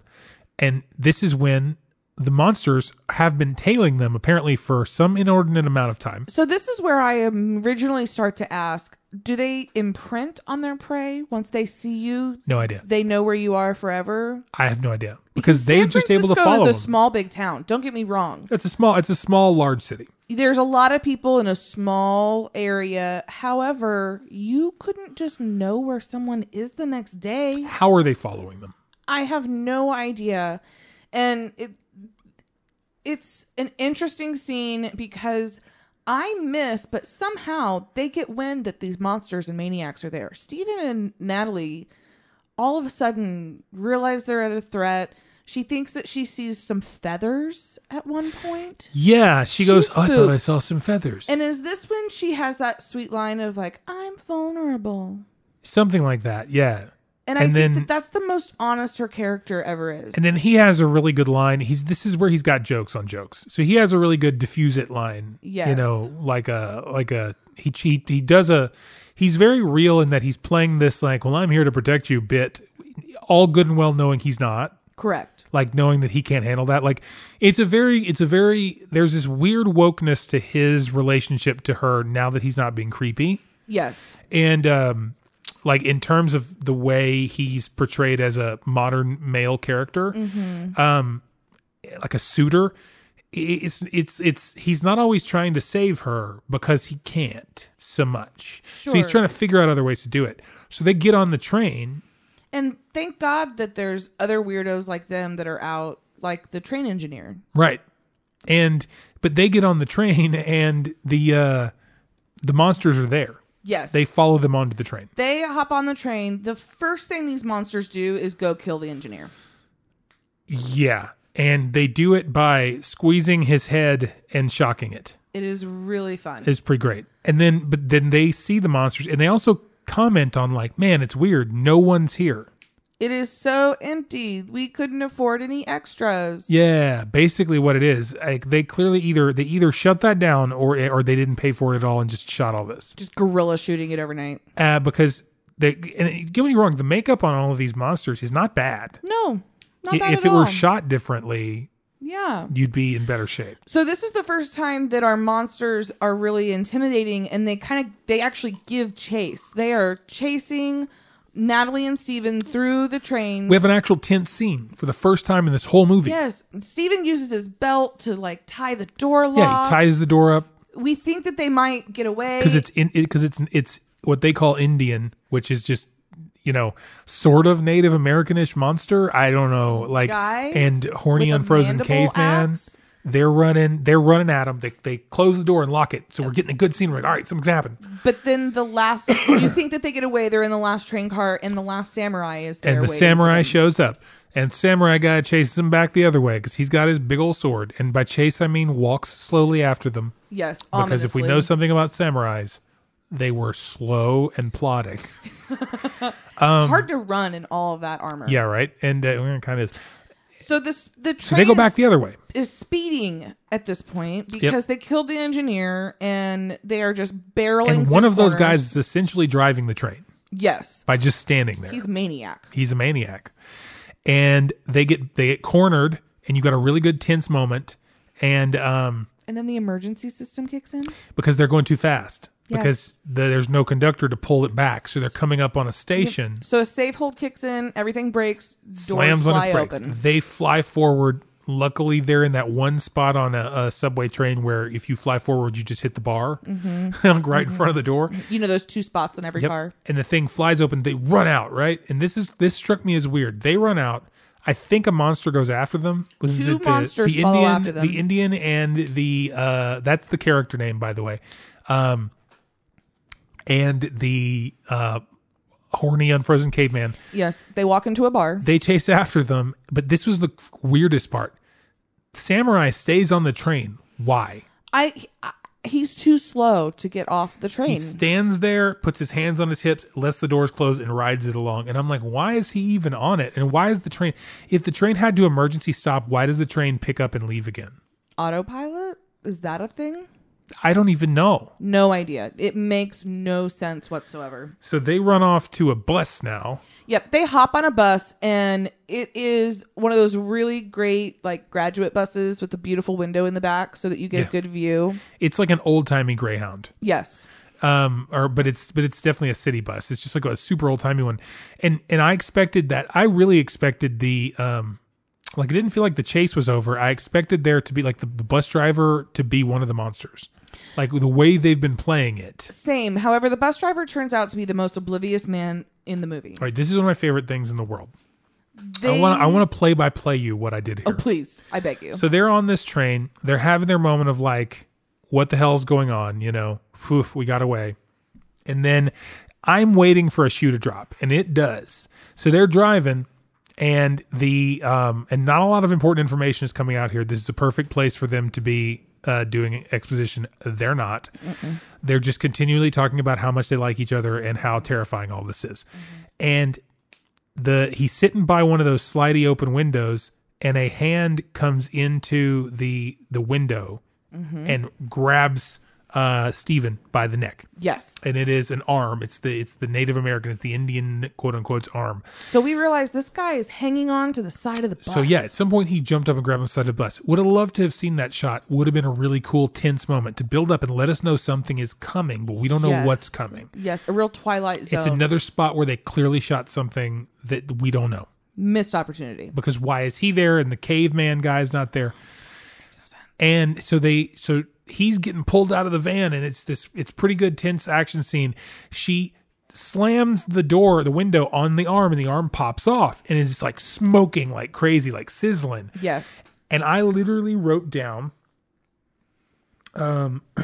F: and this is when the monsters have been tailing them apparently for some inordinate amount of time.
G: So this is where I um, originally start to ask, do they imprint on their prey once they see you?
F: No idea.
G: They know where you are forever?
F: I have no idea because they're
G: San
F: just able to
G: Francisco
F: follow.
G: is a
F: them.
G: small big town. Don't get me wrong.
F: it's a small. It's a small, large city.
G: There's a lot of people in a small area. However, you couldn't just know where someone is the next day.
F: How are they following them?
G: I have no idea. And it it's an interesting scene because I miss, but somehow they get wind that these monsters and maniacs are there. Steven and Natalie all of a sudden realize they're at a threat. She thinks that she sees some feathers at one point.
F: Yeah, she
G: She's
F: goes. "Oh, I thought I
G: spooked.
F: saw some feathers,
G: And is this when she has that sweet line of like, I'm vulnerable?
F: something like that. Yeah,
G: And, I
F: And then-
G: think that that's the most honest her character ever is.
F: and then he has a really good line. He's this is where he's got jokes on jokes. So he has a really good diffuse it line. you
G: Yes.
F: know, like a like a he he he does a. He's very real in that he's playing this like, well, I'm here to protect you bit, all good and well knowing he's not.
G: Correct.
F: like knowing that he can't handle that like it's a very it's a very there's this weird wokeness to his relationship to her now that he's not being creepy
G: Yes.
F: and um like in terms of the way he's portrayed as a modern male character um like a suitor i- it's it's it's he's not always trying to save her because he can't so much so he's
G: Sure.
F: trying to figure out other ways to do it so they get on the train
G: And thank God that there's other weirdos like them that are out, like the train engineer.
F: Right. And but they get on the train and the uh the monsters are there.
G: Yes.
F: They
G: They
F: follow them onto the train.
G: they hop on the train. The first thing these monsters do is go kill the engineer.
F: Yeah. And they do it by squeezing his head and shocking it.
G: It is really fun.
F: It's pretty great. And then but then they see the monsters and they also comment on like, man, it's weird. No one's here.
G: It is so empty. We couldn't afford any extras.
F: Yeah, basically what it is. Like they clearly either they either shut that down or or they didn't pay for it at all and just shot all this.
G: Just guerrilla shooting it overnight.
F: Uh, because they and get me wrong, the makeup on all of these monsters is not bad.
G: No. Not
F: I-
G: bad
F: if
G: at
F: it
G: all.
F: were shot differently,
G: yeah.
F: you'd be in better shape.
G: So this is the first time that our monsters are really intimidating and they kind of they actually give chase. They are chasing Natalie and Steven through the trains.
F: We have an actual tense scene for the first time in this whole movie.
G: Yes, Steven uses his belt to like tie the door lock.
F: Yeah, he ties the door up
G: we think that they might get away
F: because it's in because it's it's what they call Indian, which is just you know sort of Native Americanish monster. I don't know, like
G: Guy
F: and horny
G: with a
F: unfrozen
G: mandible
F: caveman.
G: axe?
F: They're running. They're running at him. They they close the door and lock it. So we're getting a good scene. We're like, all right, something's happened.
G: But then the last, you think that they get away. They're in the last train car, and the last samurai is there.
F: and the
G: waiting for
F: samurai
G: them.
F: shows up and samurai guy chases him back the other way because he's got his big old sword and by chase i mean walks slowly after them
G: Yes,
F: because if we know
G: ominously.
F: something about samurais they were slow and plodding
G: it's hard to run in all of that armor.
F: yeah right and uh, kind of
G: So this the train
F: so they go back
G: is-
F: the other way
G: is speeding at this point because they killed the engineer and they are just barreling.
F: and
G: through
F: one of those guys
G: corners.
F: is essentially driving the train
G: Yes,
F: by just standing there
G: he's maniac.
F: he's a maniac and they get they get cornered and you got a really good tense moment and um
G: And then the emergency system kicks in.
F: because they're going too fast.
G: Yes.
F: Because the, there's no conductor to pull it back, so they're coming up on a station.
G: So a safe hold kicks in, everything breaks, doors
F: slams on
G: fly
F: his brakes.
G: open.
F: They fly forward. Luckily, they're in that one spot on a, a subway train where if you fly forward, you just hit the bar
G: Mm-hmm.
F: like right in front of the door.
G: You know those two spots on every car.
F: And the thing flies open. They run out, right? And this is this struck me as weird. They run out. I think a monster goes after them. Was
G: Two monsters follow
F: Indian,
G: after them.
F: The Indian and the uh, that's the character name, by the way. Um, and the uh, horny unfrozen caveman.
G: Yes, they walk into a bar.
F: They chase after them, but this was the weirdest part. Samurai stays on the train. Why?
G: I, I he's too slow to get off the train.
F: He stands there, puts his hands on his hips, lets the doors close, and rides it along. And I'm like, why is he even on it? And why is the train? If the train had to emergency stop, why does the train pick up and leave again?
G: Autopilot is that a thing?
F: I don't even know.
G: No idea. It makes no sense whatsoever.
F: So they run off to a bus now.
G: Yep, they hop on a bus and it is one of those really great like graduate buses with a beautiful window in the back so that you get
F: Yeah.
G: a good view.
F: It's like an old timey Greyhound.
G: Yes.
F: um or but it's but it's definitely a city bus it's just like a super old timey one and and i expected that i really expected the um like it didn't feel like the chase was over i expected there to be like the, the bus driver to be one of the monsters like the way they've been playing it
G: Same. However, the bus driver turns out to be the most oblivious man in the movie.
F: all right this is one of my favorite things in the world
G: They-
F: i want i want to play by play you what i did here
G: Oh, please. I beg you.
F: So they're on this train. They're having their moment of like, what the hell's going on? You know, poof, we got away. And then I'm waiting for a shoe to drop, and it does. So they're driving, and the um, and not a lot of important information is coming out here. This is a perfect place for them to be uh, doing exposition. They're not. They're just continually talking about how much they like each other and how terrifying all this is. And the he's sitting by one of those slidey open windows and a hand comes into the the window
G: Mm-hmm.
F: and grabs uh Steven by the neck.
G: yes.
F: And it is an arm. It's the it's the Native American, it's the Indian quote unquote's arm.
G: So we realize this guy is hanging on to the side of the bus.
F: So yeah, at some point he jumped up and grabbed him side of the bus. Would have loved to have seen that shot. Would have been a really cool tense moment to build up and let us know something is coming, but we don't know
G: Yes.
F: what's coming.
G: Yes, a real Twilight Zone.
F: It's another spot where they clearly shot something that we don't know.
G: missed opportunity.
F: because why is he there and the caveman guy's not there and so they so he's getting pulled out of the van and it's this it's pretty good tense action scene she slams the door the window on the arm and the arm pops off and it's like smoking like crazy like sizzling
G: Yes.
F: and I literally wrote down. Um,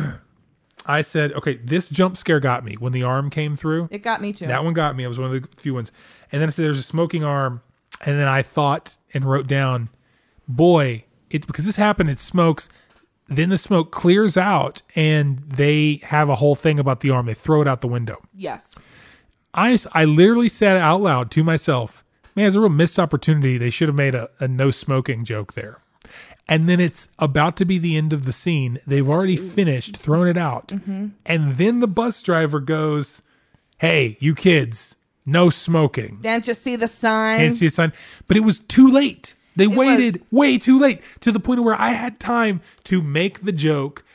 F: I said, okay, this jump scare got me when the arm came through.
G: It got me too.
F: That one got me. It was one of the few ones. And then I said, there's a smoking arm. And then I thought and wrote down, boy, it because this happened. It smokes. Then the smoke clears out, and they have a whole thing about the arm. They throw it out the window.
G: yes.
F: I, I literally said out loud to myself, man, it's a real missed opportunity. They should have made a, a no smoking joke there. And then it's about to be the end of the scene. They've already finished, thrown it out.
G: Mm-hmm.
F: And then the bus driver goes, hey, you kids, no smoking.
G: Can't you see the sign?
F: Can't see a sign. But it was too late. They
G: was.
F: waited way too late to the point where I had time to make the joke,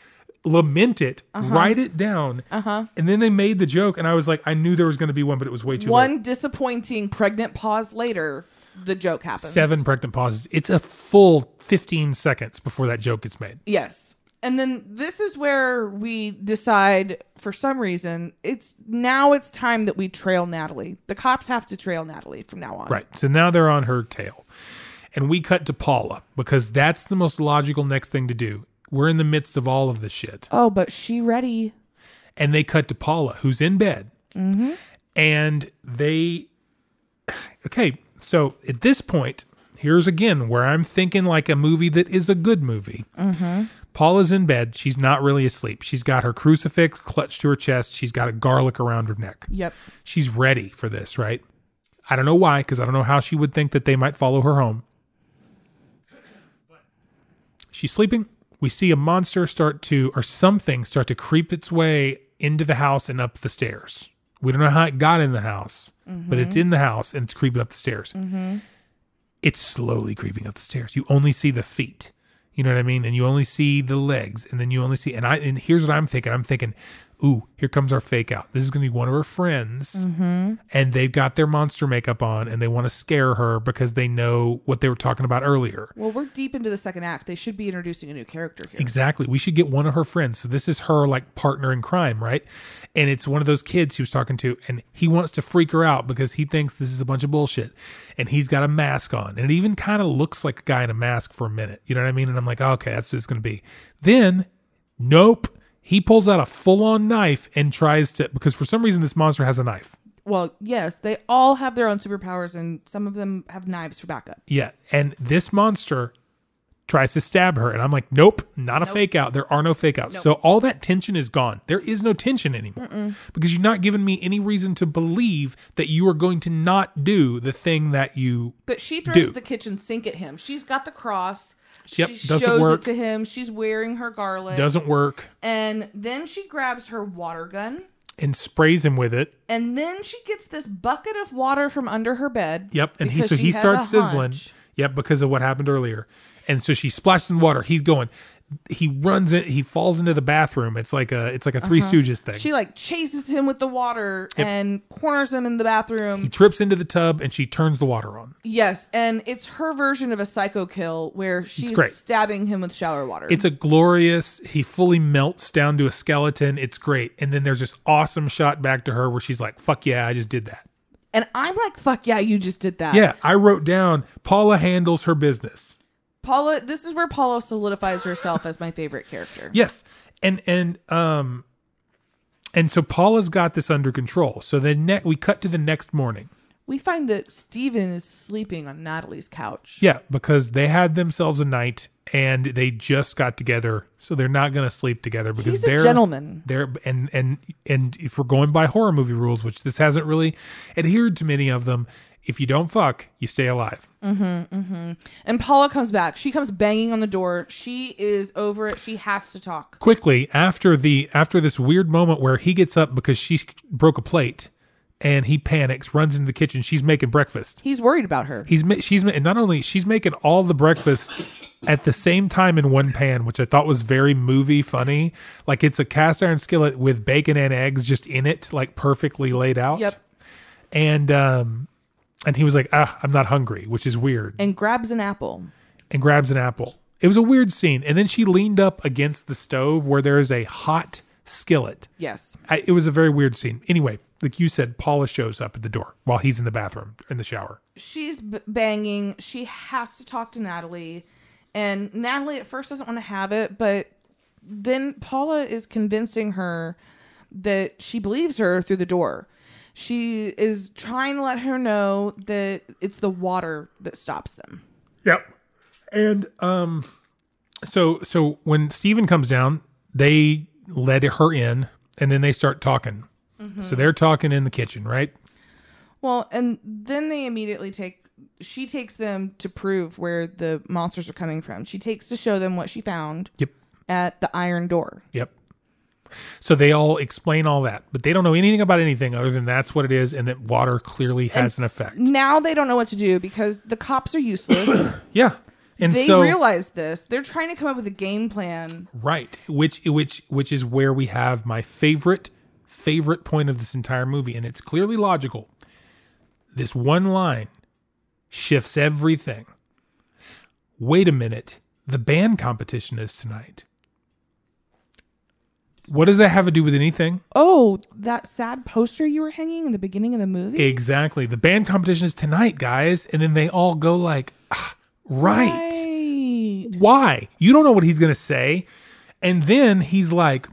F: lament it, write it down. Uh-huh. And then they made the joke, and I was like, I knew there was going to be one, but it was way too late.
G: one disappointing pregnant pause later, the joke happens.
F: Seven pregnant pauses. It's a full 15 seconds before that joke gets made.
G: Yes. And then this is where we decide for some reason it's now it's time that we trail Natalie. The cops have to trail Natalie from now on.
F: Right. So now they're on her tail. And we cut to Paula because that's the most logical next thing to do. We're in the midst of all of this shit.
G: Oh, but she ready.
F: and they cut to Paula, who's in bed, and they. Okay, so at this point, here's again where I'm thinking like a movie that is a good movie. Paula's in bed. She's not really asleep. She's got her crucifix clutched to her chest. She's got a garlic around her neck.
G: Yep.
F: She's ready for this, right? I don't know why, because I don't know how she would think that they might follow her home. She's sleeping. We see a monster start to, or something start to creep its way into the house and up the stairs. We don't know how it got in the house, but it's in the house and it's creeping up the stairs. It's slowly creeping up the stairs. You only see the feet. You know what I mean? And you only see the legs, and then you only see. And I and here's what I'm thinking. I'm thinking, ooh, here comes our fake out. This is gonna be one of her friends, and they've got their monster makeup on, and they want to scare her because they know what they were talking about earlier.
G: Well, we're deep into the second act. They should be introducing a new character here.
F: Exactly. We should get one of her friends. So this is her like partner in crime, right? And it's one of those kids he was talking to, and he wants to freak her out because he thinks this is a bunch of bullshit. And he's got a mask on, and it even kind of looks like a guy in a mask for a minute. You know what I mean? And I'm like, "Oh, okay, that's what it's going to be. Then, nope. He pulls out a full on knife and tries to, because for some reason this monster has a knife.
G: Well, yes, they all have their own superpowers, and some of them have knives for backup.
F: Yeah. And this monster tries to stab her. And I'm like, nope, not a fake out. There are no fake outs. So all that tension is gone. There is no tension anymore because you've not given me any reason to believe that you are going to not do the thing that you.
G: But she throws
F: Do.
G: the kitchen sink at him. She's got the cross.
F: Yep,
G: she
F: doesn't
G: shows
F: work.
G: it to him. She's wearing her garland.
F: Doesn't work
G: and then she grabs her water gun.
F: and sprays him with it.
G: And then she gets this bucket of water from under her bed.
F: Yep. And he
G: because
F: so
G: she
F: he
G: has
F: starts
G: a
F: sizzling.
G: hunch.
F: Yep, because of what happened earlier. And so she splashes in water. He's going. He runs it. He falls into the bathroom. It's like a it's like a 3 Stooges thing.
G: Uh-huh. She like chases him with the water and corners him in the bathroom.
F: he trips into the tub and she turns the water on.
G: Yes, and it's her version of a psycho kill where she's
F: great.
G: stabbing him with shower water.
F: It's a glorious. He fully melts down to a skeleton. It's great. And then there's this awesome shot back to her where she's like, "Fuck yeah, I just did that."
G: and I'm like, fuck yeah, you just did that.
F: Yeah, I wrote down Paula handles her business.
G: Paula, this is where Paula solidifies herself as my favorite character.
F: Yes. And and um and so Paula's got this under control. So then ne- we cut to the next morning.
G: We find that Steven is sleeping on Natalie's couch.
F: Yeah, because they had themselves a night and they just got together, so they're not going to sleep together because
G: He's a
F: they're
G: gentleman.
F: They're and and and if we're going by horror movie rules, which this hasn't really adhered to many of them, if you don't fuck, you stay alive.
G: And Paula comes back. She comes banging on the door. She is over it. She has to talk.
F: Quickly after the after this weird moment where he gets up because she broke a plate and he panics, runs into the kitchen. She's making breakfast.
G: He's worried about her.
F: He's ma- she's ma- and not only she's making all the breakfast at the same time in one pan, which I thought was very movie funny. Like it's a cast iron skillet with bacon and eggs just in it, like perfectly laid out.
G: Yep.
F: And um, and he was like, "Ah, I'm not hungry," which is weird,
G: And grabs an apple.
F: and grabs an apple. It was a weird scene. And then she leaned up against the stove where there is a hot skillet.
G: Yes.
F: I, it was a very weird scene. Anyway, like you said, Paula shows up at the door while he's in the bathroom in the shower.
G: she's b- banging. She has to talk to Natalie, and Natalie at first doesn't want to have it, but then Paula is convincing her that she believes her through the door. She is trying to let her know that it's the water that stops them.
F: Yep. And um so so when Steven comes down, they let her in and then they start talking. So they're talking in the kitchen, right?
G: Well, and then they immediately take she takes them to prove where the monsters are coming from. She takes to show them what she found
F: Yep.
G: at the iron door.
F: Yep. So they all explain all that, but they don't know anything about anything other than that's what it is and that water clearly has an effect.
G: Now they don't know what to do because the cops are useless.
F: Yeah. And
G: they
F: so
G: realize this. They're trying to come up with a game plan.
F: right, which which which is where we have my favorite favorite point of this entire movie and it's clearly logical. This one line shifts everything. Wait a minute. The band competition is tonight. What does that have to do with anything?
G: Oh, that sad poster you were hanging in the beginning of the movie.
F: Exactly. The band competition is tonight, guys. And then they all go like, "Ah, right.
G: Right.
F: Why? You don't know what he's going to say. And then he's like,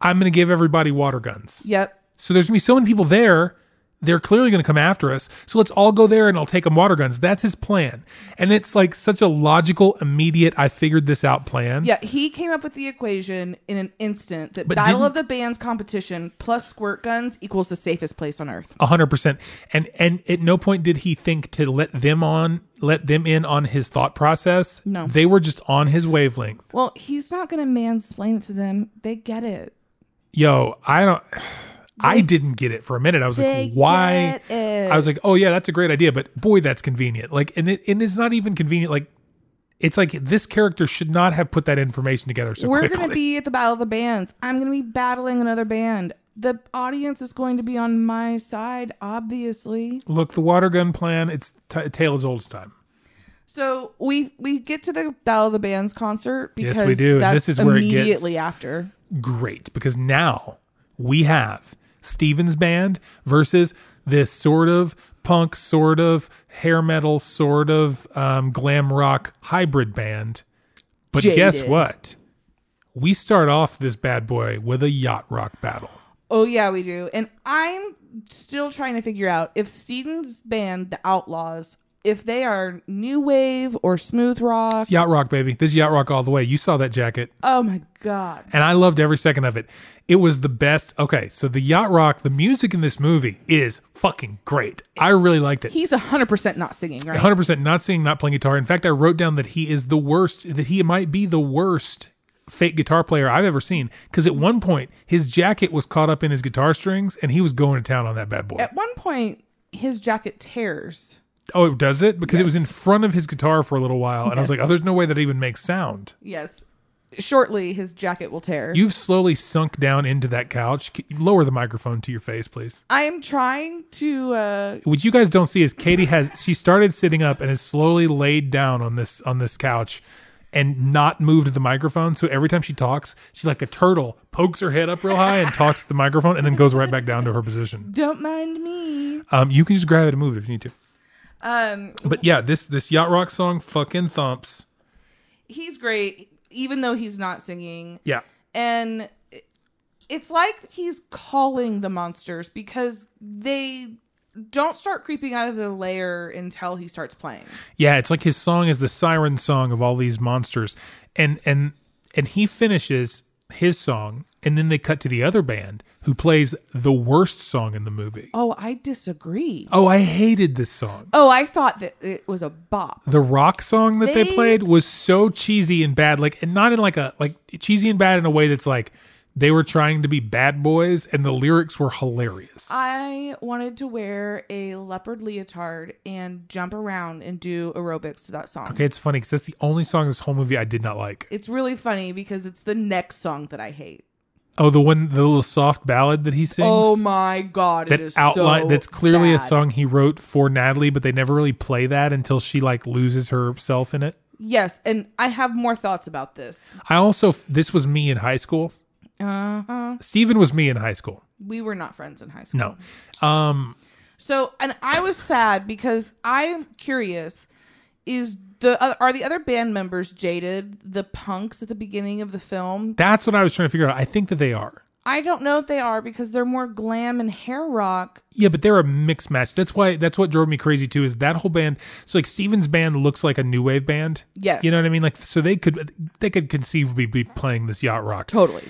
F: I'm going to give everybody water guns.
G: Yep.
F: So there's going to be so many people there. They're clearly going to come after us. So let's all go there and I'll take them water guns. That's his plan. And it's like such a logical, immediate, I figured this out plan.
G: Yeah, he came up with the equation in an instant that
F: But
G: Battle of the Bands competition plus squirt guns equals the safest place on earth.
F: A hundred percent. And and at no point did he think to let them on let them in on his thought process.
G: No.
F: They were just on his wavelength.
G: Well, he's not going to mansplain it to them. They get it.
F: Yo, I don't I didn't get it for a minute. I was
G: they
F: like, why?
G: get it.
F: I was like, oh yeah, that's a great idea, but boy, that's convenient. Like, and it and it's not even convenient. Like, it's like this character should not have put that information together so
G: We're
F: quickly.
G: going to be at the Battle of the Bands. I'm going to be battling another band. The audience is going to be on my side, obviously.
F: Look, the water gun plan. It's t- tale as old as time.
G: So we we get to the Battle of the Bands concert
F: Yes,
G: because
F: we do, and
G: that's
F: this is where it gets-
G: immediately after.
F: great because now we have Steven's band versus this sort of punk, sort of hair metal, sort of um, glam rock hybrid band. But guess
G: Jaded.
F: what? We start off this bad boy with a yacht rock battle.
G: Oh yeah, we do. And I'm still trying to figure out if Steven's band, the Outlaws, if they are new wave or smooth rock.
F: It's yacht rock, baby. This is yacht rock all the way. You saw that jacket.
G: Oh my god.
F: and I loved every second of it. It was the best. Okay, so the yacht rock, the music in this movie is fucking great. I really liked it.
G: He's 100% not singing, right?
F: 100% not singing, not playing guitar. In fact, I wrote down that he is the worst, that he might be the worst fake guitar player I've ever seen. Because at one point, his jacket was caught up in his guitar strings and he was going to town on that bad boy.
G: At one point his jacket tears.
F: oh, it does it? Because it was in
G: Yes.
F: front of his guitar for a little while. And I was
G: Yes.
F: like, oh, there's no way that even makes sound.
G: Yes. Shortly his jacket will tear.
F: You've slowly sunk down into that couch. C- Lower the microphone to your face, please.
G: I am trying to uh
F: what you guys don't see is Katie has she started sitting up and has slowly laid down on this on this couch and not moved the microphone. So every time she talks, she like a turtle pokes her head up real high and talks to the microphone and then goes right back down to her position.
G: don't mind me.
F: Um, you can just grab it and move it if you need to.
G: Um
F: But yeah, this this yacht rock song fucking thumps.
G: he's great even though he's not singing
F: Yeah.
G: and it- it's like he's calling the monsters because they don't start creeping out of their lair until he starts playing
F: Yeah, it's like his song is the siren song of all these monsters. And and and he finishes his song and then they cut to the other band who plays the worst song in the movie.
G: oh i disagree
F: Oh, I hated this song.
G: oh i thought that it was a bop
F: The rock song that they,
G: They-
F: played was so cheesy and bad, like and not in like a like cheesy and bad in a way that's like they were trying to be bad boys and the lyrics were hilarious.
G: i wanted to wear a leopard leotard and jump around and do aerobics to that song
F: okay, it's funny because that's the only song in this whole movie I did not like.
G: it's really funny because it's the next song that i hate
F: Oh, the one the little soft ballad that he sings.
G: oh my god
F: that
G: it is
F: outline
G: so
F: that's clearly a
G: bad.
F: song he wrote for Natalie, but they never really play that until she like loses herself in it.
G: yes and i have more thoughts about this
F: I also this was me in high school. Uh-huh. Steven was me in high school.
G: we were not friends in high school
F: No. Um
G: So, and I was sad because I'm curious: is the uh, are the other band members jaded? The punks at the beginning of the film?
F: That's what I was trying to figure out. I think that they are.
G: I don't know if they are because they're more glam and hair rock.
F: Yeah, but they're a mixed match. That's why that's what drove me crazy too is that whole band. So like Steven's band looks like a new wave band.
G: Yes.
F: You know what I mean? Like so they could they could conceivably be playing this yacht rock.
G: Totally.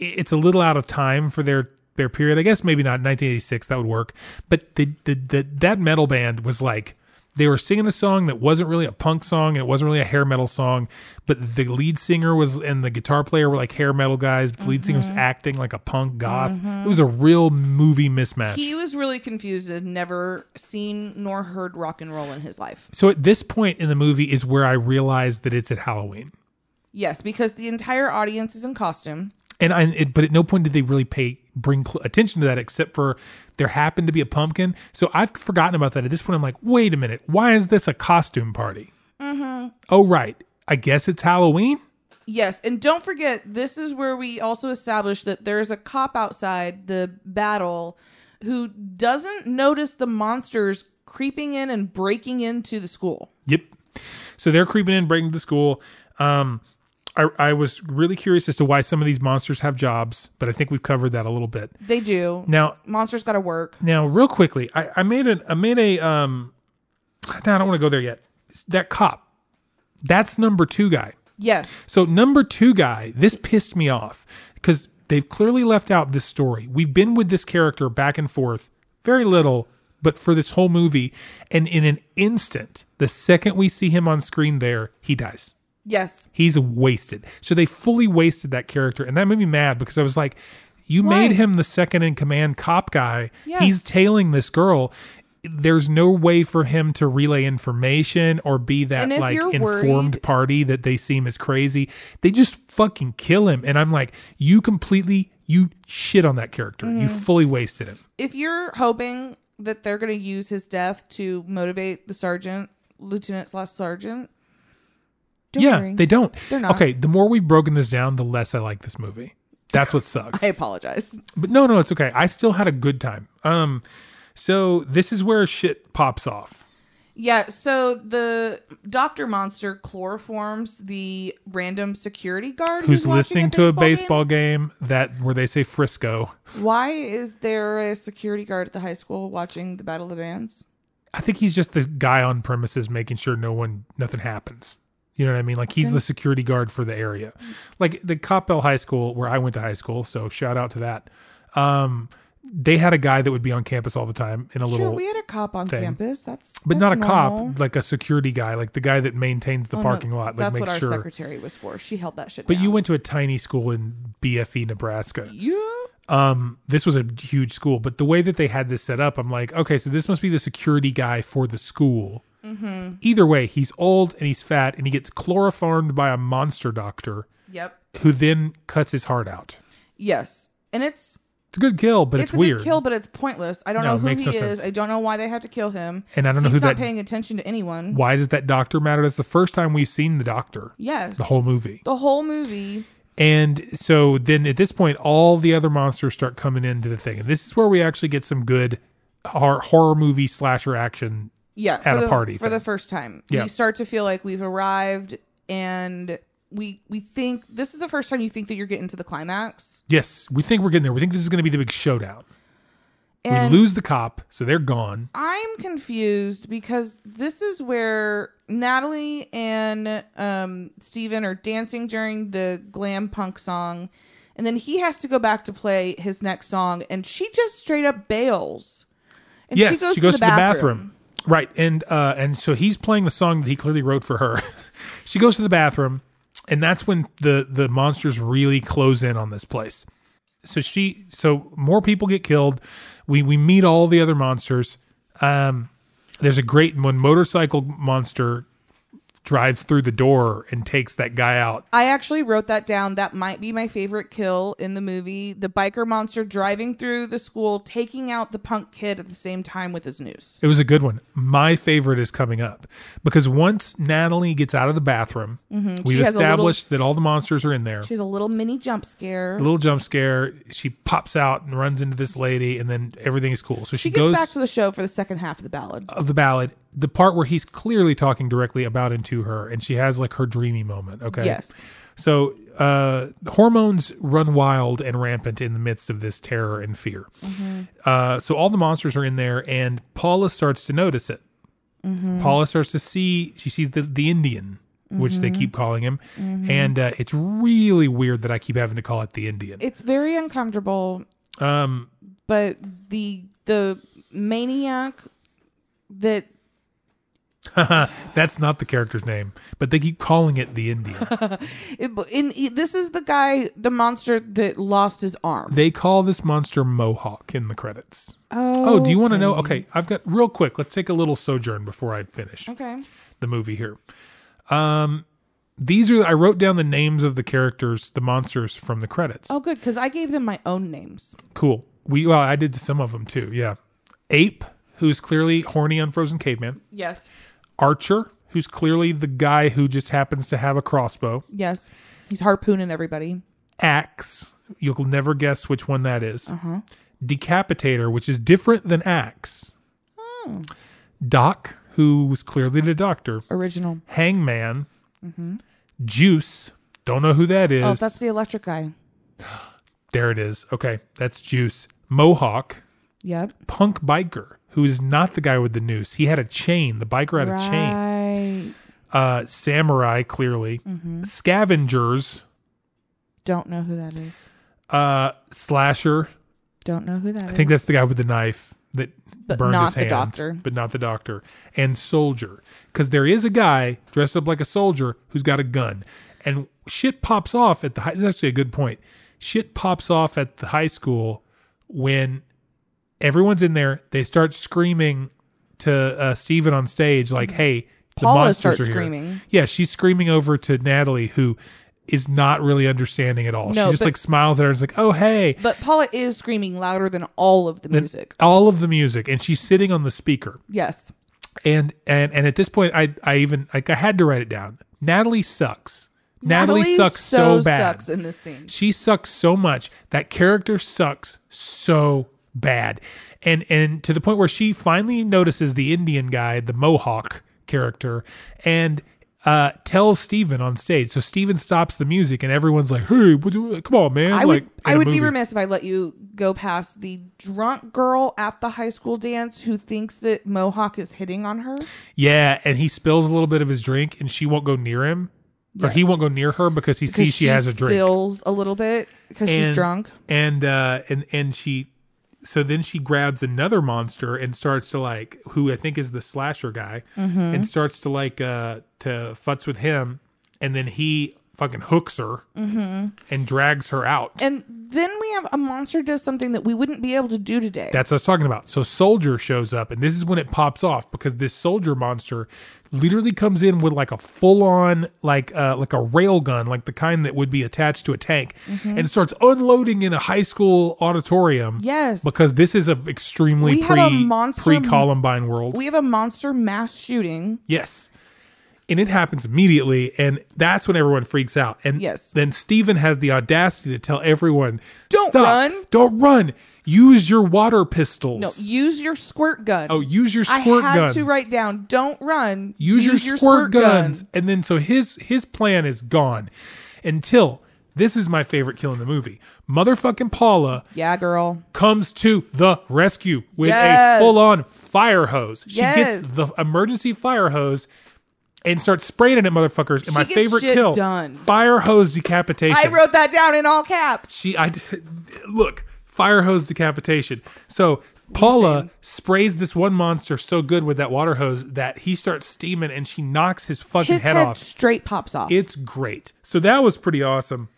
F: It's a little out of time for their their period. I guess maybe not 1986 that would work. But the the, the that metal band was like they were singing a song that wasn't really a punk song and it wasn't really a hair metal song, but the lead singer was and the guitar player were like hair metal guys. But the lead singer was acting like a punk goth. It was a real movie mismatch.
G: He was really confused and never seen nor heard rock and roll in his life.
F: So at this point in the movie is where I realized that it's at Halloween,
G: Yes, because the entire audience is in costume.
F: and I it, but at no point did they really pay bring cl- attention to that except for there happened to be a pumpkin. So I've forgotten about that. At this point, I'm like, wait a minute, why is this a costume party? Mm-hmm. Oh right, I guess it's Halloween.
G: Yes, and don't forget, this is where we also establish that there's a cop outside the battle who doesn't notice the monsters creeping in and breaking into the school.
F: Yep. So they're creeping in, breaking the school. Um, I, I was really curious as to why some of these monsters have jobs, but I think we've covered that a little bit.
G: They do.
F: Now,
G: Monsters got to work.
F: Now, real quickly, I, I made an I made a um nah, I don't want to go there yet. That cop. That's number two guy.
G: Yes.
F: So number two guy, this pissed me off because they've clearly left out this story. We've been with this character back and forth, very little, but for this whole movie. And in an instant, the second we see him on screen there, he dies.
G: Yes.
F: He's wasted. So they fully wasted that character. And that made me mad because I was like, you
G: Why?
F: made him the second in command cop guy.
G: Yes.
F: He's tailing this girl. there's no way for him to relay information or be that
G: And if
F: like
G: you're
F: informed
G: worried-
F: party that they seem as crazy. They just fucking kill him, and I'm like, you completely you shit on that character.
G: Mm-hmm.
F: You fully wasted him.
G: if you're hoping that they're going to use his death to motivate the sergeant, lieutenant slash sergeant, don't
F: yeah,
G: worry.
F: they don't.
G: They're not.
F: Okay, the more we've broken this down, the less I like this movie. That's what sucks.
G: I apologize.
F: But no, no, it's okay. I still had a good time. Um, so this is where shit pops off.
G: Yeah, so the Doctor Monster chloroforms the random security guard
F: Who's
G: watching
F: listening to a
G: game?
F: baseball game. that where they say Frisco?
G: Why is there a security guard at the high school watching the Battle of the Bands?
F: I think he's just the guy on premises making sure no one, nothing happens. You know what I mean? Like he's the security guard for the area, like the Coppell High School where I went to high school. So shout out to that. Um, they had a guy that would be on campus all the time in a
G: Sure,
F: little
G: we had a cop on
F: thing.
G: campus. That's
F: but
G: that's
F: not a
G: normal.
F: cop, like a security guy, like the guy that maintains the
G: Oh, no,
F: parking lot, like
G: that's
F: makes
G: what
F: sure.
G: our secretary was for. She held that shit.
F: But you
G: down.
F: went to a tiny school in BFE, Nebraska.
G: yeah.
F: Um, this was a huge school, but the way that they had this set up, I'm like, okay, so this must be the security guy for the school.
G: Mm-hmm.
F: Either way, he's old and he's fat, and he gets chloroformed by a monster doctor
G: Yep.
F: who then cuts his heart out.
G: Yes, and it's
F: It's a good kill, but it's,
G: it's, a
F: weird.
G: good kill, but it's pointless. I don't
F: No,
G: know
F: it
G: who
F: makes
G: he
F: no
G: is.
F: sense.
G: I don't know why they had to kill him.
F: And I don't know
G: He's
F: who
G: not
F: that-
G: paying attention to anyone.
F: Why does that doctor matter? That's the first time we've seen the doctor.
G: Yes.
F: The whole movie.
G: The whole movie.
F: And so then at this point, all the other monsters start coming into the thing. And this is where we actually get some good horror, horror movie slasher action.
G: Yeah.
F: At
G: for
F: a
G: the,
F: party
G: for
F: thing.
G: the first time.
F: Yeah.
G: We start to feel like we've arrived, and we we think this is the first time you think that you're getting to the climax.
F: Yes, we think we're getting there. We think this is going to be the big showdown.
G: And
F: we lose the cop, so they're gone.
G: I'm confused because this is where Natalie and um, Steven are dancing during the glam punk song. And then he has to go back to play his next song. And she just straight up bails. And
F: yes, she goes to the, bathroom. Right, and uh, and so he's playing the song that he clearly wrote for her. she goes to the bathroom, and that's when the the monsters really close in on this place. So she, so more people get killed. We we meet all the other monsters. Um, there's a great one. Motorcycle monster drives through the door and takes that guy out.
G: I actually wrote that down. That might be my favorite kill in the movie. The biker monster driving through the school, taking out the punk kid at the same time with his noose.
F: It was a good one. My favorite is coming up because once Natalie gets out of the bathroom,
G: She
F: we've
G: has a little-
F: established that all the monsters are in there.
G: She has a little mini jump scare.
F: A little jump scare. She pops out and runs into this lady, and then everything is cool. So she,
G: She gets
F: goes
G: back to the show for the second half of the ballad.
F: of the ballad, the part where he's clearly talking directly about and to her, and she has like her dreamy moment. Okay.
G: Yes.
F: So uh, hormones run wild and rampant in the midst of this terror and fear.
G: Mm-hmm.
F: Uh, so all the monsters are in there, and Paula starts to notice it.
G: Mm-hmm.
F: Paula starts to see she sees the the Indian, which they
G: Mm-hmm.
F: keep calling him, and uh, it's really weird that I keep having to call it the Indian.
G: it's very uncomfortable.
F: Um,
G: But the the maniac that
F: That's not the character's name, but they keep calling it the Indian.
G: it, in e, this is the guy the monster that lost his arm.
F: they call this monster Mohawk in the credits. Oh, do you want to know? Okay, I've got real quick. Let's take a little sojourn before I finish
G: Okay.
F: the movie here. Um, these are I wrote down the names of the characters, the monsters from the credits.
G: Oh, good because I gave them my own names.
F: Cool. We well, I did some of them too. Yeah, Ape, who's clearly horny unfrozen caveman.
G: Yes.
F: Archer, who's clearly the guy who just happens to have a crossbow.
G: Yes. He's harpooning everybody.
F: Axe. You'll never guess which one that is. Decapitator, which is different than Axe. Doc, who was clearly the doctor.
G: Original.
F: Hangman. Juice. Don't know who that is.
G: Oh, that's the electric guy.
F: there it is. Okay, that's Juice. Mohawk.
G: Yep.
F: Punk biker, who is not the guy with the noose. He had a chain. The biker had a chain.
G: Right.
F: Uh, samurai, clearly. Scavengers.
G: Don't know who that is.
F: Uh, slasher.
G: Don't know who that is.
F: I think that's the guy with the knife that
G: But
F: burned
G: not
F: his
G: the
F: hand,
G: doctor.
F: but not the doctor and soldier. Because there is a guy dressed up like a soldier who's got a gun, and shit pops off at the. High, this is actually a good point. Shit pops off at the high school when everyone's in there. They start screaming to uh, Steven on stage, like, "Hey, the
G: Paula
F: monsters
G: starts
F: are here."
G: screaming.
F: Yeah, she's screaming over to Natalie, who is not really understanding at all.
G: No,
F: she just
G: but-
F: like smiles at her and is like, "Oh, hey."
G: But Paula is screaming louder than all of the music.
F: all of the music, and she's sitting on the speaker.
G: Yes.
F: and and and at this point i i even like i had to write it down natalie sucks natalie, sucks so, bad
G: sucks in this scene.
F: she sucks so much that character sucks so bad and and to the point where she finally notices the indian guy the mohawk character and uh tells steven on stage so steven stops the music and everyone's like hey what do- come on man
G: I
F: like
G: would
F: in
G: I
F: a
G: would be
F: movie.
G: remiss if I let you go past the drunk girl at the high school dance who thinks that Mohawk is hitting on her.
F: Yeah, and he spills a little bit of his drink, and she won't go near him, or he won't go near her because he sees
G: 'Cause
F: she, has a drink.
G: Spills a little bit because she's
F: And-
G: drunk.
F: and uh, and and she, so then she grabs another monster and starts to like, who I think is the slasher guy,
G: Mm-hmm.
F: and starts to like uh to futz with him, and then he fucking hooks her and drags her out.
G: Mm-hmm. And then we have a monster does something that we wouldn't be able to do today.
F: That's what I was talking about. So Soldier shows up, and this is when it pops off because this Soldier monster literally comes in with like a full on like uh, like a rail gun, like the kind that would be attached to a tank,
G: Mm-hmm.
F: and starts unloading in a high school auditorium.
G: Yes.
F: because this is a extremely
G: We have
F: pre
G: a monster-
F: pre Columbine world.
G: we have a monster mass shooting.
F: yes. And it happens immediately, and that's when everyone freaks out. And
G: Yes.
F: then Steven has the audacity to tell everyone,
G: Don't
F: "Stop.
G: run."
F: Don't run! Use your water pistols.
G: No, use your squirt gun.
F: Oh, use your squirt
G: I had
F: guns.
G: to write down. Don't run.
F: use, your, squirt, guns. And then so his his plan is gone until this is my favorite kill in the movie. Motherfucking Paula
G: Yeah, girl.
F: comes to the rescue with
G: Yes.
F: a full-on fire hose. She
G: Yes.
F: gets the emergency fire hose and starts spraying it at motherfuckers. And my
G: gets
F: favorite
G: shit
F: kill,
G: done.
F: fire hose decapitation.
G: I wrote that down in all caps.
F: She, I did- look, fire hose decapitation. So Paula sprays this one monster so good with that water hose that he starts steaming and she knocks his fucking
G: His
F: head,
G: head,
F: off.
G: straight pops off.
F: It's great. So that was pretty awesome.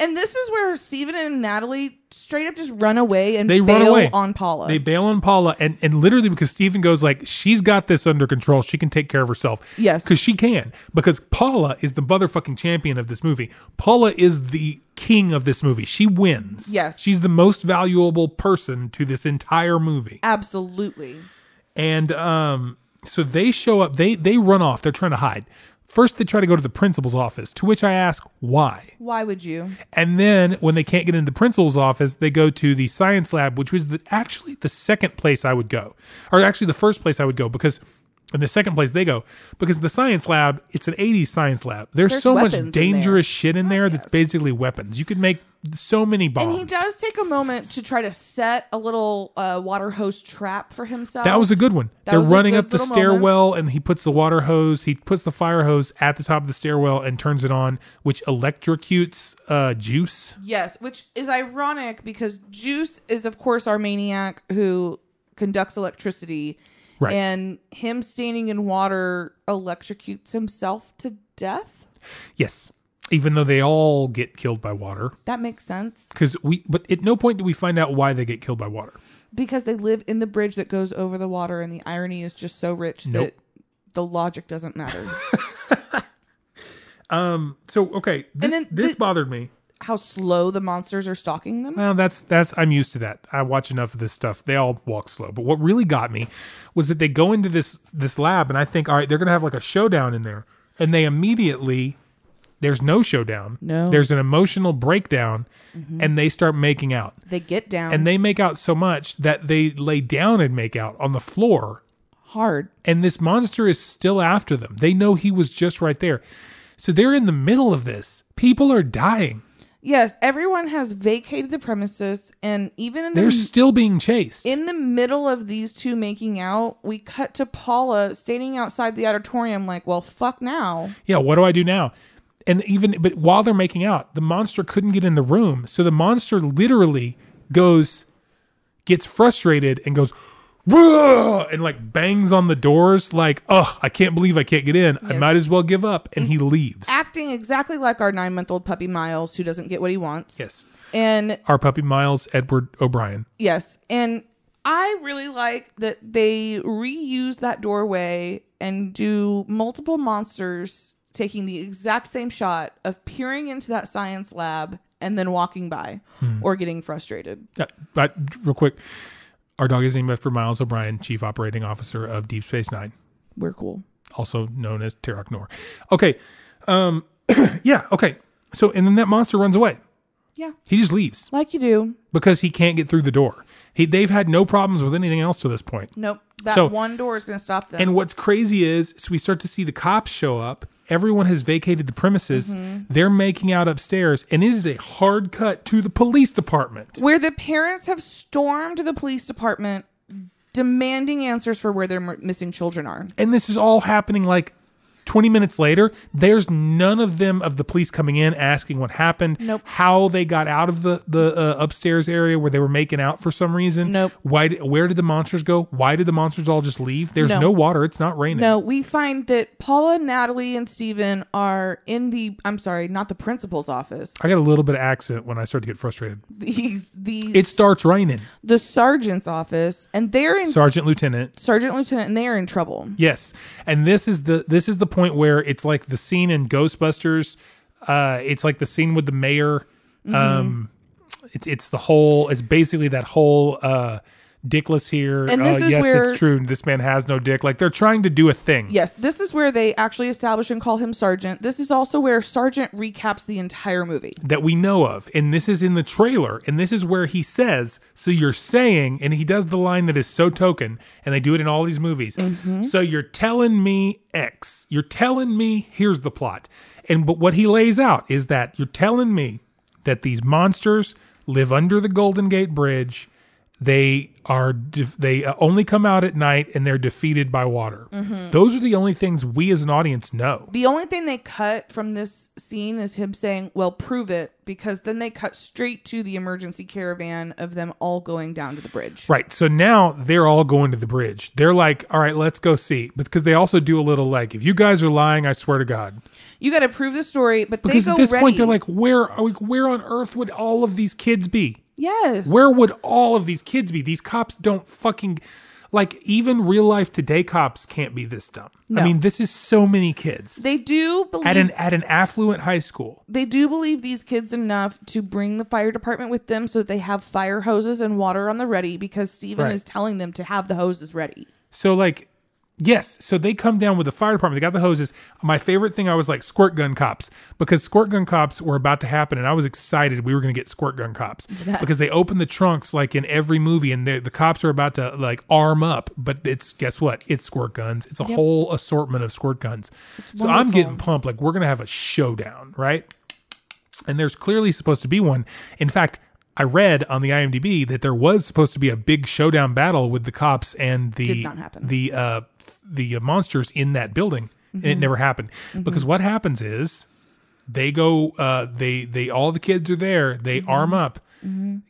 G: and this is where Steven and Natalie straight up just run away and
F: They
G: bail
F: run away
G: on Paula.
F: They bail on Paula, and and literally because Stephen goes like, she's got this under control. She can take care of herself.
G: Yes.
F: because she can. Because Paula is the motherfucking champion of this movie. Paula is the king of this movie. She wins.
G: Yes.
F: she's the most valuable person to this entire movie.
G: Absolutely.
F: and um, so they show up. They they run off. They're trying to hide. First, they try to go to the principal's office, to which I ask why.
G: Why would you?
F: And then, when they can't get into the principal's office, they go to the science lab, which was the, actually the second place I would go, or actually the first place I would go because. And the second place they go because the science lab, it's an 80s science lab. There's,
G: There's
F: so
G: weapons
F: much
G: in there.
F: dangerous shit in there that's basically weapons. You could make so many bombs.
G: And he does take a moment to try to set a little uh, water hose trap for himself.
F: That was a good one.
G: Oh. That
F: They're
G: was a
F: running
G: good
F: up the
G: little moment.
F: stairwell and he puts the water hose, he puts the fire hose at the top of the stairwell and turns it on, which electrocutes uh, Juice.
G: Yes, which is ironic because Juice is, of course, our maniac who conducts electricity.
F: Right.
G: And him standing in water electrocutes himself to death.
F: Yes. Even though they all get killed by water.
G: That makes sense
F: Because we, but at no point do we find out why they get killed by water.
G: because they live in the bridge that goes over the water, and the irony is just so rich
F: Nope.
G: that the logic doesn't matter.
F: So okay, this
G: then
F: this
G: the-
F: bothered me.
G: How slow the monsters are stalking them.
F: Well, that's that's I'm used to that. I watch enough of this stuff. They all walk slow. But what really got me was that they go into this this lab, and I think, all right, they're gonna have like a showdown in there, and they immediately there's no showdown.
G: No.
F: there's an emotional breakdown, and they start making out,
G: They get down
F: and they make out so much that they lay down and make out on the floor,
G: hard.
F: and this monster is still after them. They know he was just right there. So they're in the middle of this. People are dying.
G: Yes, everyone has vacated the premises, and even in the
F: They're still being chased.
G: in the middle of these two making out, we cut to Paula standing outside the auditorium, like, well, fuck now.
F: yeah, what do I do now? And even but while they're making out, the monster couldn't get in the room. So the monster literally goes gets frustrated and goes "Whoa," and like bangs on the doors like, "Oh, I can't believe I can't get in. I
G: Yes.
F: might as well give up." And he leaves.
G: Acting exactly like our nine month old puppy Miles, who doesn't get what he wants.
F: Yes.
G: And
F: Our puppy Miles Edward O'Brien.
G: yes, and I really like that they reuse that doorway and do multiple monsters taking the exact same shot of peering into that science lab and then walking by
F: Hmm.
G: or getting frustrated.
F: Yeah, but real quick, our dog is named after Miles O'Brien, Chief Operating Officer of Deep Space Nine,
G: We're cool.
F: also known as Terok Nor. Okay, um, yeah, okay. So and then that monster runs away.
G: Yeah.
F: He just leaves
G: Like you do.
F: because he can't get through the door. He they've had no problems with anything else to this point.
G: Nope. That
F: So-
G: one door is going to stop them.
F: And what's crazy is, so we start to see the cops show up. Everyone has vacated the premises. They're making out upstairs, and it is a hard cut to the police department.
G: where the parents have stormed the police department demanding answers for where their m- missing children are.
F: And this is all happening like 20 minutes later. There's none of them of the police coming in asking what happened,
G: Nope.
F: how they got out of the the uh, upstairs area where they were making out for some reason.
G: Nope.
F: Why? Did, where did the monsters go? Why did the monsters all just leave? There's
G: No.
F: no, water. It's not raining.
G: No, we find that Paula, Natalie, and Steven are in the, I'm sorry, not the principal's office.
F: I got a little bit of accent when I start to get frustrated.
G: These, these,
F: It starts raining,
G: the sergeant's office, and they're in,
F: Sergeant Lieutenant.
G: Sergeant Lieutenant, and they're in trouble.
F: Yes, and this is the this is the point where it's like the scene in Ghostbusters. Uh, it's like the scene with the mayor.
G: Mm-hmm.
F: Um, it's it's the whole. It's basically that whole uh, dickless here.
G: And this
F: oh,
G: is
F: yes,
G: where-
F: it's true. This man has no dick. Like they're trying to do a thing.
G: Yes, this is where they actually establish and call him Sergeant. This is also where Sergeant recaps the entire movie.
F: that we know of. And this is in the trailer. And this is where he says, So you're saying, and he does the line that is so token, and they do it in all these movies. So you're telling me X. You're telling me here's the plot. And but what he lays out is that you're telling me that these monsters live under the Golden Gate Bridge. They are def- they uh, only come out at night and they're defeated by water. Those are the only things we as an audience know.
G: The only thing they cut from this scene is him saying, Well, prove it, because then they cut straight to the emergency caravan of them all going down to the bridge.
F: Right. So now they're all going to the bridge. They're like, all right, let's go see. Because they also do a little like, if you guys are lying, I swear to God.
G: You got to prove the story, but
F: Because
G: they go
F: at this
G: ready.
F: point, they're like, where are we, where on earth would all of these kids be?
G: Yes.
F: Where would all of these kids be? These cops don't fucking like even real life today cops can't be this dumb.
G: No.
F: I mean, this is so many kids
G: they do believe
F: at an at an affluent high school.
G: they do believe these kids enough to bring the fire department with them so that they have fire hoses and water on the ready because Steven
F: Right.
G: is telling them to have the hoses ready.
F: So like, yes. So they come down with the fire department. They got the hoses. My favorite thing I was like squirt gun cops because squirt gun cops were about to happen, and I was excited we were going to get squirt gun cops because they open the trunks like in every movie, and they- the cops are about to like arm up. But it's guess what? It's squirt guns. It's a whole assortment of squirt guns. So I'm getting pumped. Like we're going to have a showdown, right? and there's clearly supposed to be one. In fact, I read on the IMDb that there was supposed to be a big showdown battle with the cops and the
G: Did not happen.
F: the uh, the monsters in that building, and
G: Mm-hmm.
F: it never happened because what happens is they go uh, they they all the kids are there, they
G: Mm-hmm.
F: arm up,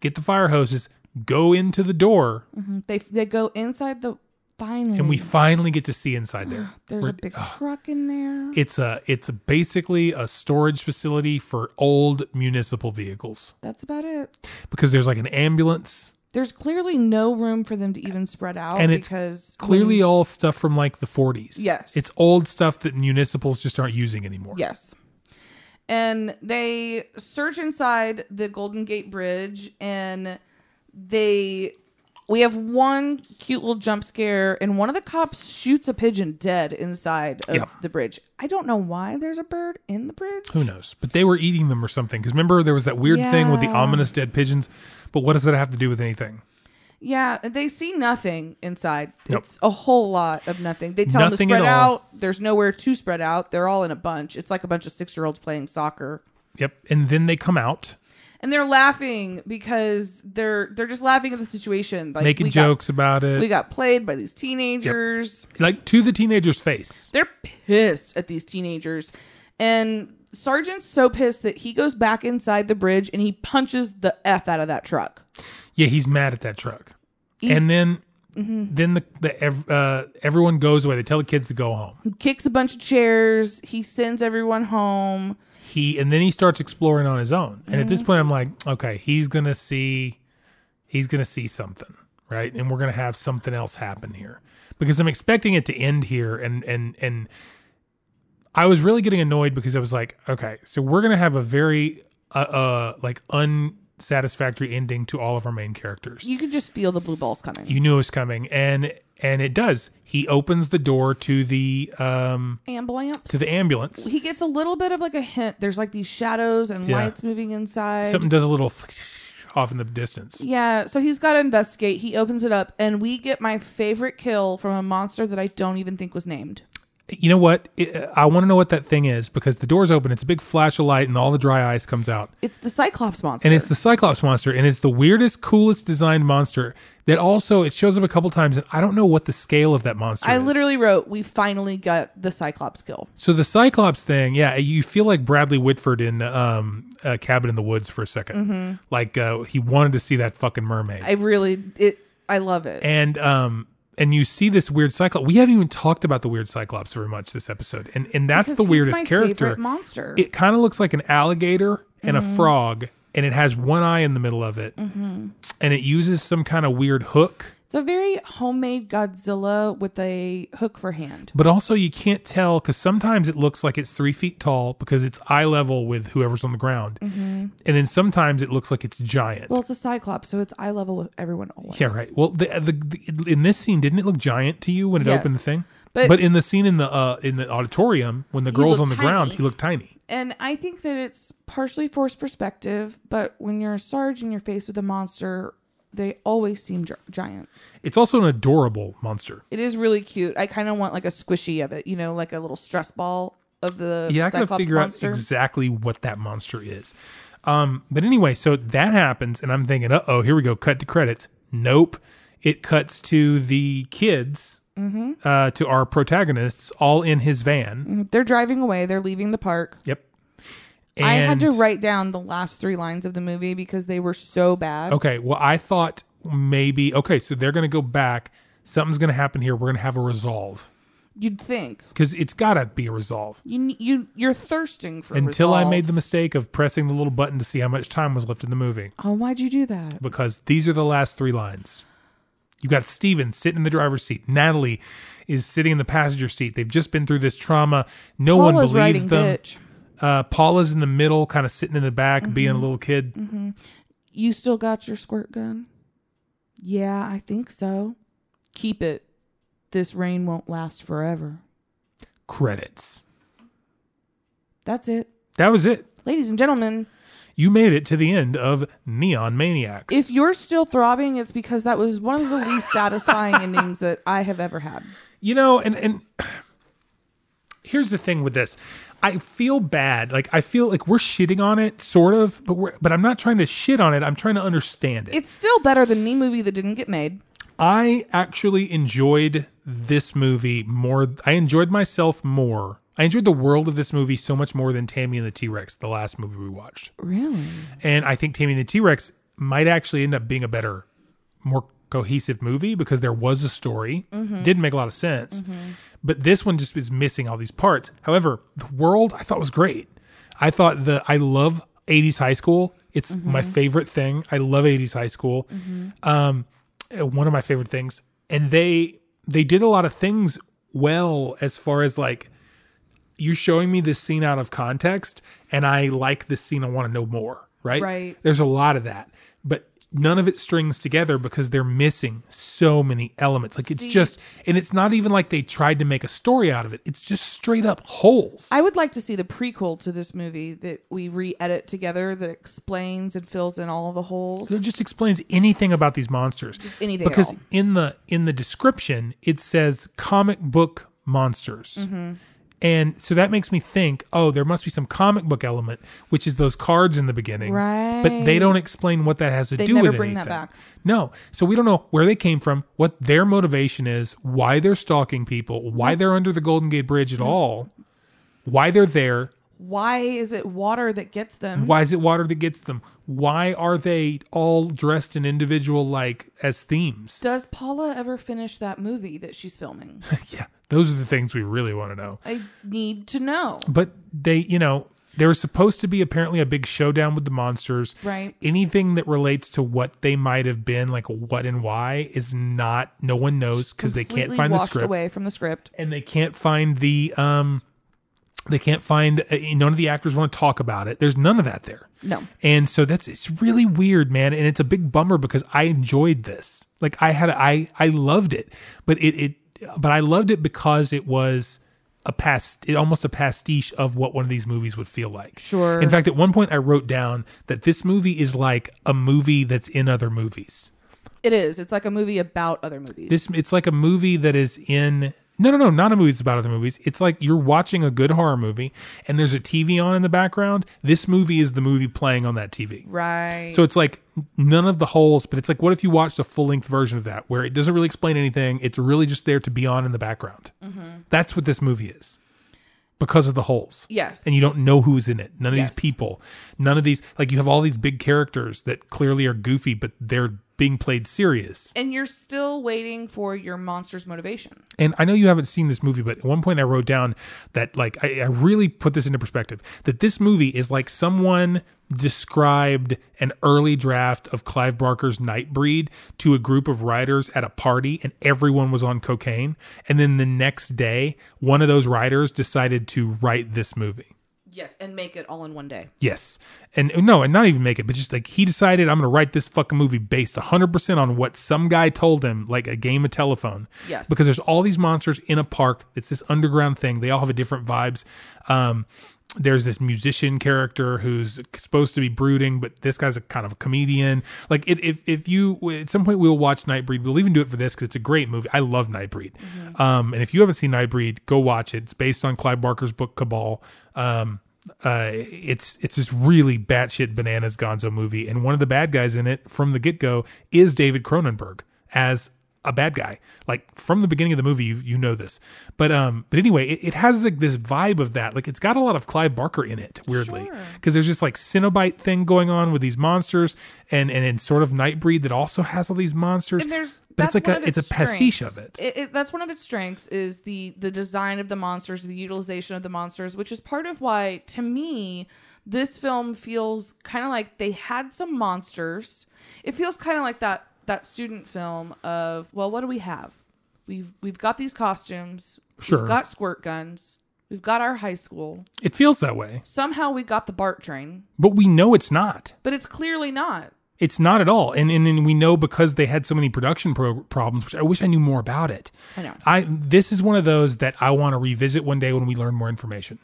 F: get the fire hoses, go into the door,
G: They they go inside the finally
F: Mm-hmm. and we finally get to see inside there.
G: there's
F: We're-
G: a big truck in there.
F: it's a it's basically a storage facility for old municipal vehicles
G: That's about it.
F: because there's like an ambulance
G: there's clearly no room for them to even spread out
F: And it's
G: because
F: clearly
G: when-
F: all stuff from like the 40s.
G: Yes.
F: It's old stuff that municipals just aren't using anymore.
G: yes and they search inside the golden gate bridge and they we have one cute little jump scare and one of the cops shoots a pigeon dead inside of
F: Yeah.
G: the bridge i don't know why there's a bird in the bridge
F: Who knows? But they were eating them or something. Because remember, there was that weird thing with the
G: Yeah.
F: ominous dead pigeons. But what does that have to do with anything?
G: yeah they see nothing inside
F: Nope.
G: it's a whole lot of nothing they tell
F: Nothing
G: them
F: at
G: to spread
F: all.
G: out there's nowhere to spread out they're all in a bunch it's like a bunch of six year olds playing soccer
F: Yep. And then they come out
G: and they're laughing because they're they're just laughing at the situation like
F: making
G: we
F: jokes about
G: got, we
F: it,
G: got played by these teenagers
F: like to the teenager's face.
G: they're pissed at these teenagers and sergeant's so pissed that he goes back inside the bridge and he punches the f out of that truck
F: Yeah, he's mad at that truck.
G: He's- Mm-hmm.
F: and then. Then the, the ev- uh, everyone goes away. They tell the kids to go home.
G: kicks a bunch of chairs he sends everyone home
F: He and then he starts exploring on his own. And at this point, I'm like, okay, he's gonna see, he's gonna see something, right? And we're going to have something else happen here because I'm expecting it to end here and and and I was really getting annoyed because I was like, okay, so we're going to have a very uh, uh like unsatisfactory ending to all of our main characters.
G: You can just feel the blue balls coming.
F: You knew it was coming and and it does. He opens the door to the um
G: Ambulance.
F: to the ambulance.
G: He gets a little bit of like a hint. There's like these shadows and
F: Yeah.
G: lights moving inside.
F: Something does a little off in the distance.
G: Yeah, so he's got to investigate. He opens it up, and we get my favorite kill from a monster that I don't even think was named.
F: you know what? It, I want to know what that thing is because the door's open. It's a big flash of light, and all the dry ice comes out.
G: It's the Cyclops monster.
F: And it's the Cyclops monster, and it's the weirdest, coolest designed monster that also it shows up a couple times, and I don't know what the scale of that monster.
G: I
F: is.
G: literally wrote, "We finally got the Cyclops kill."
F: so the Cyclops thing, yeah, you feel like Bradley Whitford in um, uh, Cabin in the Woods for a 2nd like uh, he wanted to see that fucking mermaid.
G: Mm-hmm. I really, it, I love it.
F: and um and you see this weird cyclops. We haven't even talked about the weird cyclops very much this episode, and and that's
G: Because
F: the
G: he's
F: weirdest
G: my
F: character
G: favorite monster.
F: It kind of looks like an alligator and
G: Mm-hmm.
F: a frog, and it has one eye in the middle of it, and it uses some kind of weird hook.
G: It's a very homemade Godzilla with a hook for hand.
F: But also, you can't tell because sometimes it looks like it's three feet tall because it's eye level with whoever's on the ground, and then sometimes it looks like it's giant.
G: Mm-hmm. Well, it's a Cyclops, so it's eye level with everyone always.
F: Yeah, right. Well, the, the, the in this scene, didn't it look giant to you when it
G: Yes.
F: opened the thing? But,
G: But-
F: in the scene in the uh, in the auditorium when the girl's on
G: looked
F: the ground,
G: tiny.
F: he looked tiny.
G: And I think that it's partially forced perspective, but when you're a Sarge and you're faced with a monster, they always seem gi- giant.
F: It's also an adorable monster.
G: It is really cute. I kind of want like a squishy of it, you know, like a little stress ball of the
F: Yeah, I gotta
G: Cyclops
F: figure
G: monster.
F: out exactly what that monster is. Um, but anyway, so that happens, and I'm thinking, uh oh, here we go, cut to credits. Nope, it cuts to the kids,
G: Mm-hmm.
F: uh, to our protagonists, all in his van.
G: They're driving away. They're leaving the park.
F: Yep.
G: I had to
F: And-
G: write down the last three lines of the movie because they were so bad.
F: Okay. Well, I thought maybe okay, so they're going to go back. Something's going to happen here. We're going to have a resolve
G: You'd think
F: because it's got to be a resolve.
G: you n- you you're thirsting for
F: Until I
G: resolve.
F: made the mistake of pressing the little button to see how much time was left in the movie,
G: Oh, why'd you do that?
F: because these are the last three lines. You got Steven sitting in the driver's seat. Natalie is sitting in the passenger seat. They've just been through this trauma. No one
G: Paula's
F: believes
G: writing,
F: them.
G: bitch.
F: Uh, Paula's in the middle, kind of sitting in the back, being a little kid.
G: You still got your squirt gun? Yeah, I think so. Keep it. This rain won't last forever.
F: Credits.
G: That's it.
F: That was it.
G: Ladies and gentlemen,
F: You made it to the end of Neon Maniacs.
G: if you're still throbbing, it's because that was one of the least satisfying endings that I have ever had.
F: you know and and here's the thing with this i feel bad like i feel like we're shitting on it sort of but we're but i'm not trying to shit on it i'm trying to understand it
G: It's still better than any movie that didn't get made.
F: i actually enjoyed this movie more i enjoyed myself more i enjoyed the world of this movie so much more than tammy and the t-rex the last movie we watched
G: Really?
F: and i think tammy and the t-rex might actually end up being a better more cohesive movie because there was a story didn't make a lot of sense but this one just is missing all these parts however the world i thought was great i thought the i love 80s high school it's my favorite thing i love 80s high school um uh, one of my favorite things and they they did a lot of things well as far as like you're showing me this scene out of context and i like this scene i want to know more right
G: Right.
F: there's a lot of that but none of it strings together because they're missing so many elements like it's
G: See-
F: just and it's not even like they tried to make a story out of it it's just straight up holes
G: I would like to see the prequel to this movie that we re edit together that explains and fills in all the holes.
F: it just explains anything about these monsters just
G: anything at
F: because
G: all.
F: in the in the description it says comic book monsters
G: Mm-hmm.
F: and so that makes me think oh there must be some comic book element which is those cards in the beginning but they
G: Right.
F: don't explain what that has to
G: They
F: do
G: never
F: with
G: bring that
F: anything.
G: back.
F: no so we don't know where they came from what their motivation is why they're stalking people why they're under the golden gate bridge at all why they're there
G: Why is it water that gets them?
F: why is it water that gets them? Why are they all dressed in individual like as themes?
G: Does Paula ever finish that movie that she's filming?
F: yeah, those are the things we really want to know.
G: I need to know.
F: But they, you know, There was supposed to be apparently a big showdown with the monsters.
G: Right.
F: Anything that relates to what they might have been, like what and why, is not. No one knows because they can't
G: Completely
F: find the
G: washed
F: script
G: away from the script.
F: and they can't find the um they can't find uh, none of the actors want to talk about it there's none of that there
G: No.
F: and so that's it's really weird man and it's a big bummer because i enjoyed this like i had i i loved it but it it but i loved it because it was a past it almost a pastiche of what one of these movies would feel like
G: Sure.
F: in fact at one point i wrote down that this movie is like a movie that's in other movies
G: It is. It's like a movie about other movies.
F: this it's like a movie that is in no no no not a movie that's about other movies it's like you're watching a good horror movie and there's a tv on in the background this movie is the movie playing on that tv
G: right.
F: so it's like none of the holes but it's like what if you watched a full-length version of that where it doesn't really explain anything it's really just there to be on in the background
G: Mm-hmm.
F: that's what this movie is because of the holes
G: yes.
F: and you don't know who's in it. None of
G: Yes.
F: these people, none of these like you have all these big characters that clearly are goofy, but they're being played serious.
G: and you're still waiting for your monster's motivation.
F: And I know you haven't seen this movie, but at one point I wrote down that, like, I, I really put this into perspective that this movie is like someone described an early draft of Clive Barker's Nightbreed to a group of writers at a party, and everyone was on cocaine. And then the next day, one of those writers decided to write this movie.
G: Yes, and make it all in one day.
F: Yes. And no, and not even make it, but just like he decided I'm going to write this fucking movie based 100% on what some guy told him, like a game of telephone.
G: Yes.
F: Because there's all these monsters in a park. It's this underground thing. They all have a different vibes. Um, there's this musician character who's supposed to be brooding, but this guy's a kind of a comedian. Like, it, if if you at some point we'll watch Nightbreed, we'll even do it for this because it's a great movie. I love Nightbreed. Um, and if you haven't seen Nightbreed, go watch it. It's based on Clive Barker's book Cabal. Um, uh, it's it's this really batshit bananas Gonzo movie, and one of the bad guys in it from the get go is David Cronenberg as a bad guy. Like from the beginning of the movie, you you know this, but um, but anyway, it, it has like this vibe of that. Like it's got a lot of Clive Barker in it, weirdly, because there's this like Cenobite thing going on with these monsters, and and in sort of Nightbreed that also has all these monsters.
G: And there's
F: but
G: that's
F: it's like a
G: one of its
F: it's a pastiche
G: strengths.
F: of it.
G: It, it. That's one of its strengths is the the design of the monsters, the utilization of the monsters, which is part of why to me this film feels kind of like they had some monsters. It feels kind of like that that student film of well, what do we have? We've we've got these costumes.
F: Sure.
G: We've got squirt guns. We've got our high school.
F: It feels that way,
G: Somehow we got the BART train,
F: but we know it's not.
G: but it's clearly not.
F: It's not at all, and and, and we know because they had so many production pro- problems. Which I wish I knew more about it.
G: I know.
F: I this is one of those that I want to revisit one day when we learn more information.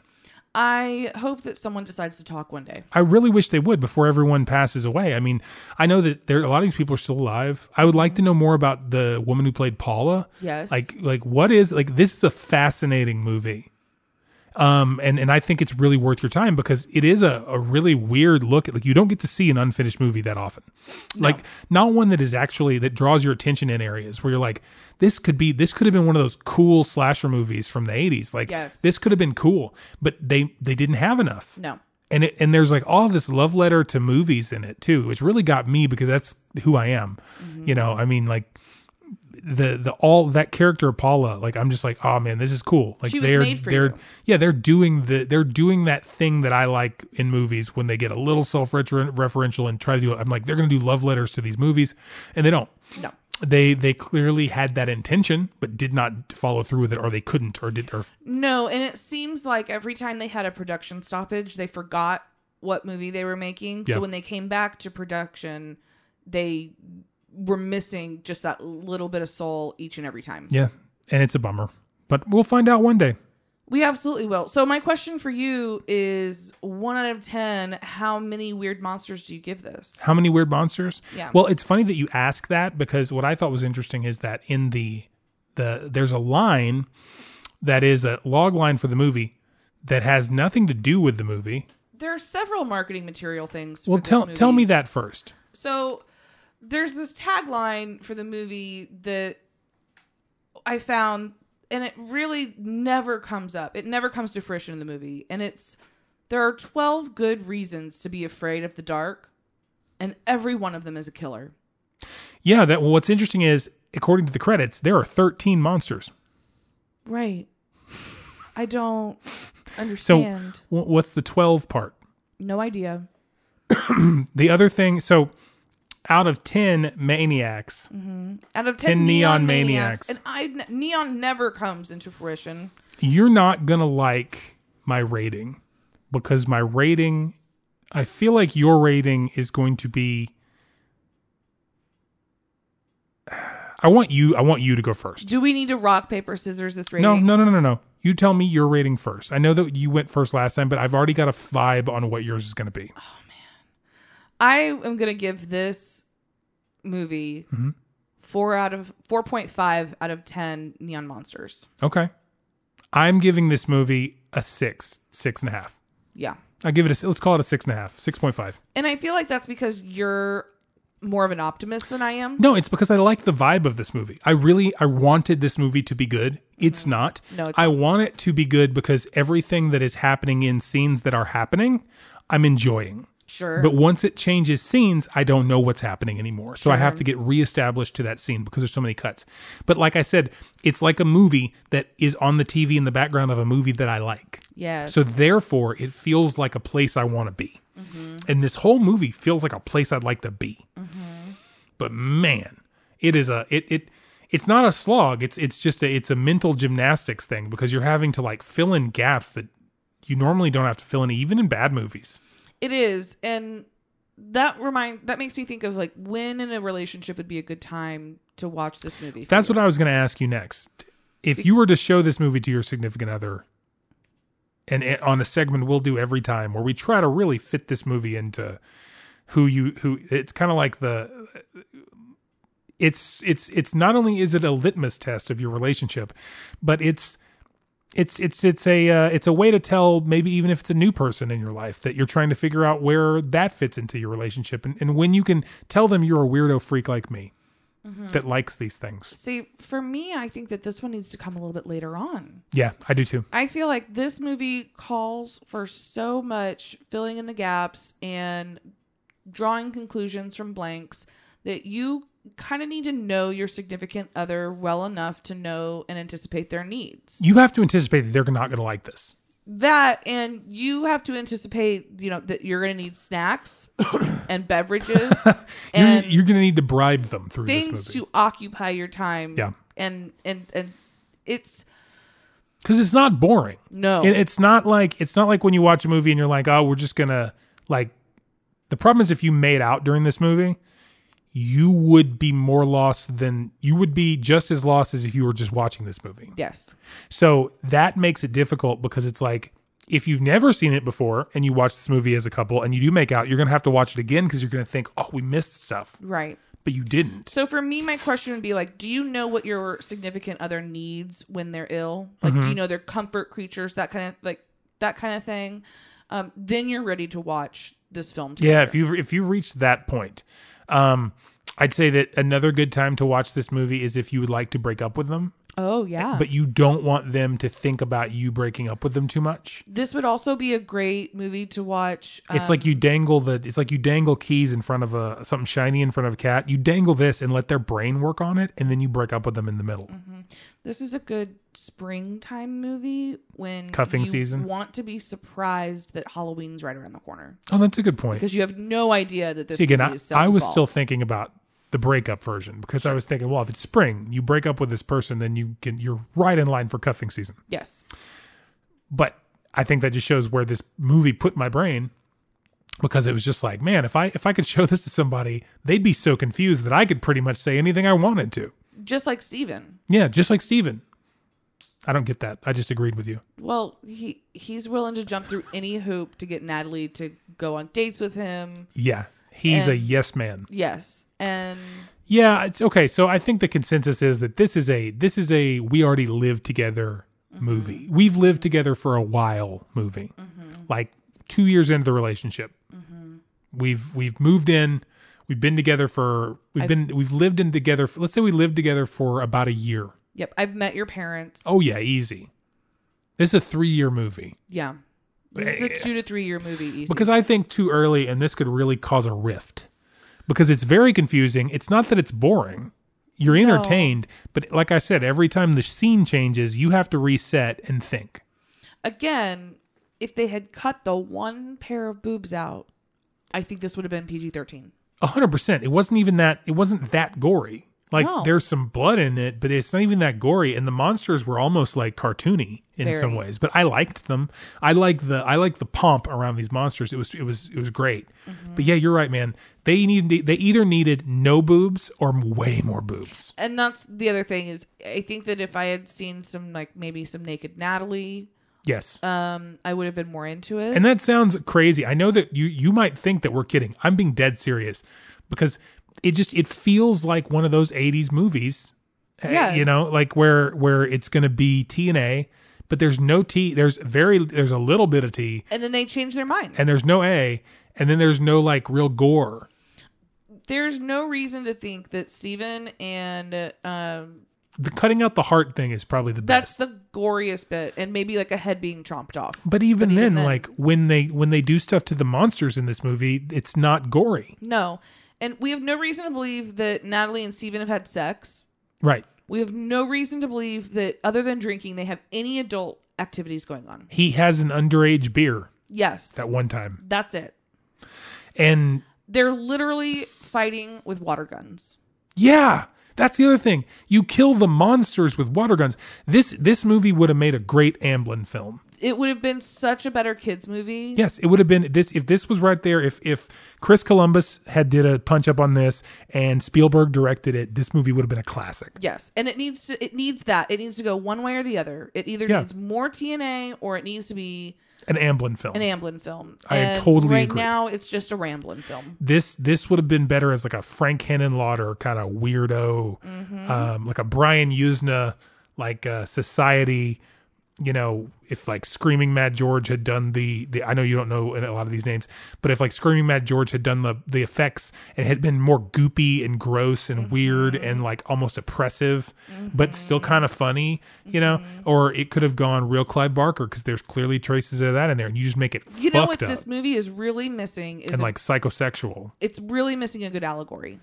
G: I hope that someone decides to talk one day.
F: I really wish they would before everyone passes away. I mean, I know that there a lot of these people are still alive. I would like to know more about the woman who played Paula.
G: Yes.
F: Like like what is like this is a fascinating movie. Um and and I think it's really worth your time because it is a, a really weird look at like you don't get to see an unfinished movie that often. Like not one that is actually that draws your attention in areas where you're like this could be this could have been one of those cool slasher movies from the 80s. Like
G: Yes.
F: this could have been cool, but they they didn't have enough
G: No.
F: and it, and there's like all this love letter to movies in it too, which really got me because that's who I am.
G: Mm-hmm.
F: You know, I mean, like the the all that character of Paula, like I'm just like, oh man, this is cool. Like
G: She was
F: they're
G: made for
F: they're
G: you.
F: yeah, they're doing the they're doing that thing that I like in movies when they get a little self referential and try to do. I'm like, they're gonna do love letters to these movies, and they don't.
G: No.
F: They they clearly had that intention, but did not follow through with it, or they couldn't, or did, or
G: No, and it seems like every time they had a production stoppage, they forgot what movie they were making.
F: Yeah.
G: So when they came back to production, they were missing just that little bit of soul each and every time.
F: yeah, and it's a bummer. But we'll find out one day.
G: We absolutely will. So my question for you is one out of ten, how many weird monsters do you give this?
F: How many weird monsters?
G: Yeah.
F: Well, it's funny that you ask that because what I thought was interesting is that in the the there's a line that is a log line for the movie that has nothing to do with the movie.
G: There are several marketing material things. for
F: Well,
G: this
F: tell
G: movie.
F: tell me that first.
G: So there's this tagline for the movie that I found, and it really never comes up. It never comes to fruition in the movie. And it's there are 12 good reasons to be afraid of the dark, and every one of them is a killer.
F: Yeah, that well, what's interesting is according to the credits, there are 13 monsters.
G: Right. I don't. understand.
F: So, w- what's the 12 part?
G: no idea.
F: The other thing, so out of 10 maniacs,
G: Out of 10,
F: 10
G: neon,
F: Neon
G: maniacs,
F: Maniacs.
G: and I n- neon never comes into fruition.
F: you're not going to like my rating because my rating, I feel like your rating is going to be. I want you. I want you to go first.
G: Do we need to rock paper scissors this rating?
F: No, no, no, no, no, no. You tell me your rating first. I know that you went first last time, but I've already got a vibe on what yours is going to be.
G: I am gonna give this movie
F: Mm-hmm.
G: four out of four point five out of ten neon monsters.
F: Okay. I'm giving this movie a six, six and a half.
G: Yeah,
F: I give it a, let's call it a six and a half, 6.5.
G: and I feel like that's because you're more of an optimist than I am.
F: No, it's because I like the vibe of this movie. I really, I wanted this movie to be good. It's not.
G: Mm-hmm. No, it's
F: I want it to be good because everything that is happening in scenes that are happening, I'm enjoying.
G: Sure,
F: But once it changes scenes, I don't know what's happening anymore. So I have to get reestablished to that scene because there's so many cuts. But like I said, it's like a movie that is on the TV in the background of a movie that I like.
G: Yes.
F: So therefore, it feels like a place I want to be. And this whole movie feels like a place I'd like to be. But man, it is a it it it's not a slog. It's it's just a it's a mental gymnastics thing because you're having to like fill in gaps that you normally don't have to fill in even in bad movies.
G: It is, and that remind that makes me think of like when in a relationship would be a good time to watch this movie.
F: That's what I was going to ask you next. If you were to show this movie to your significant other, and it, on a segment we'll do every time where we try to really fit this movie into who you who it's kind of like the it's it's it's not only is it a litmus test of your relationship, but it's it's it's it's a uh, it's a way to tell maybe even if it's a new person in your life that you're trying to figure out where that fits into your relationship and, and when you can tell them you're a weirdo freak like me that likes these things.
G: See, for me, I think that this one needs to come a little bit later on.
F: Yeah, I do too.
G: I feel like this movie calls for so much filling in the gaps and drawing conclusions from blanks that you kind of need to know your significant other well enough to know and anticipate their needs.
F: You have to anticipate that they're not going to like this.
G: that and you have to anticipate you know that you're going to need snacks and beverages
F: You're,
G: and
F: you're going to need to bribe them through this
G: things
F: movie
G: to occupy your time
F: Yeah.
G: and and and it's
F: because it's not boring.
G: No.
F: It- it's not like it's not like when you watch a movie and you're like, oh, we're just gonna like. The problem is if you made out during this movie, you would be more lost than you would be just as lost as if you were just watching this movie.
G: yes
F: So that makes it difficult because it's like if you've never seen it before and you watch this movie as a couple and you do make out, you're gonna have to watch it again because you're gonna think, oh, we missed stuff,
G: right
F: but you didn't.
G: so for me my question would be like do you know what your significant other needs when they're ill like
F: Mm-hmm.
G: do you know their comfort creatures that kind of like that kind of thing um then you're ready to watch this film
F: Yeah,
G: together.
F: if you've if you've reached that point, um, I'd say that another good time to watch this movie is if you would like to break up with them,
G: oh yeah
F: but you don't want them to think about you breaking up with them too much.
G: this would also be a great movie to watch Uh,
F: It's like you
G: Um,
F: dangle the it's like you dangle keys in front of a something shiny in front of a cat. You dangle this and let their brain work on it, and then you break up with them in the middle.
G: Mm-hmm. This is a good springtime movie when
F: Cuffing
G: you
F: season.
G: Want to be surprised that Halloween's right around the corner
F: Oh, that's a good point.
G: because you have no idea that this
F: See, again,
G: movie
F: I,
G: is set
F: I
G: in
F: was
G: fall.
F: still thinking about the breakup version because I was thinking, well, if it's spring, you break up with this person, then you can you're right in line for cuffing season.
G: yes,
F: but I think that just shows where this movie put my brain because it was just like, man, if I if I could show this to somebody, they'd be so confused that I could pretty much say anything I wanted to.
G: just like Steven.
F: Yeah, just like Steven. I don't get that. I just agreed with you.
G: Well, he he's willing to jump through any hoop to get Natalie to go on dates with him.
F: Yeah. He's a
G: And-
F: yes man.
G: Yes, and
F: Yeah, it's okay. So I think the consensus is that this is a this is a we already live together movie. We've lived together for a while movie. Like 2 years into the relationship. We've we've moved in, we've been together for we've been we've lived in together for, let's say we lived together for about a year.
G: yep, I've met your parents.
F: Oh yeah, easy. This is a 3-year movie
G: Yeah, this is a two to three year movie. Easy.
F: because I think too early and this could really cause a rift. Because it's very confusing. It's not that it's boring. You're entertained, but like I said, every time the scene changes, you have to reset and think.
G: again, if they had cut the one pair of boobs out, I think this would have been PG 13.
F: A hundred percent. It wasn't even that. It wasn't that gory. Like
G: No.
F: there's some blood in it, but it's not even that gory. And the monsters were almost like cartoony in
G: Very.
F: some ways. But I liked them. I like the I like the pomp around these monsters. It was it was it was great.
G: Mm-hmm.
F: But yeah, you're right, man. They needed they either needed no boobs or way more boobs.
G: And that's the other thing is I think that if I had seen some like maybe some naked Natalie,
F: Yes.
G: um, I would have been more into it.
F: And that sounds crazy. I know that you you might think that we're kidding. I'm being dead serious because it just it feels like one of those 80s movies. eh,
G: Yes.
F: You know, like where where it's going to be T and A, but there's no T, there's very there's a little bit of T
G: and then they changed their mind.
F: and there's no A and then there's no like real gore.
G: There's no reason to think that Steven and um,
F: The cutting out the heart thing is probably the best.
G: that's the goriest bit, and maybe like a head being chomped off.
F: but even,
G: even
F: then,
G: then-
F: like when they when they do stuff to the monsters in this movie, it's not gory.
G: No, and we have no reason to believe that Natalie and Steven have had sex.
F: Right.
G: We have no reason to believe that other than drinking, they have any adult activities going on.
F: He has an underage beer
G: Yes,
F: at one time.
G: that's it.
F: And
G: They're literally fighting with water guns.
F: Yeah, that's the other thing. You kill the monsters with water guns. This this movie would have made a great Amblin film.
G: It would have been such a better kids movie.
F: Yes, it would have been this if this was right there. If if Chris Columbus had did a punch up on this and Spielberg directed it, this movie would have been a classic.
G: Yes, and it needs to it needs that. It needs to go one way or the other. It either
F: Yeah.
G: needs more TNA or it needs to be
F: An Amblin film.
G: an Amblin film.
F: I
G: And
F: totally
G: right
F: agree.
G: now it's just a Ramblin film.
F: this this would have been better as like a Frank Henenlotter kind of weirdo,
G: Mm-hmm.
F: um, like a Brian Usna, like uh society. You know, if like Screaming Mad George had done the, the I know you don't know a lot of these names, but if like Screaming Mad George had done the the effects and had been more goopy and gross
G: Mm-hmm.
F: and weird and like almost oppressive, but still kind of funny, you know,
G: Mm-hmm.
F: or it could have gone real Clive Barker because there's clearly traces of that in there, and you just make it
G: You
F: fucked
G: know what
F: up
G: this movie is really missing is
F: and
G: a-
F: like psychosexual.
G: it's really missing a good allegory.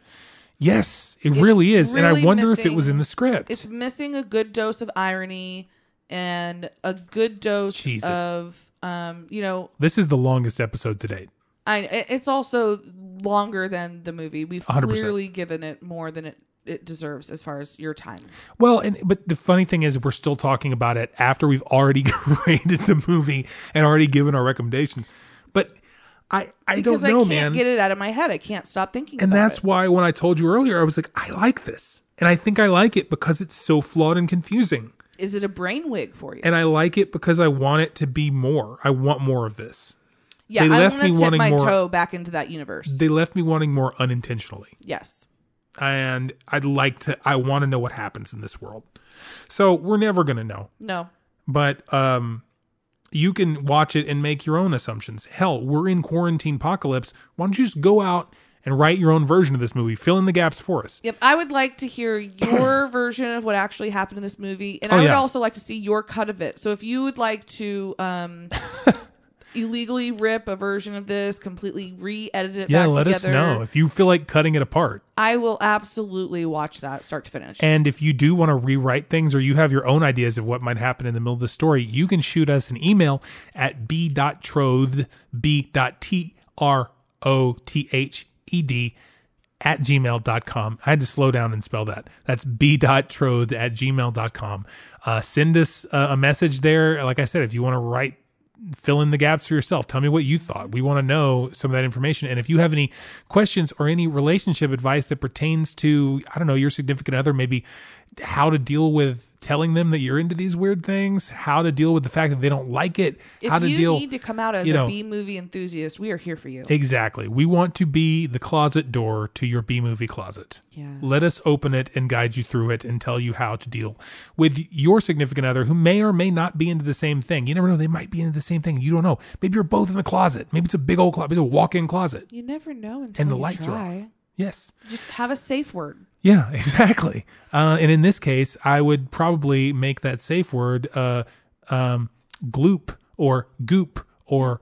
F: Yes, it really is. and I
G: really
F: wonder if it was
G: missing-
F: in the script.
G: It's missing a good dose of irony and a good dose
F: Jesus.
G: of um, you know,
F: this is the longest episode to date.
G: I it- it's also longer than the movie. We've
F: 100%.
G: clearly given it more than it it deserves as far as your time.
F: Well, and but the funny thing is we're still talking about it after we've already rated the movie and already given our recommendations. But I I
G: because
F: don't know,
G: I
F: man.
G: can't get it out of my head. I can't stop thinking.
F: and
G: about
F: that's
G: it.
F: why when I told you earlier, I was like, I like this. And I think I like it because it's so flawed and confusing.
G: is it a brain wig for you?
F: And I like it because I want it to be more. I want more of this.
G: yeah,
F: they
G: I
F: left
G: want to
F: me
G: tip
F: wanting
G: my
F: more-
G: toe back into that universe.
F: They left me wanting more unintentionally.
G: yes,
F: and I'd like to I want to know what happens in this world. So we're never going to know,
G: no,
F: but um you can watch it and make your own assumptions. Hell, we're in quarantine apocalypse. Why don't you just go out and write your own version of this movie, fill in the gaps for us.
G: yep. I would like to hear your version of what actually happened in this movie, and
F: Oh,
G: I would
F: yeah.
G: also like to see your cut of it. So if you would like to. um illegally rip a version of this completely re-edit it
F: Yeah,
G: back
F: let us
G: together
F: know if you feel like cutting it apart.
G: i will absolutely watch that start to finish
F: And if you do want to rewrite things or you have your own ideas of what might happen in the middle of the story, you can shoot us an email at b.trothed, b.t-r-o-t-h-e-d e at gmail.com. I had to slow down and spell that. That's b.trothed at gmail.com. Uh, send us uh, a message there. Like I said, if you want to write fill in the gaps for yourself. Tell me what you thought. We want to know some of that information. And if you have any questions or any relationship advice that pertains to, I don't know, your significant other, maybe how to deal with telling them that you're into these weird things, how to deal with the fact that they don't like it,
G: if
F: how to
G: you
F: deal
G: need to come out as
F: you know-
G: a b movie enthusiast we are here for you
F: Exactly. We want to be the closet door to your B movie closet.
G: Yes.
F: Let us open it and guide you through it and tell you how to deal with your significant other who may or may not be into the same thing. You never know. They might be into the same thing. You don't know. Maybe you're both in the closet. Maybe it's a big old closet. Maybe it's a walk in closet
G: you never know until
F: and the
G: you
F: lights
G: try.
F: are off. Yes.
G: Just have a safe word.
F: Yeah, exactly. Uh, and in this case, I would probably make that safe word uh, um, gloop or goop or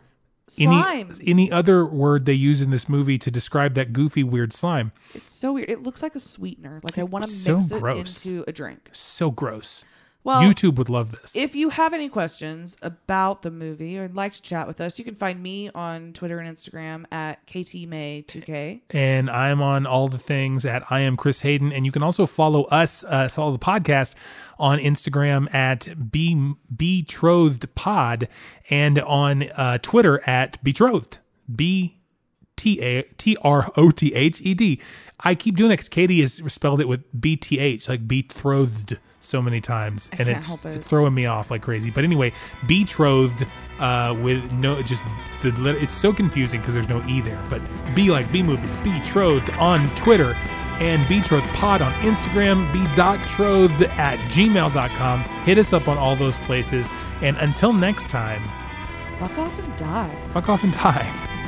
G: Slime.
F: any any other word they use in this movie to describe that goofy weird slime.
G: It's so weird. It looks like a sweetener. Like I want to
F: was so
G: mix
F: gross.
G: it into a drink.
F: So gross.
G: Well,
F: YouTube would love this.
G: If you have any questions about the movie or would like to chat with us, you can find me on Twitter and Instagram at KTMay2K.
F: and I'm on all the things at I am Chris Hayden. And you can also follow us, uh, follow the podcast on Instagram at be betrothed pod and on uh, Twitter at betrothed b t a t r o t h e d. I keep doing that because Katie has spelled it with b t h, like betrothed, so many times, and
G: can't
F: it's
G: help it.
F: throwing me off like crazy. But anyway, betrothed uh, with no just the let- it's so confusing because there's no e there. But be like B movies, betrothed on Twitter and betrothed pod on Instagram, be.trothed at gmail.com. Hit us up on all those places. And until next time,
G: Fuck off and die.
F: fuck off and die.